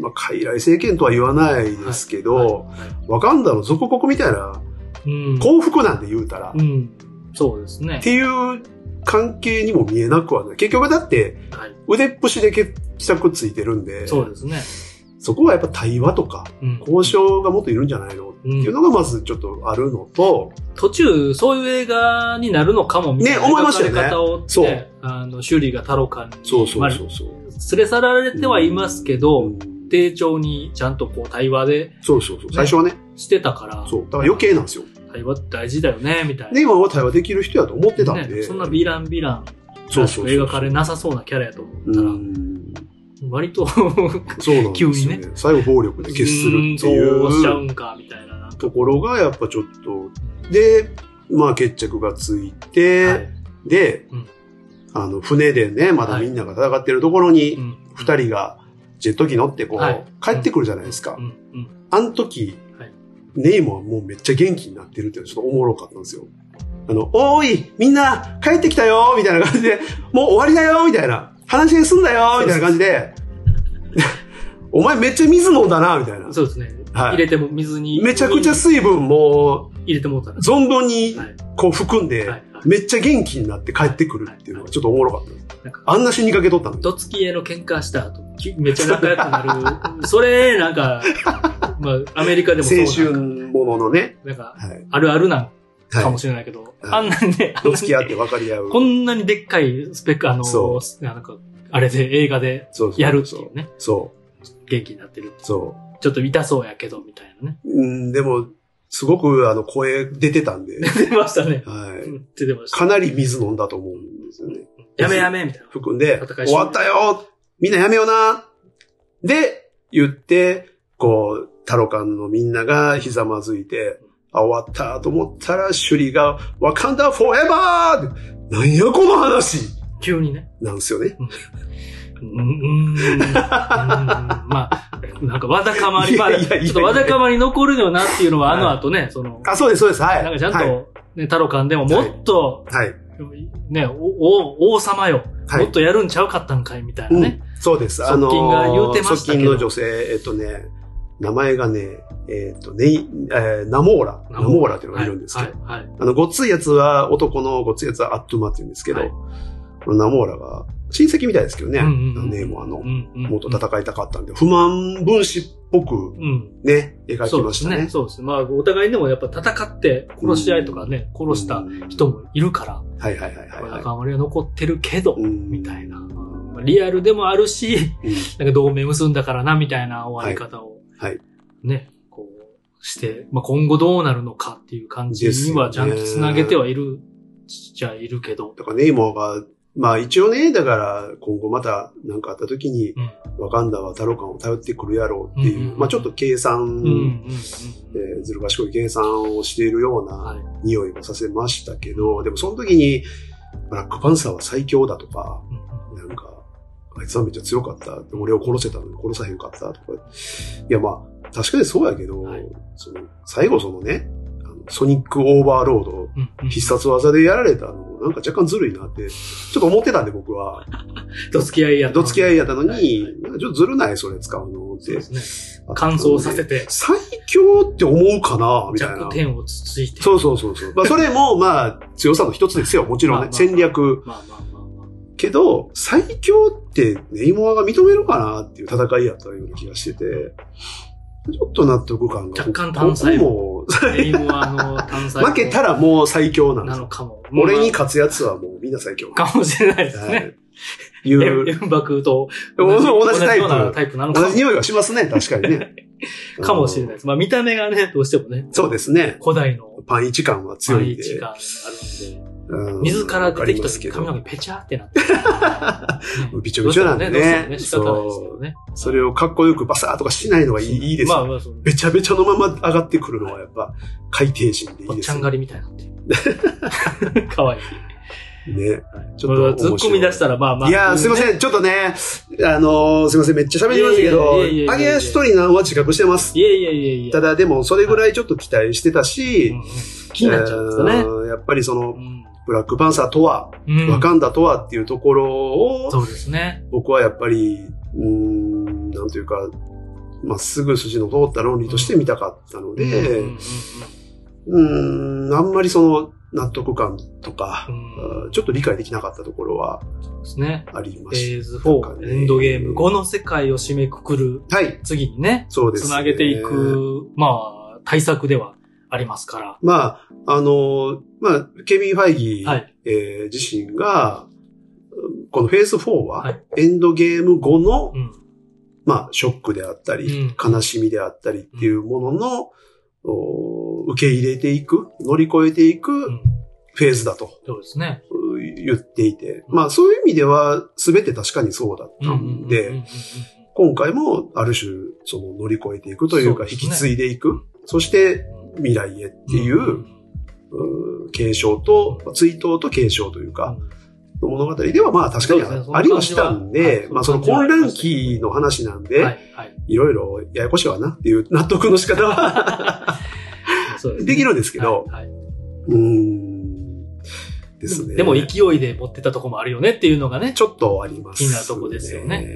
まあ、傀儡政権とは言わないですけど、いはいワカンダの属国みたいなうん幸福なんで言うたら、うっん。そうですねて。いう関係にも見えなくはない。結局だってはい。腕っぷしで決着ついてるんで、そうですね。そこはやっぱ対話とかうん交渉がもっといるんじゃないのっていうのがまずちょっとあるのと、途中、そういう映画になるのかもみたいな。ね思いましたよね描かれ方をねそうあの、修理が太郎館に、そうそまうあそうそう。連れ去られてはいますけど、うん丁重にちゃんとこう対話でそうそうそう。最初はね、してたから、そう。だから余計なんですよ。対話って大事だよね、みたいな。で、今は対話できる人やと思ってたんで。ねそんなヴィランヴィランそうらそしうくそう描かれなさそうなキャラやと思ったうら、ん割とそうなんですよ、ね。 急にね最後暴力で決するっていんそうしちゃううんか、みたいな。なんかところがやっぱちょっと、で、まあ決着がついて、はいで、うんあの船でね、まだみんなが戦ってるところうに、ん二人がジェット機乗ってこう、はい帰ってくるじゃないですか。うんうんあの時、はいネイモはもうめっちゃ元気になってるっていうのがちょっとおもろかったんですよ。あの、おーいみんな帰ってきたよみたいな感じで、もう終わりだよみたいな。話にすんだよみたいな感じ で、お前めっちゃ水飲んだなみたいな。そうですね。はい入れても水に。めちゃくちゃ水分も入れてもうたら。う存分にはいこう含んで、はいはいめっちゃ元気になって帰ってくるっていうのがちょっとおもろかったです。なんかあんな死にかけとったのに。どつきへの喧嘩した後、きめっちゃ仲良くな る。それ、なんか、まあ、アメリカでもそうなん青か春もののね。なんか、はい。あるあるなんかはもしれないけど、いあんなにね、い。どつき合って分かり合う。こんなにでっかいスペック、あの、そなんか、あれで映画でそうそうそうやるっていうね、そう。元気になってる。そう。ちょっと痛そうやけど、みたいなね。うん、でも、すごく、あの、声出てたん で、出てましたね。はい。出てました。かなり水飲んだと思うんですよね。やめやめ、みたいな。含んで、戦い終わったよみんなやめようなで、言って、こう、タロカンのみんながひざまずいて、あ、終わったと思ったら、シュリが、わかんだフォーエバーなんやこの話急にね。なんですよね。うん、うん、うんまあ、なんかわだかまり、いまやいあ、やいやいやちょっとわだかまり残るよなっていうのは、あの後ね、その、あ、そうです、そうです、はい。なんかちゃんと、はいね、タロカンでももっと、はい。ね、お、お王様よ。はいもっとやるんちゃうかったんかい、みたいなね。そうです。側近が言うてましたけど側近の女性、えっとね、名前がね、えっと、ね、えーナモーラ。ナモーラっていうのがいるんですけど、はい、はい。あの、ごっついやつは、男のごっついやつはアットゥマって言うんですけど、はいこのナモーラが、親戚みたいですけどね、うんうんうんネームはあのう、ん、うん。もっと戦いたかったんで、不満分子っぽくうん。ね、描きそうまでしすたねね。。そうです。まあ、お互いにでもやっぱ戦って、殺し合いとかね、殺した人もいるから、はいはいはいはいこれはい。赤丸は残ってるけど、うんみたいな。まあリアルでもあるし、 うんなんか同盟結んだからな、みたいな終わり方を、はいはいね、こうして、まあ、今後どうなるのかっていう感じにはでちすゃよんとね繋げてはいる、じゃいるけど、だからネイモアが、まあ一応ね、だから今後また何かあった時に、うん。ワカンダはタロカンを頼ってくるやろうっていう、うんうんうんまあちょっと計算、うん、うん、うん。えーずる賢い計算をしているようなはい。匂いもさせましたけど、でもその時に、ブラックパンサーは最強だとか、うんなんか、あいつはめっちゃ強かった。俺を殺せたのに殺さへんかったとか。いやまあ、確かにそうやけど、はいその、最後そのね、あのソニックオーバーロード、うんうん必殺技でやられたの、なんか若干ずるいなって、ちょっと思ってたんで僕は。どつき合いやどつき合いいやったのはいはに、なんかちょっとずるないそれ使うのっそうてで。すね。乾燥させて、最強って思うかなみたいな弱。点をつついて。そうそうそうそう。まあそれもまあ強さの一つですよ。もちろまんあね。まあ戦略。まあまあまあまあ。けど、最強ってネイモアが認めるかなっていう戦いやったような気がしてて、ちょっと納得感が。若干単細胞ここエイムはあの、単細も、 負けたらもう最強なんでなすよ。のかも。俺にま勝つやつはもうみんな最強。あかもしれないですはね。い。いエムう、エムバクと同じ同じタイようなプ。タイプなのか同も。じ匂いがしますね、確かにね かもしれないい。です。まあ見た目がね、どうしてもね、そうですね。古代のパン一感は強い毎んで。日があるんで、うん水から出てきたわかります時け髪のど。毛ペチャーって なってる。ねびちょびちょなんでねどうしてもどうしてもね仕方ないですけどね。それをかっこよくバサーとかしないのがいいいいですまよ。あまあ、そうねべちゃべちゃのまま上がってくるのはやっぱ海底人でいおいっでちゃすんね。狩りみたいになって る。かわいい。ね。ちょっと突っ込み出したら、まあまあ。いやー、すいまん。せん。ちょっとね、あのーすいません。めっちゃ喋りましたけど、いえいえいえいえいえいえアゲアストリナンは自覚してます。いやいやいやいや。ただでも、それぐらいちょっと期待してたし、うんうん、気になっちゃうんですよね。うんやっぱりその、うブラックパンサーとは、ん。ワうんカンダとはっていうところを、そうですね。僕はやっぱり、うーん、なんというか、まっすぐ筋の通った論理として見たかったので、うんうんうんうんうーん、あんまりその納得感とか、うんあーちょっと理解できなかったところはそうですね。ありまフしェーズなん4、かエねンドゲーム5の世界を締めくくる、た。はい、次にね、そうです、つなげてい。く、まあ、対策ではありますから。まあ、あのー、まあ、ケビン・ファイギー、はい。えー自身が、このフェーズ4は、はいエンドゲーム後の、うん。まあ、ショックであったり、うん悲しみであったりっていうものの、お受け入れていく、乗り越えていうくん。フェーズだとそうですね。う言っていて、まあ、そういう意味では、すべて確かにそうだったんうううで、ん今回もある種、その乗り越えていくというか、そうですね引き継いでいく、そして未来へっていうんう、うー継承と、まあ追悼と継承というか、の物語ではまあ確かにそうですねあありはしたんで、そんまなあその感じは混乱期の話なんうんで、はい、はい。いろいろややこしいわなっていう納得の仕方はそうすねできるんですけど、はいはいうん、ん、ですね。でも勢いで持ってたとこもあるよねっていうのがね。ちょっとあります、気になるとこですよね。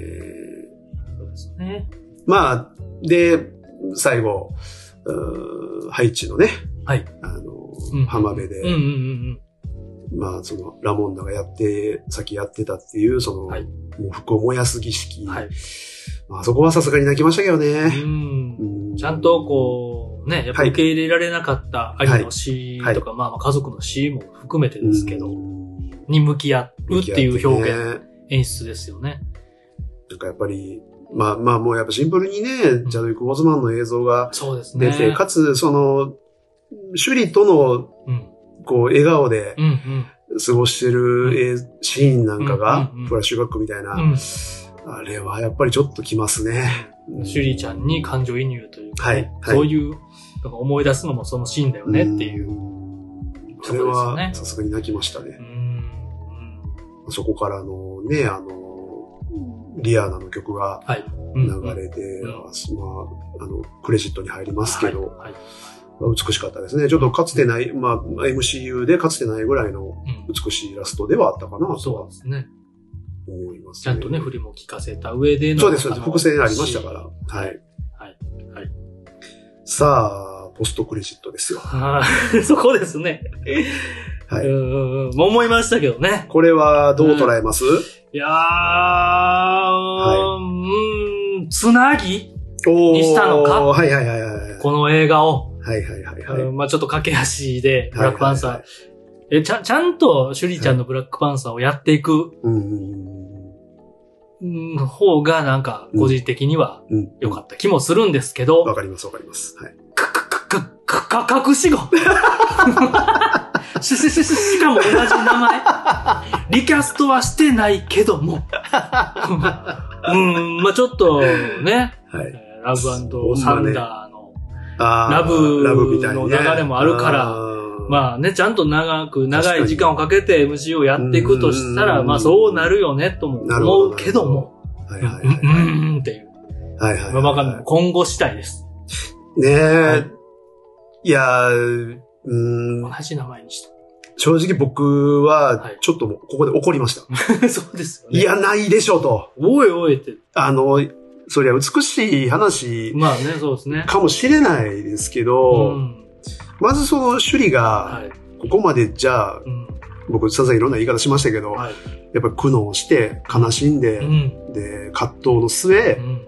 そうですね。まあ、で、最後、うーハイチのね、はいあの、うん浜辺で、うんうんうんまあ、その、ラモンダがやって、さっきやってたっていう、その、はいもう服を燃やす儀式。うん。はい。まあ、そこはさすがに泣きましたけどうね。ん。うちゃんとこう、ね、やっぱはい受け入れられなかった兄の死はいとか、まあまあ家族の死も含めてですけど、んに向き合うっていう表現、現。演出ですよね。なんかやっぱり、まあまあもうやっぱシンプルにね、ジャドウィック・ボズマンの映像がそうですね。出て、かつその、趣里とのうん。こう笑顔でうんうん。過ごしてる、えーシーンなんかがうんうんうん、フラッシュバックみたいな、うんあれはやっぱりちょっときますね。シュリーちゃんに感情移入というか、ねはいはいそういう、なんか思い出すのもそのシーンだよねっていう。うん。とあこれろですよねはさすがに泣きましたねう。ん。そこからのね、あの、リアーナの曲がはい。うん流れて、うんまあ、あの、クレジットに入りますけど、はい。はい美しかったですね。ちょっとかつてない、まあ、MCU でかつてないぐらいのうん美しいイラストではあったかなとそうはですね。思います、ちゃんとね、振りも聞かせた上での。そうです、そうであす。の複製ありましたから。。はい。はい。さあ、ポストクレジットですよ。はい。 そこですね。はうい。んうんうん。もう思いましたけどね。これはどう捉えます、いやー、うーん、つなぎおーにしたのかはいはいはいはい。この映画を。はいはいはいはい。うんまあちょっと駆け足で、ブラックパンサー。はいはいえ、ちゃん、ちゃんと、シュリーちゃんのブラックパンサーをやっていく、うんうんうん方が、なんか、個人的にはうん。良かった気もするんですけど、わかりますわかります。はい。か、か、か、か、か、隠し子し、し、し、し、しかも同じ名前。リキャストはしてないけども。うん、まあちょっとね、はい。えーラブサンダーの、あーラブラブみたいにね。の流れもあるからああまあね、ちゃんと長く、長い時間をかけて MCU をやっていくとしたら、うんまあそうなるよね、ともなるほど思うけども、はいうん、はいはういん、うんうんっていう。はいはいはい。まあわかんない。今後次第です。ねはえい。いやーう同ん、じ名前にし正直僕は、はいちょっともうここで怒りました。た。そうですよね。い、や、ないでしょうと。おいおいって。あの、そりゃ美しい話まあね、そうですね。かもしれないですけど、うん。まずその趣里はが、い。ここまでじゃあ、うん。僕、ささいろんな言い方しましたけど、はい。やっぱり苦悩して、悲しんで、うん。で、葛藤のう、末ん。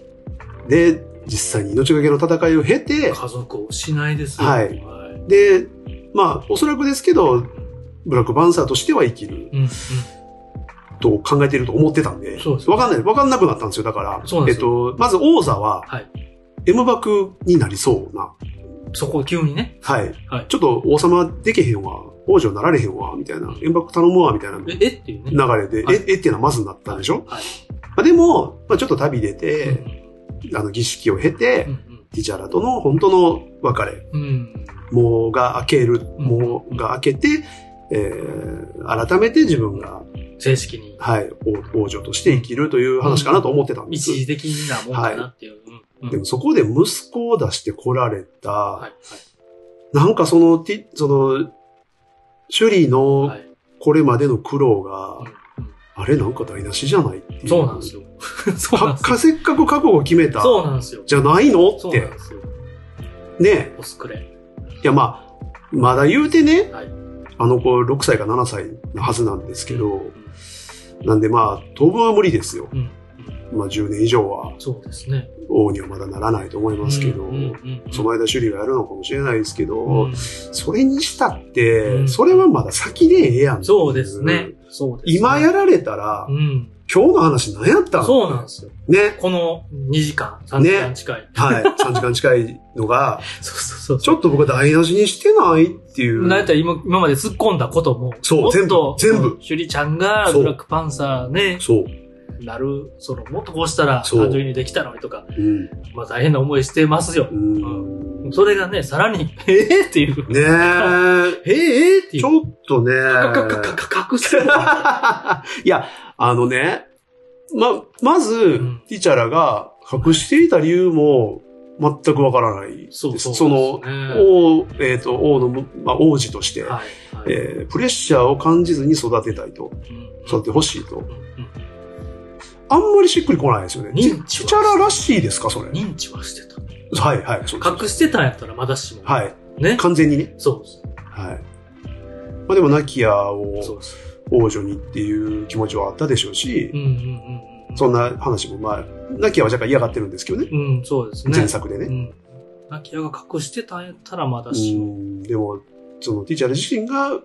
で、実際に命がけの戦いを経て、家族を失いですよ。ははいいで、まあ、おそらくですけど、ブラックバンサーとしては生きるうん。うん。と考えていると思ってたんで、そうですわかんない、わかんなくなったんですよ、だから。そうなんですえっと、まず王座は、はい。 M 幕になりそうな。そこ急にね。はい。はいちょっと王様できへんわ、王女なられへんわ、みたいな、M 幕頼むわ、みたいなえ、えっていうね。流れで、はいえ、えっていうのはまずなったんでしょ、はい。まあ、でも、まあ、ちょっと旅出て、うあの儀式を経て、んティチャラとの本当の別れ、うん。うん。もうが開ける、うんもうが開けて、えー、改めて自分が、正式に。はい、王王女として生きるという話かなと思ってたんで一時す。的なもんかなっていう。うんうんでもそこで息子を出してこられた、はい。なんかその、ティその、シュリーはのい。これまでの苦労が、はいうんあれなんか台無しじゃないっていう。そうなんですよ。 そうなんかですよ。かせっかく覚悟を決めた、そうなんですよ。じゃないのっそうなんて。ですよ。ねオスクレ。いやまあ、まだ言うてね、はい。あの子6歳か7歳なはずなんですけど、うんなんでまあ、当分は無理ですよ。うんまあ10年以上はそうですね。王にはまだならないと思いますけど、うんうんうんその間修理がやるのかもしれないですけど、うんそれにしたって、うんそれはまだ先でええやん。そうですね。そうですね。今やられたら、うん。今日の話何やったんそうなんですよ。ね。この2時間、3時間近い。はい。3時間近いのが、そうそうちそう。ょっと僕は台無しにしてないっていう。なんやったら今今まで突っ込んだことも、そうもっと全部全部シュリちゃんがそうブラックパンサーね、そう。なる、その、もっとこうしたら、そう単純にできたのにとか、うん。まあ大変な思いしてますよう。ん。それがね、さらに、 ええっていう、ねえ。えええっていちう、ょっとね。かかかかか隠してる。 いや、あのね、ま、まず、んティチャラが隠していた理由も全くわからないです。そうそう。の、ね王、えっ、と、王の、まあ、王子として、はい。はいえープレッシャーを感じずに育てたいと、うん育ててほしいと。うんあんまりしっくりこないですよね。認知テはィチャラらしいですか、それ。認知はしてた。はい、はい、そうです。隠してたんやったらまだしも。はい。ね。完全にね。そうです。はい。まあでも、ナキアをそうです。王女にっていう気持ちはあったでしょうしう、んうんうんうん。そんな話も、まあ、ナキアは若干嫌がってるんですけどね。うん、そうですね。前作でうね。ん。ナキヤが隠してたんやったらまだうしも。ん、でも、そのティーチャー自身が、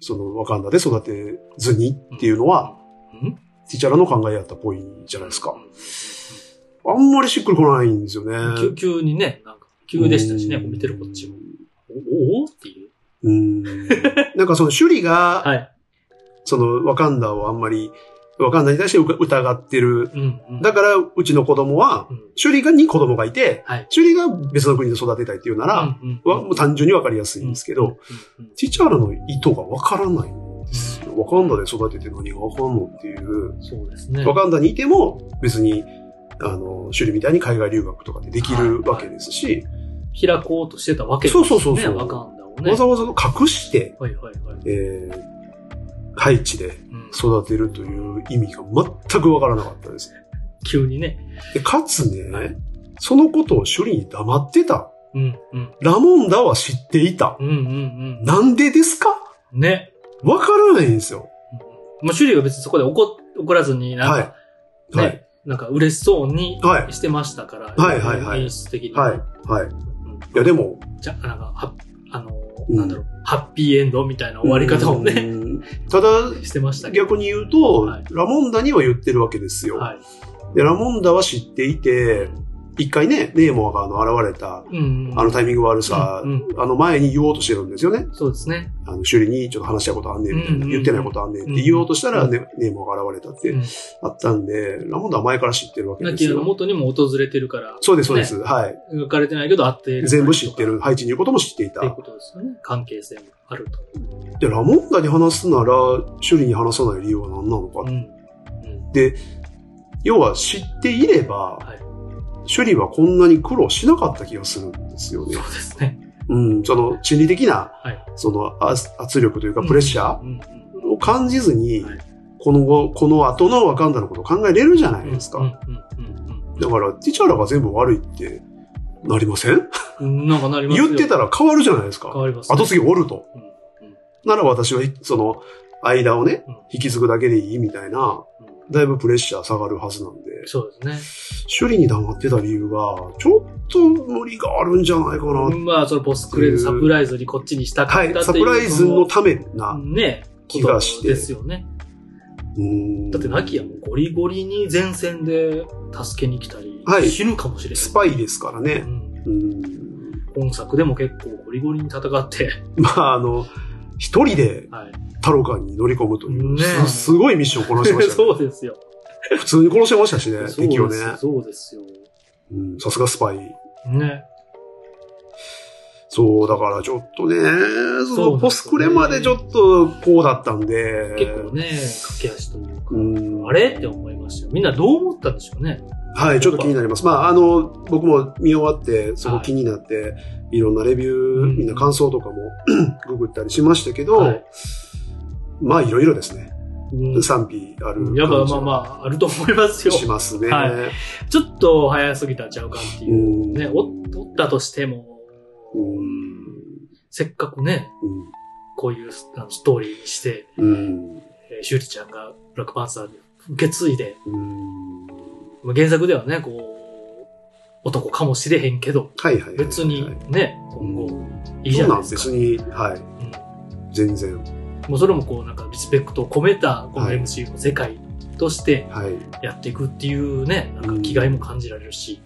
そのワカンダで育てずにっていうのは、うん、ティーチャーの考えやったっぽいじゃないですうかん。。あんまりしっくりこないんですよね。急急にね、なんか、急でしたしね、うん見てるこっちも。おおっていう。うん。なんかその趣里が、 はい。そのワカンダをあんまり、ワカンダに対して疑ってる。うん、うん。だから、うちの子供は、うん。趣里がに子供がいて、はい。趣里が別の国で育てたいっていうなら、うんうんはもう単純にわかりやすいんですけど、、うんうんティチャーラの意図がわからないんですよ。ワカンダで育てて何がわかんのっていう。そうですね。ワカンダにいても別に、あの、シュリみたいに海外留学とかでできるわけですし、開こうとしてたわけですそね。うそうそうそうワカンダをね。わざわざ隠して、はいはいはい。えー、ハイチでうん育てるという意味が全くわからなかったです。急にね。で、かつね、そのことを主理に黙ってた。うんうん。ラモンダは知っていた。うんうんなんでですかうん。ね。わからないんですよ。うんもう、シュリーが別にそこで怒怒らずに、なんか、はい。ね、はい。なんか嬉しそうにはい。してましたから、はいはいはい演出的に。はい。はい。うんいや、でも。じゃあ、なんか、はあの、うんなんだろう、ハッピーエンドみたいな終わり方をね、うん。ただ、 してましたけど。逆に言うと、はいラモンダには言ってるわけですよ。はい。で、ラモンダは知っていて、一回ね、ネーモアがあの現れた、うん、うん。あのタイミング悪さ、うんあの前に言おうとしてるんですよね。そうですね。あの、修理にちょっと話したいことあんねんみたいうんうな、ん言ってないことあんねんって言おうとしたら、うんねネーモアが現れたってうんあったんで、ラモンダは前から知ってるわけナですキアのよ。元にも訪れてるから、そうです、そうです。はい。描かれてないけど、会っている全部知ってる。ハイチにいることも知っていっていうた。ことですよね。関係性もあると。で、ラモンダに話すなら、修理に話さない理由は何なのかうん。うん。要は知っていれば、はいシュリはこんなに苦労しなかった気がするんですよねそ。うですね。うん、その心理的な、はいその圧圧力というかプレッシャうん。ーを感じずに、はいこの後、この後のワカンダのことを考えれるじゃなういん。ですか。うんうんだから、ティチャラが全部悪いってなりませんうんうん。なんかなりますよ言ってたら変わるじゃないです変か。わります、後継ぎおると。うんうんなら私は、その、間をね、うん引き継ぐだけでいいみたいな、うんだいぶプレッシャー下がるはずなんで。そうです処理に黙ってた理由が、ちょっと無理があるんじゃないかな。ね。まあ、そのポスクレーズ、サプライズにこっちにしたかはったい、ってサいう。プライズのためな。ね、気がしてことですよね。うんだってナキアもゴリゴリに前線で助けに来たり、はい死ぬかもしれない。スパイですからうね。んうん。本作でも結構ゴリゴリに戦って、まあ、あの、一人ではい。タロカンに乗り込むという、ねえすすごいミッションをこなしてました、ね そうですよ。普通に殺してましたしね、そう敵をでねす。よ。そうですよ。うんさすがスパイ。ね。そう、だからちょっとね、そうそなんですよのねポスクレまでちょっとこうだったんで。結構ね、駆け足というか、うんあれって思いましたよ。みんなどう思ったんでしょうね。はい、ちょっと気になります。まあ、あの、僕も見終わって、すごく気になって、い、ろんなレビュー、うんみんな感想とかも ググったりしましたけど、はいまあ、いろいろですね。うん賛否あるやっぱ感じまあまあ、あると思いますよ。しますね。はいちょっと早すぎたんちゃうかっていう。うんね、おおったとしても、うんせっかくね、こういうあのストーリーにして、うんうんえー、シュリちゃんがブラックパンサーに受け継いで、うんまあ原作ではね、こう、男かもしれへんけど、はいはいはい。別にはいね、今後、いいじゃないですか。そうなんです別に、はい。全然。もうそれもこう、なんかリスペクトを込めた、このはい MC の世界としてはい。やっていくっていうね、なんか気概も感じられるし、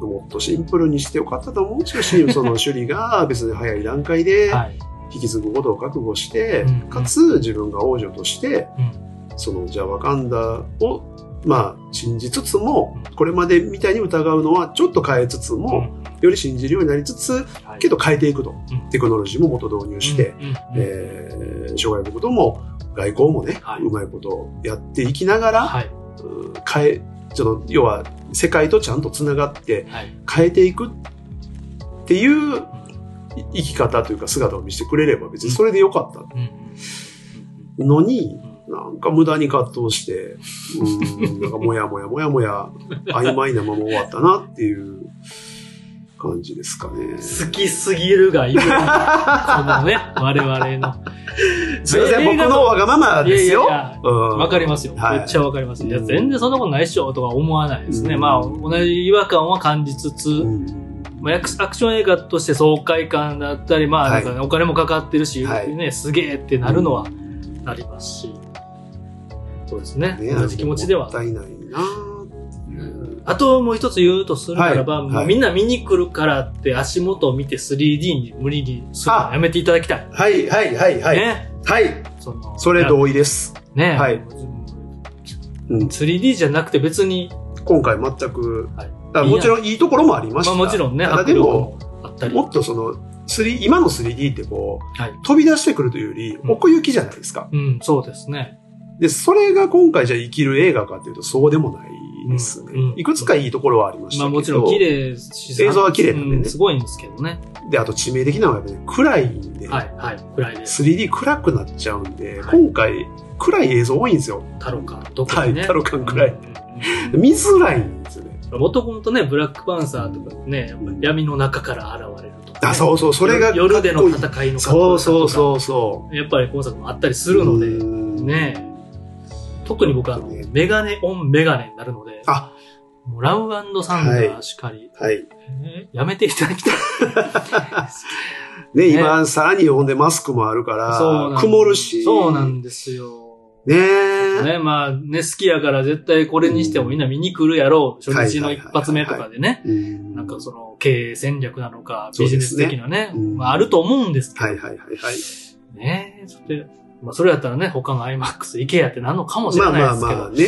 もっとシンプルにしてよかったと思うんですけど、その処理が別に早い段階 で、はい。引き継ぐことを覚悟して、うんかつ自分が王女として、うんそのじゃあワカンダをまあ信じつつもうんこれまでみたいに疑うのはちょっと変えつつも、うんより信じるようになりつつはいけど変えていくと、うんテクノロジーももっと導入して、うんうんうんえー諸外国とも外交もね、はいうまいことをやっていきながら、はい。うん変えちょっと要は世界とちゃんとつながってはい。変えていくっていう生き方というか姿を見せてくれれば別にそれでよかったうんうんのに、うんなんか無駄に葛藤して、うん、なんかもやもやもやもや、曖昧なまま終わったなっていう感じですかね。好きすぎるがゆえに、この ね、我々の。すいません、映僕画ののわがままですよ。いやいやいやうんわかりますよ。はいめっちゃわかります。いや、うん全然そんなことないっしょとは思わないですね。うんまあ、同じ違和感は感じつうつ、んまあ、アクアクション映画として爽快感だったり、まあ、なんかね、お金もかかってるし、はいね、すげえってなるのはありますし、そうですね。ね同じ気持ちではもっ。たいないなっていうあともう一つ言うとするならば、はいはいみんな見に来るからって足元を見て 3D に無理にするのはやめていただきたい。はい、はい、はい、はい。ね。はい、そのそれ同意です。ね、はいうん 3D じゃなくて別に、今回全く、はいあもちろんいいところもありましまた。あもちろんね、ただ迫で力も、もあったり。もっとその、3今の 3D ってこう、はい。飛び出してくるというより、ん奥行きじゃないですか。うん、そうですね。で、それが今回じゃあ生きる映画かっていうとそうでもないいですね、うんうんいくつかいいところはありましたまけど、あもちろん綺麗し映像は綺麗なんでねうんすごいんですけどね。で、あと致命的なのはやっぱね、暗いんで、はい、はい。ぐらいです。 3D 暗くなっちゃうんで、はい今回、暗い映像多いんですよ。タロカンとかね。はいタロカンぐらいうんうん見づらいんですよね。うん。もともとね、ブラックパンサーとかね、やっぱり闇の中から現れるとかね、あ、そうそう、それがかっこいい夜での戦いの格そ好うだとそかうそうそやっぱり今作もあったりう。するので、でね特に僕はあのねメガネオンメガネになるので、あ、もうラウサンダーしかり、はい。え ーやめていただきたい。ねね、今、さらに呼んでマスクもあるかそうなんら、曇るし。そうなんですよ。ねね、まあね、好きやから絶対これにしてもみんな見に来るやろう。初日の一発目とかでね。うんなんかその経営戦略なのか、そうビジでネすスね的なね、うんまああると思うんですけど、はいはいはいはい。ね。ちょっと、まあそれやったらね、他の iMAX 行けやってなんのかもしまれあないまであすけど、まあね。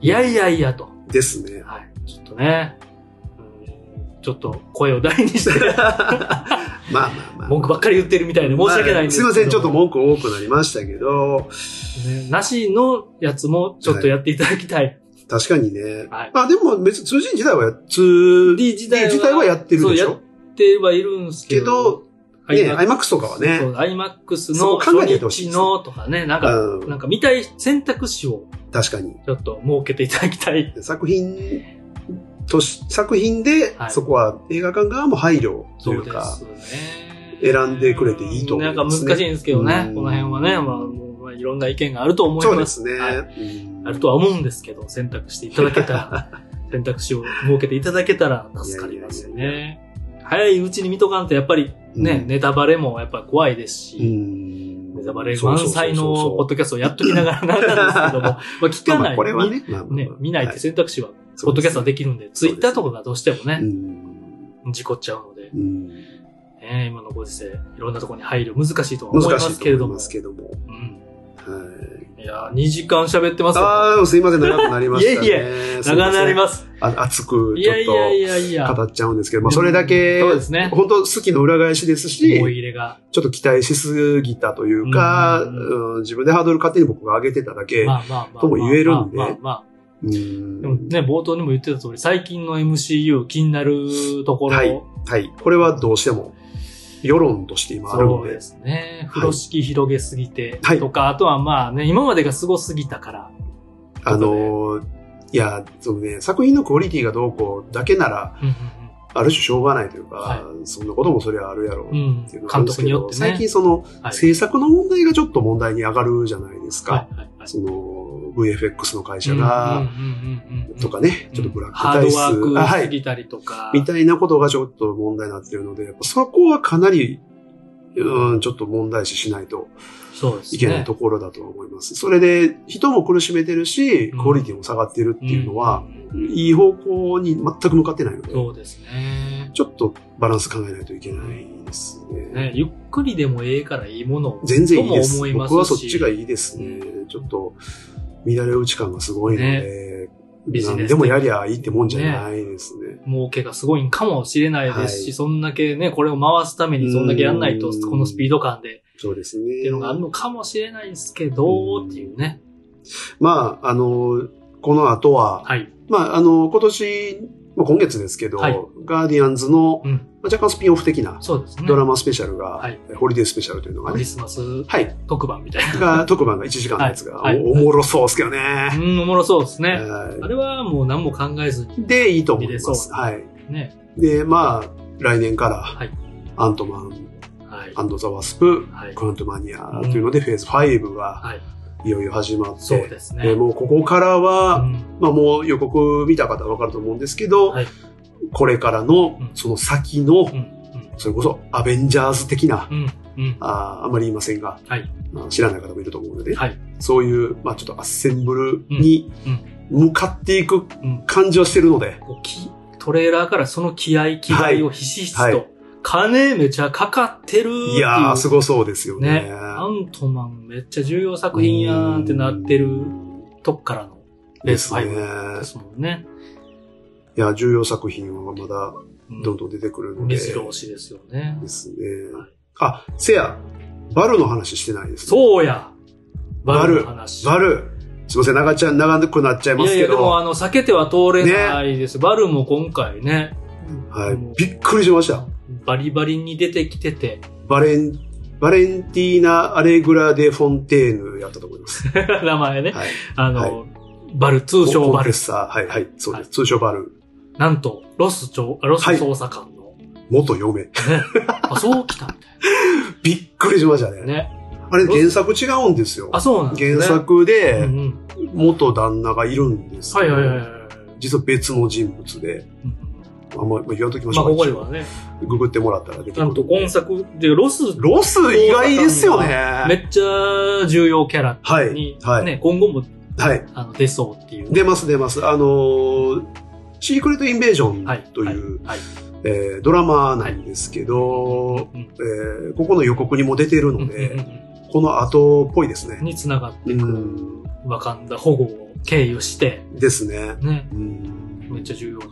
いやいやいやと。ですね。はい。ちょっとね、うんちょっと声を大にして、まあまあまあ。文句ばっかり言ってるみたいで申し訳ないんですけど。まあすいません、ちょっと文句多くなりましたけど、ねなしのやつもちょっとやっていただきたい。確かにね。はい。まあでも別に通信自体はや、通 D 自体は。自体はやってるでしそう、やょってはいるんですけけどど、、ね、IMAX とかはねそ、う、IMAX そのう考えて初ほしい日ですねのとかね、なんか、うんなんか見たい選択肢を確かに。ちょっと設けていただきたい。作品とし、作品では、いそこは映画館側も配慮とそいううでか、すね。選んでくれていいと思いますねなんか難しいんですけどねう、んこの辺はね、まあもう、まあ、いろんな意見があると思いそうま。ですすね。はいうんあるとは思うんですけど、選択していただけた ら、選択肢を設けていただけたら助かりますいやいやね。早いうちに見とかんと、やっぱりね、うんネタバレもやっぱ怖いですし、うんネタバレ満載のポッドキャストをやっときながらなんなんですけども、 まあ聞まかあまあない、これはね、まあまあまあね、見ないって選択肢は、ポポッドキャストはできるんで、ツイッターとかかがどうしてもね、ん事故っちゃうので、うんね、今のご時世、いろんなところに配慮難しいとは思いま難しすけいとれ思どいも。ますけども。うんはいいやー、2時間喋ってますよ。ああ、すいません、長くなりました ね。いえい長なりすます。いません。あ熱く、いちょやいやいっやいと、や。語っちゃうんですけど、まあ、それだけ、そうですね。本当好きの裏返しですし、思い入れが。ちょっと期待しすぎたというか、うんうんうん自分でハードル勝手に僕が上げてただけ。まあまあまあ。とも言えるんでまあまあまあまあ。うんでもね、冒頭にも言ってた通り、最近の MCU 気になるところ。はいはい。これはどうしても、世論として今あるそのうでで。すね。風呂敷広げすぎてはいとか、あとはまあね、今までがすごすぎたから。あのーいや、そうね、作品のクオリティがどうこうだけなら、うんある種しょうがないというか、はそんなこともそりゃあるやろううんうん。っていううんのがある監んです督けどによってね。最近その、はい制作の問題がちょっと問題に上がるじゃないですか。はいはいはいその、VFX の会社が、とかね、ちょっとブラックハー体ド質、ワーあクはすい、ぎたりとか。みたいなことがちょっと問題になってるので、やっぱそこはかなり、うん、ちょっと問題視しないとそうですね。いけないところだとは思います。それで人も苦しめてるし、クオリティも下がってるっていうのは、うんいい方向に全く向かってないので、そうですね。ちょっとバランス考えないといけないですね。ね、ゆっくりでもええからいいものを。全然いいでともす。思いますし僕はそっちがいいですね。ちょっと乱れ打ち感がすごいので、ビジネス何的でもやりゃいいってもんじゃないですね。儲けがすごいんかもしれないですし、はいそんだけね、これを回すためにそんだけやんないとう、んこのスピード感でそうですね。っていうのがあるのかもしれないですけど、うんっていうね。まあ、あの、この後は、はい。まあ、あの、今年、まあ、今月ですけど、はいガーディアンズの、うんまあ若干スピンオフ的なそうですね。ドラマスペシャルが、はいホリデースペシャルというのがクリね、スマスはい、特番みたいが特番が1時間のやつが、はいはいおおもろそうですけどな。ね。うん、おもろそうですね。はあれはもう何も考えずにいで、いいと思い見れまそす。うはい。ね。で、まあ、来年から、はいアントマンはい。ザ・ワスプ、はい。クラントマニアというので、フェーズ5がはい。いよいよ始まって、そうですね。でもうここからは、うんまあもう予告見た方はわかると思うんですけど、はいこれからのうんその先の、うん。それこそアベンジャーズ的な、うん。うん。あーあまり言いませんが、はいあー知らない方もいると思うので、はいそういう、まあちょっとアッセンブルにうん向かっていくうん。感じはしてるので、こうきトレーラーからその気合、気合をひしひしと、はいはい金めちゃかかってるっていう。いやー、すごそうですよね。ねアントマンめっちゃ重要作品やんってなってるとこからのレーでスすね。 5ですもんね。いや、重要作品はまだうんどんどん出てくるので。目白押しですよね。ですね。あ、せや、バルの話してないですね。そうやバルの話。バル、すいません、長ちゃん、長くなっちゃいいますやいけや、でど。もあの、避けては通れないです。バルも今回ね、はい。びっくりしました。バリバリに出てきてて、 バレン、バレンティーナ・アレグラ・デ・フォンテーヌやったと思います。名前ね、はい。あはの、バル、通称コバンプルレッ。サー。はい、はい、そうです。は通称バル。なんと、ロス長、あロスはい捜査官の、元嫁。あ、そう来たみたびっくりしましたね。いなね。あれ、原作違うんですよ。あ、そうなんです原ね。作うでん、うん。元旦那がいるんですけはどいはいはいはい。実は別の人物で、うんあんま言わんときましまあ、ょこうこかで。はね、ググってもらったら出てくる。なんと今作で、ロス、ロス意外ですよね。めっちゃ重要キャラはい。に、はい。ね、今後もはい。あの出そうっていう。出ます出ます。あのーシークレット・インベージョはいンという、はいはいえードラマなんですけど、うんえーここの予告にも出てるうんうのんで、うこの後っぽいですんね。に繋がってういく、ん、ワカンダ保護を経由して、ですね。ね、うんめっちゃ重要な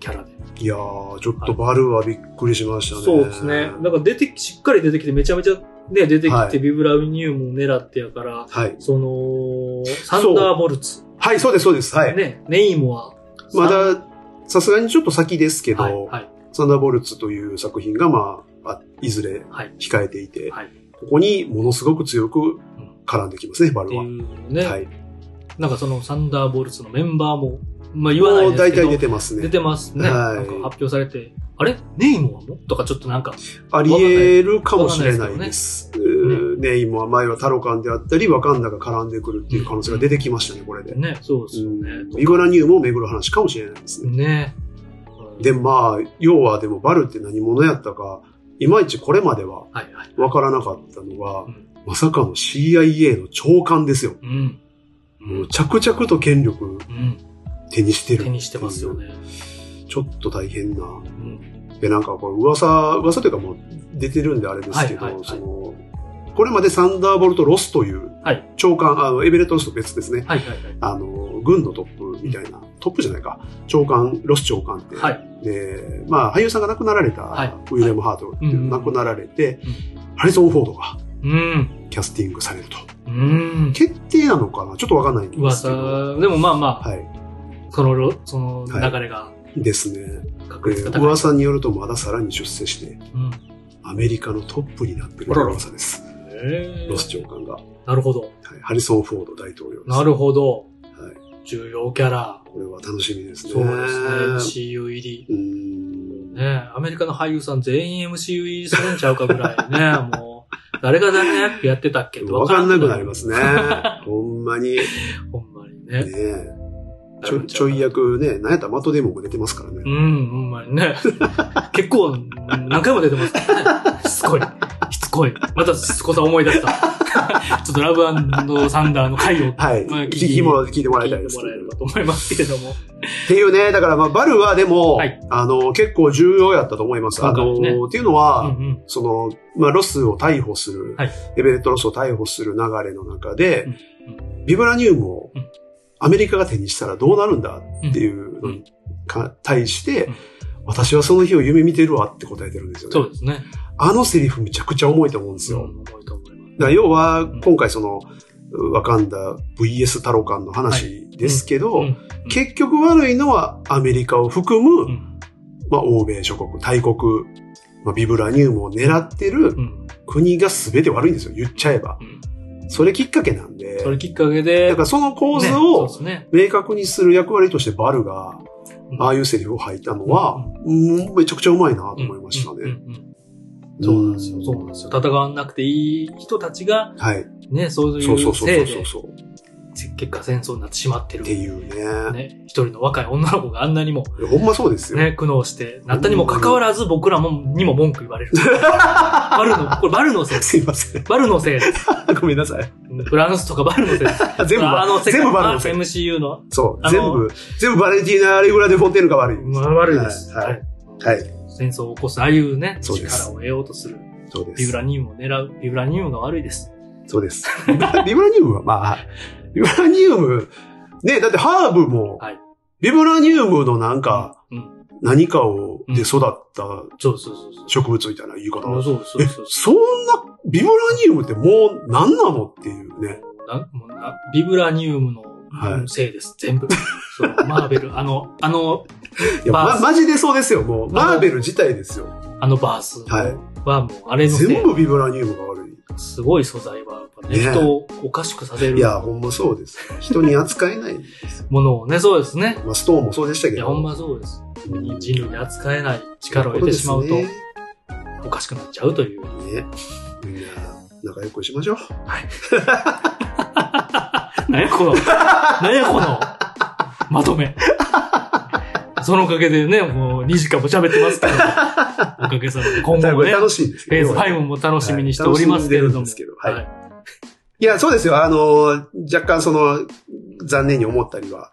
キャラで。いやー、ちょっとバルはびっくりしましたね。そうですね。なんか出てき、しっかり出てきて、めちゃめちゃね、出てきはいて、ビブラニウムを狙ってやから、はい。その、サンダーボルツ、はい、そうです、そうです。はい。ね、ネイモア、まだ、さすがにちょっと先ですけど、はい、はい、サンダーボルツという作品が、まあ、あいずれはい、控えていて、はい。っここにものすごく強く絡んできますね、バてルいは。うね、はい。なんかそのサンダーボルツのメンバーも、まあ言わないですけもう大体ど、出てます出ね。てますね。はいなんか発表されて、あれネイモアもとかちょっとなんか、あり得るかもしれないです。うんネイモア前はタロカンであったり、ワカンダが絡んでくるっていう可能性が出てきましたね、これで。ね、そうですよね。イグラニウムを巡る話かもしれないですね。ね。で、まあ、要はでもバルって何者やったか、いまいちこれまでははいはい。わからなかったのが、うんまさかの CIA の長官ですよ。うん。もう着々と権力うん。手にしてる。手にしてますよ。ね。ちょっと大変なうん。で、なんかこれ噂、噂というかもう出てるんであれですけど、はいはいはいその、これまでサンダーボルト・ロスというはい、長官、あの、エベレット・ロスと別ですね。はいはいはい。あの、軍のトップみたいな、トップじゃないか、長官、ロス長官って、はい。で、まあ、俳優さんが亡くなられた、はいウィレム・ハートっていううん亡くなられて、ハリソン・フォードがうん。キャスティングされると。うん。決定なのかなちょっとわかんないんですけ噂ど。、でもまあまあ、はそのろ、その流れがい。ですね。確率でが高い。噂によると、まださらに出世して、うん。アメリカのトップになってるあらら噂です。へーロス長官が。なるほど。はい、ハリソン・フォード大統領です。なるほど。はい、重要キャラ。これは楽しみですね。そうですね。MCU 入り。うーんねアメリカの俳優さん全員 MCU 入りするんちゃうかぐらいね、もう、誰が誰やってやってたっけわかんなくなりまますね。 ほんまに。ねす。ほんまにね。えちょちょい役ね、なんやったらマットデーモンも出てますからね。うん、ほんまにね。 結構、何回も出てますからね。しつこい。しつこい。またしつこさ思い出 した。ちょっとラブサンダーの回を。はい。まあ聞きも聞いてもらいたいです聞けいてもらえど。ればと思いますけれども。っていうね、だからまあ、バルはでも、はいあの、結構重要やったと思います。あ今の、回ねっていうのは、うんうん。その、まあ、ロスを逮捕する、はいエベレット・ロスを逮捕する流れの中で、うんビブラニウムをうんアメリカが手にしたらどうなるんだっていうのにか対して、うん私はその日を夢見てるわって答えてるんですよね。そうですね。あのセリフめちゃくちゃ重いと思うんですうんよ。重いと思います。だから要はん、今回その、わかんだ VS タロカンの話ですけど、うんうんうん結局悪いのはアメリカを含む、うん。まあ、欧米諸国、大国、まあ、ビブラニウムを狙ってうるん。国が全て悪いんですよ、言っちゃえばう。んそれきっかけなんで、それきっかけでだか、らその構図ねそうをですね。明確にする役割としてバルが、うんああいうセリフを吐いたのは、うんめちゃくちゃうまいなと思いましたうんうんね。うんうんそうなんですよ。そうなんですよ。戦わなくていい人たちが、はい。ね、そういそうそううそうせいそでう、そう。っ結果戦争になってしまってる。ていうね。ね、一人の若い女の子があんなにも、ほんまそうですよ。ね、苦悩して、なったにもかかわらず僕らも、にも文句言われる。 バルの、これバルのせいです。 すいません。 バルのせいです。ごめんなさい。フランスとかバルのせいです。全部あバの世界、全部バルのせいあ MCU の、そう。あの全部、全部バレンティーナ・アレグラ・デ・フォンテーヌが悪い。まあ悪いです。はいはいはい。戦争を起こす、ああいうね、そうです力を得ようとする。そうでビブす。ラニウムを狙う。ビブラニウムが悪いです。そうです。 ビブラビブラニウムはまあ、ビブラニウム、ね、だってハーブもはい、ビブラニウムのなんか、うん。何かうを、んで育ったそうそうそうそう。植物みたいな言い方。そうそうそうえそう、そんな、 ビブラニウムってもう何なのっていうね。なもうなビブラニウムのはいせいです、全部。そうマーベル、あの、あの、いや、バーま、スマジでそうですよ。もあう、のマーベル自体ですよ。あのバースははもう、あれい。のせい全部ビブラニウムが悪い。すごい素材は、やっぱね、ねえ人をおかしくさせいるや、ほんまそうです。人に扱えないんです。ものをね、そうですね。まあ、ストーンもそうでしたけいど。や、ほんまそうです。うん人類で扱えない力を得てしまうと、ねおかしくなっちゃうという。ねみんな、仲良くしましょう。何やこの、何やこの、まとめ。そのおかげでね、もう2時間も喋ってますけど、おかげさまで今後だいもぶね、楽しいんですフけェーど。ズ5も楽しみにしておりますけれども。はい楽しんでるんですけどはいいいや、そうですよ。あの、若干その、残念に思ったりは、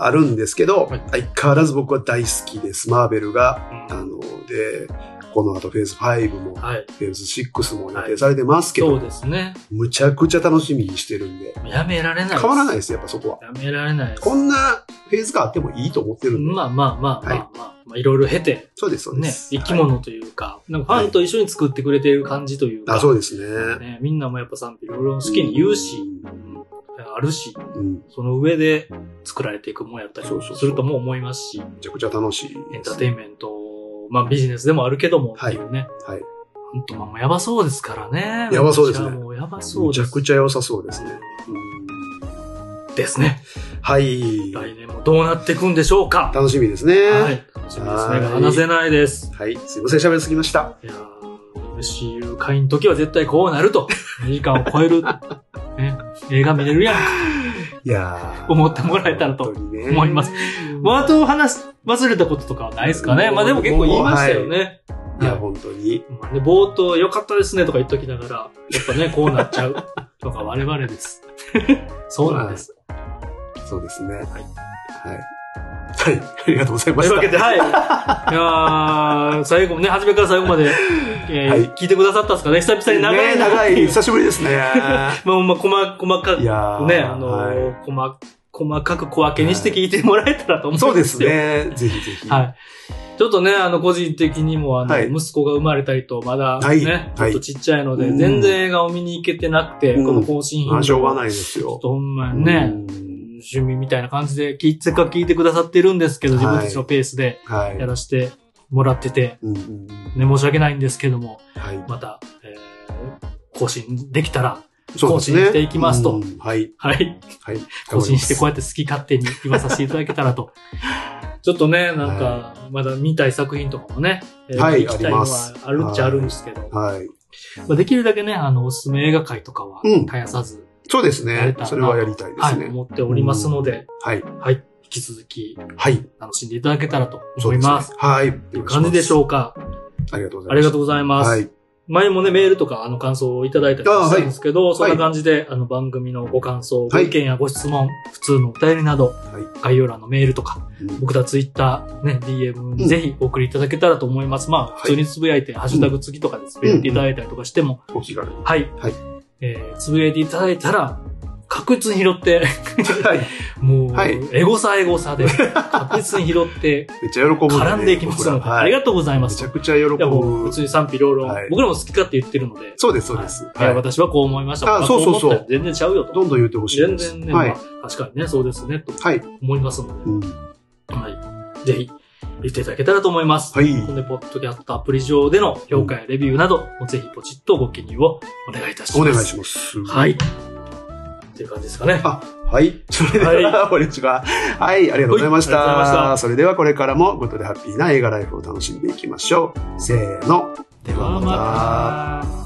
ああるんですけど、はい相変わらず僕は大好きです。マーベルが。あうんの、で、この後フェーズ5も、はい。フェーズ6も予定されてますけど、そうですね。むちゃくちゃ楽しみにしてるんで、やめられないです。変わらないです、やっぱそこは。やめられないです。こんなフェーズがあってもいいと思ってるんで。まあまあまあまあまあ、はいまあ、いろいろ経て、そうです、そうでね、す。生きはい物というか、なんかファンと一緒に作ってくれてる感じというか、あ、そうですね。ね、みんなもやっぱ賛否いろいろ好きに言うし、あるし、うん。その上で作られていくもんやったりそうそうそうするとも思いますし、めちゃくちゃ楽しいです。エンターテインメント、まあビジネスでもあるけどもってはいいうね、はい。ほんとまあもうやばそうですからね。やばそうですねこちらもうやばそうむです。ちゃくちゃ良さそうですね。ですね。はい。来年もどうなっていくんでしょうか。楽しみですね。は。い。楽しみですね。はい話せないです。はい。すいません、喋りすぎました。いやー MCU 会の時は絶対こうなる と。2時間を超え る、ね、映画見れるやんか。いやー思ってもらえたらと本当にね思います。まあ、あと話す、忘れたこととかはないですかね。まあでも結構言いましたよね。いや、はい本当に。まあね冒頭良かったですねとか言っときながら、やっぱね、こうなっち ゃうとか我々 です。そうなんです。そうですね。はいい。はい。はい。ありがとうございまとしいうた。わけで、はい。いやー最後もね、初めから最後まで、えーはい聞いてくださったんですかね。久々に長いねな長い。ま久しぶりですね。いあ、 まあ、細細かくやーね、あのはいー、細、細かく小分けにして聞いてもらえたらと思そううんでですすよ。ね。ぜひぜひ。はい。ちょっとね、あの、個人的にも、あの、はい息子が生まれたりと、まだね、はいちょっとちっちゃいので、はい全然映画を見に行けてなくて、うんこの更新頻まあ、しょうがい。ないですちょっよ。とほんまにね、うん趣味みたいな感じで、きせっかく聞いてくださってるんですけど、はい自分たちのペースではいや。らせてもらってて、うんうんうんね、申し訳ないんですけども、はい。また、えー、更新できたら、そうですね更新していきますとうんはい。はい。はい。更新してこうい。やって好き勝手に言わさせていただけたらと。 ちょっとね、なんか、まだ見たい作品とかもね、えーはい行きたいのありますはあるっちゃあるんですけど、はい。まあ、できるだけね、あの、おすすめ映画界とかはうん絶やさず、そうですやれねたら。なそれはやりたいではすい、ね。思っておりますので、はい。はい、引き続きはい。楽しんでいただけたらとそ思ういですねます。はい。という感じでしょうか。ありがとうございます。ありがとうございます。はい。前もね、メールとかあの感想をいただいたりもしたんですけど、そんな感じで、あの番組のご感想、ごはい意見やご質問、普通のお便りなど、は概要欄のメールとか、い。うん僕たツイッター、ね、DM うにんぜひお送りいただけたらと思います。まあ、い普通につぶやいて、ハッシュタグ付きとかでつぶやいていただいたりとかしても、お気軽に。はい。はいえーつぶやいていただいたら、確実に拾って、 はい。もう、はいエゴサエゴサで、確実に拾って、めっちゃ喜ぶでね。絡んでいきますので、 僕らはあいりがとうございまめす。ちいゃくちゃ喜ぶや、もう、普。通に賛否両論、はい僕らも好き勝手言ってるので、そうです、そうです。いやはい。私はこう思いました。あ僕はそうそうそうこ思ったよ全然ちゃうよと。どんどん言ってほしい全です。然ね、はいま。あ、確かにね、そうですね、とはい。思いますので、うんはい。ぜひ、言っていただけたらと思います。はい。で、ポッドキャストアプリ上での評価やレビューなど、ぜひポチッとご記入をお願いいたしおます。願いします。はい。っていう感じですかね。あ、はい。それではは、こんにちは。はい、ありがとうございましはいありがとうございまた。それでは、これからも、ゴッドでハッピーな映画ライフを楽しんでいきましょう。せーの。ではまた。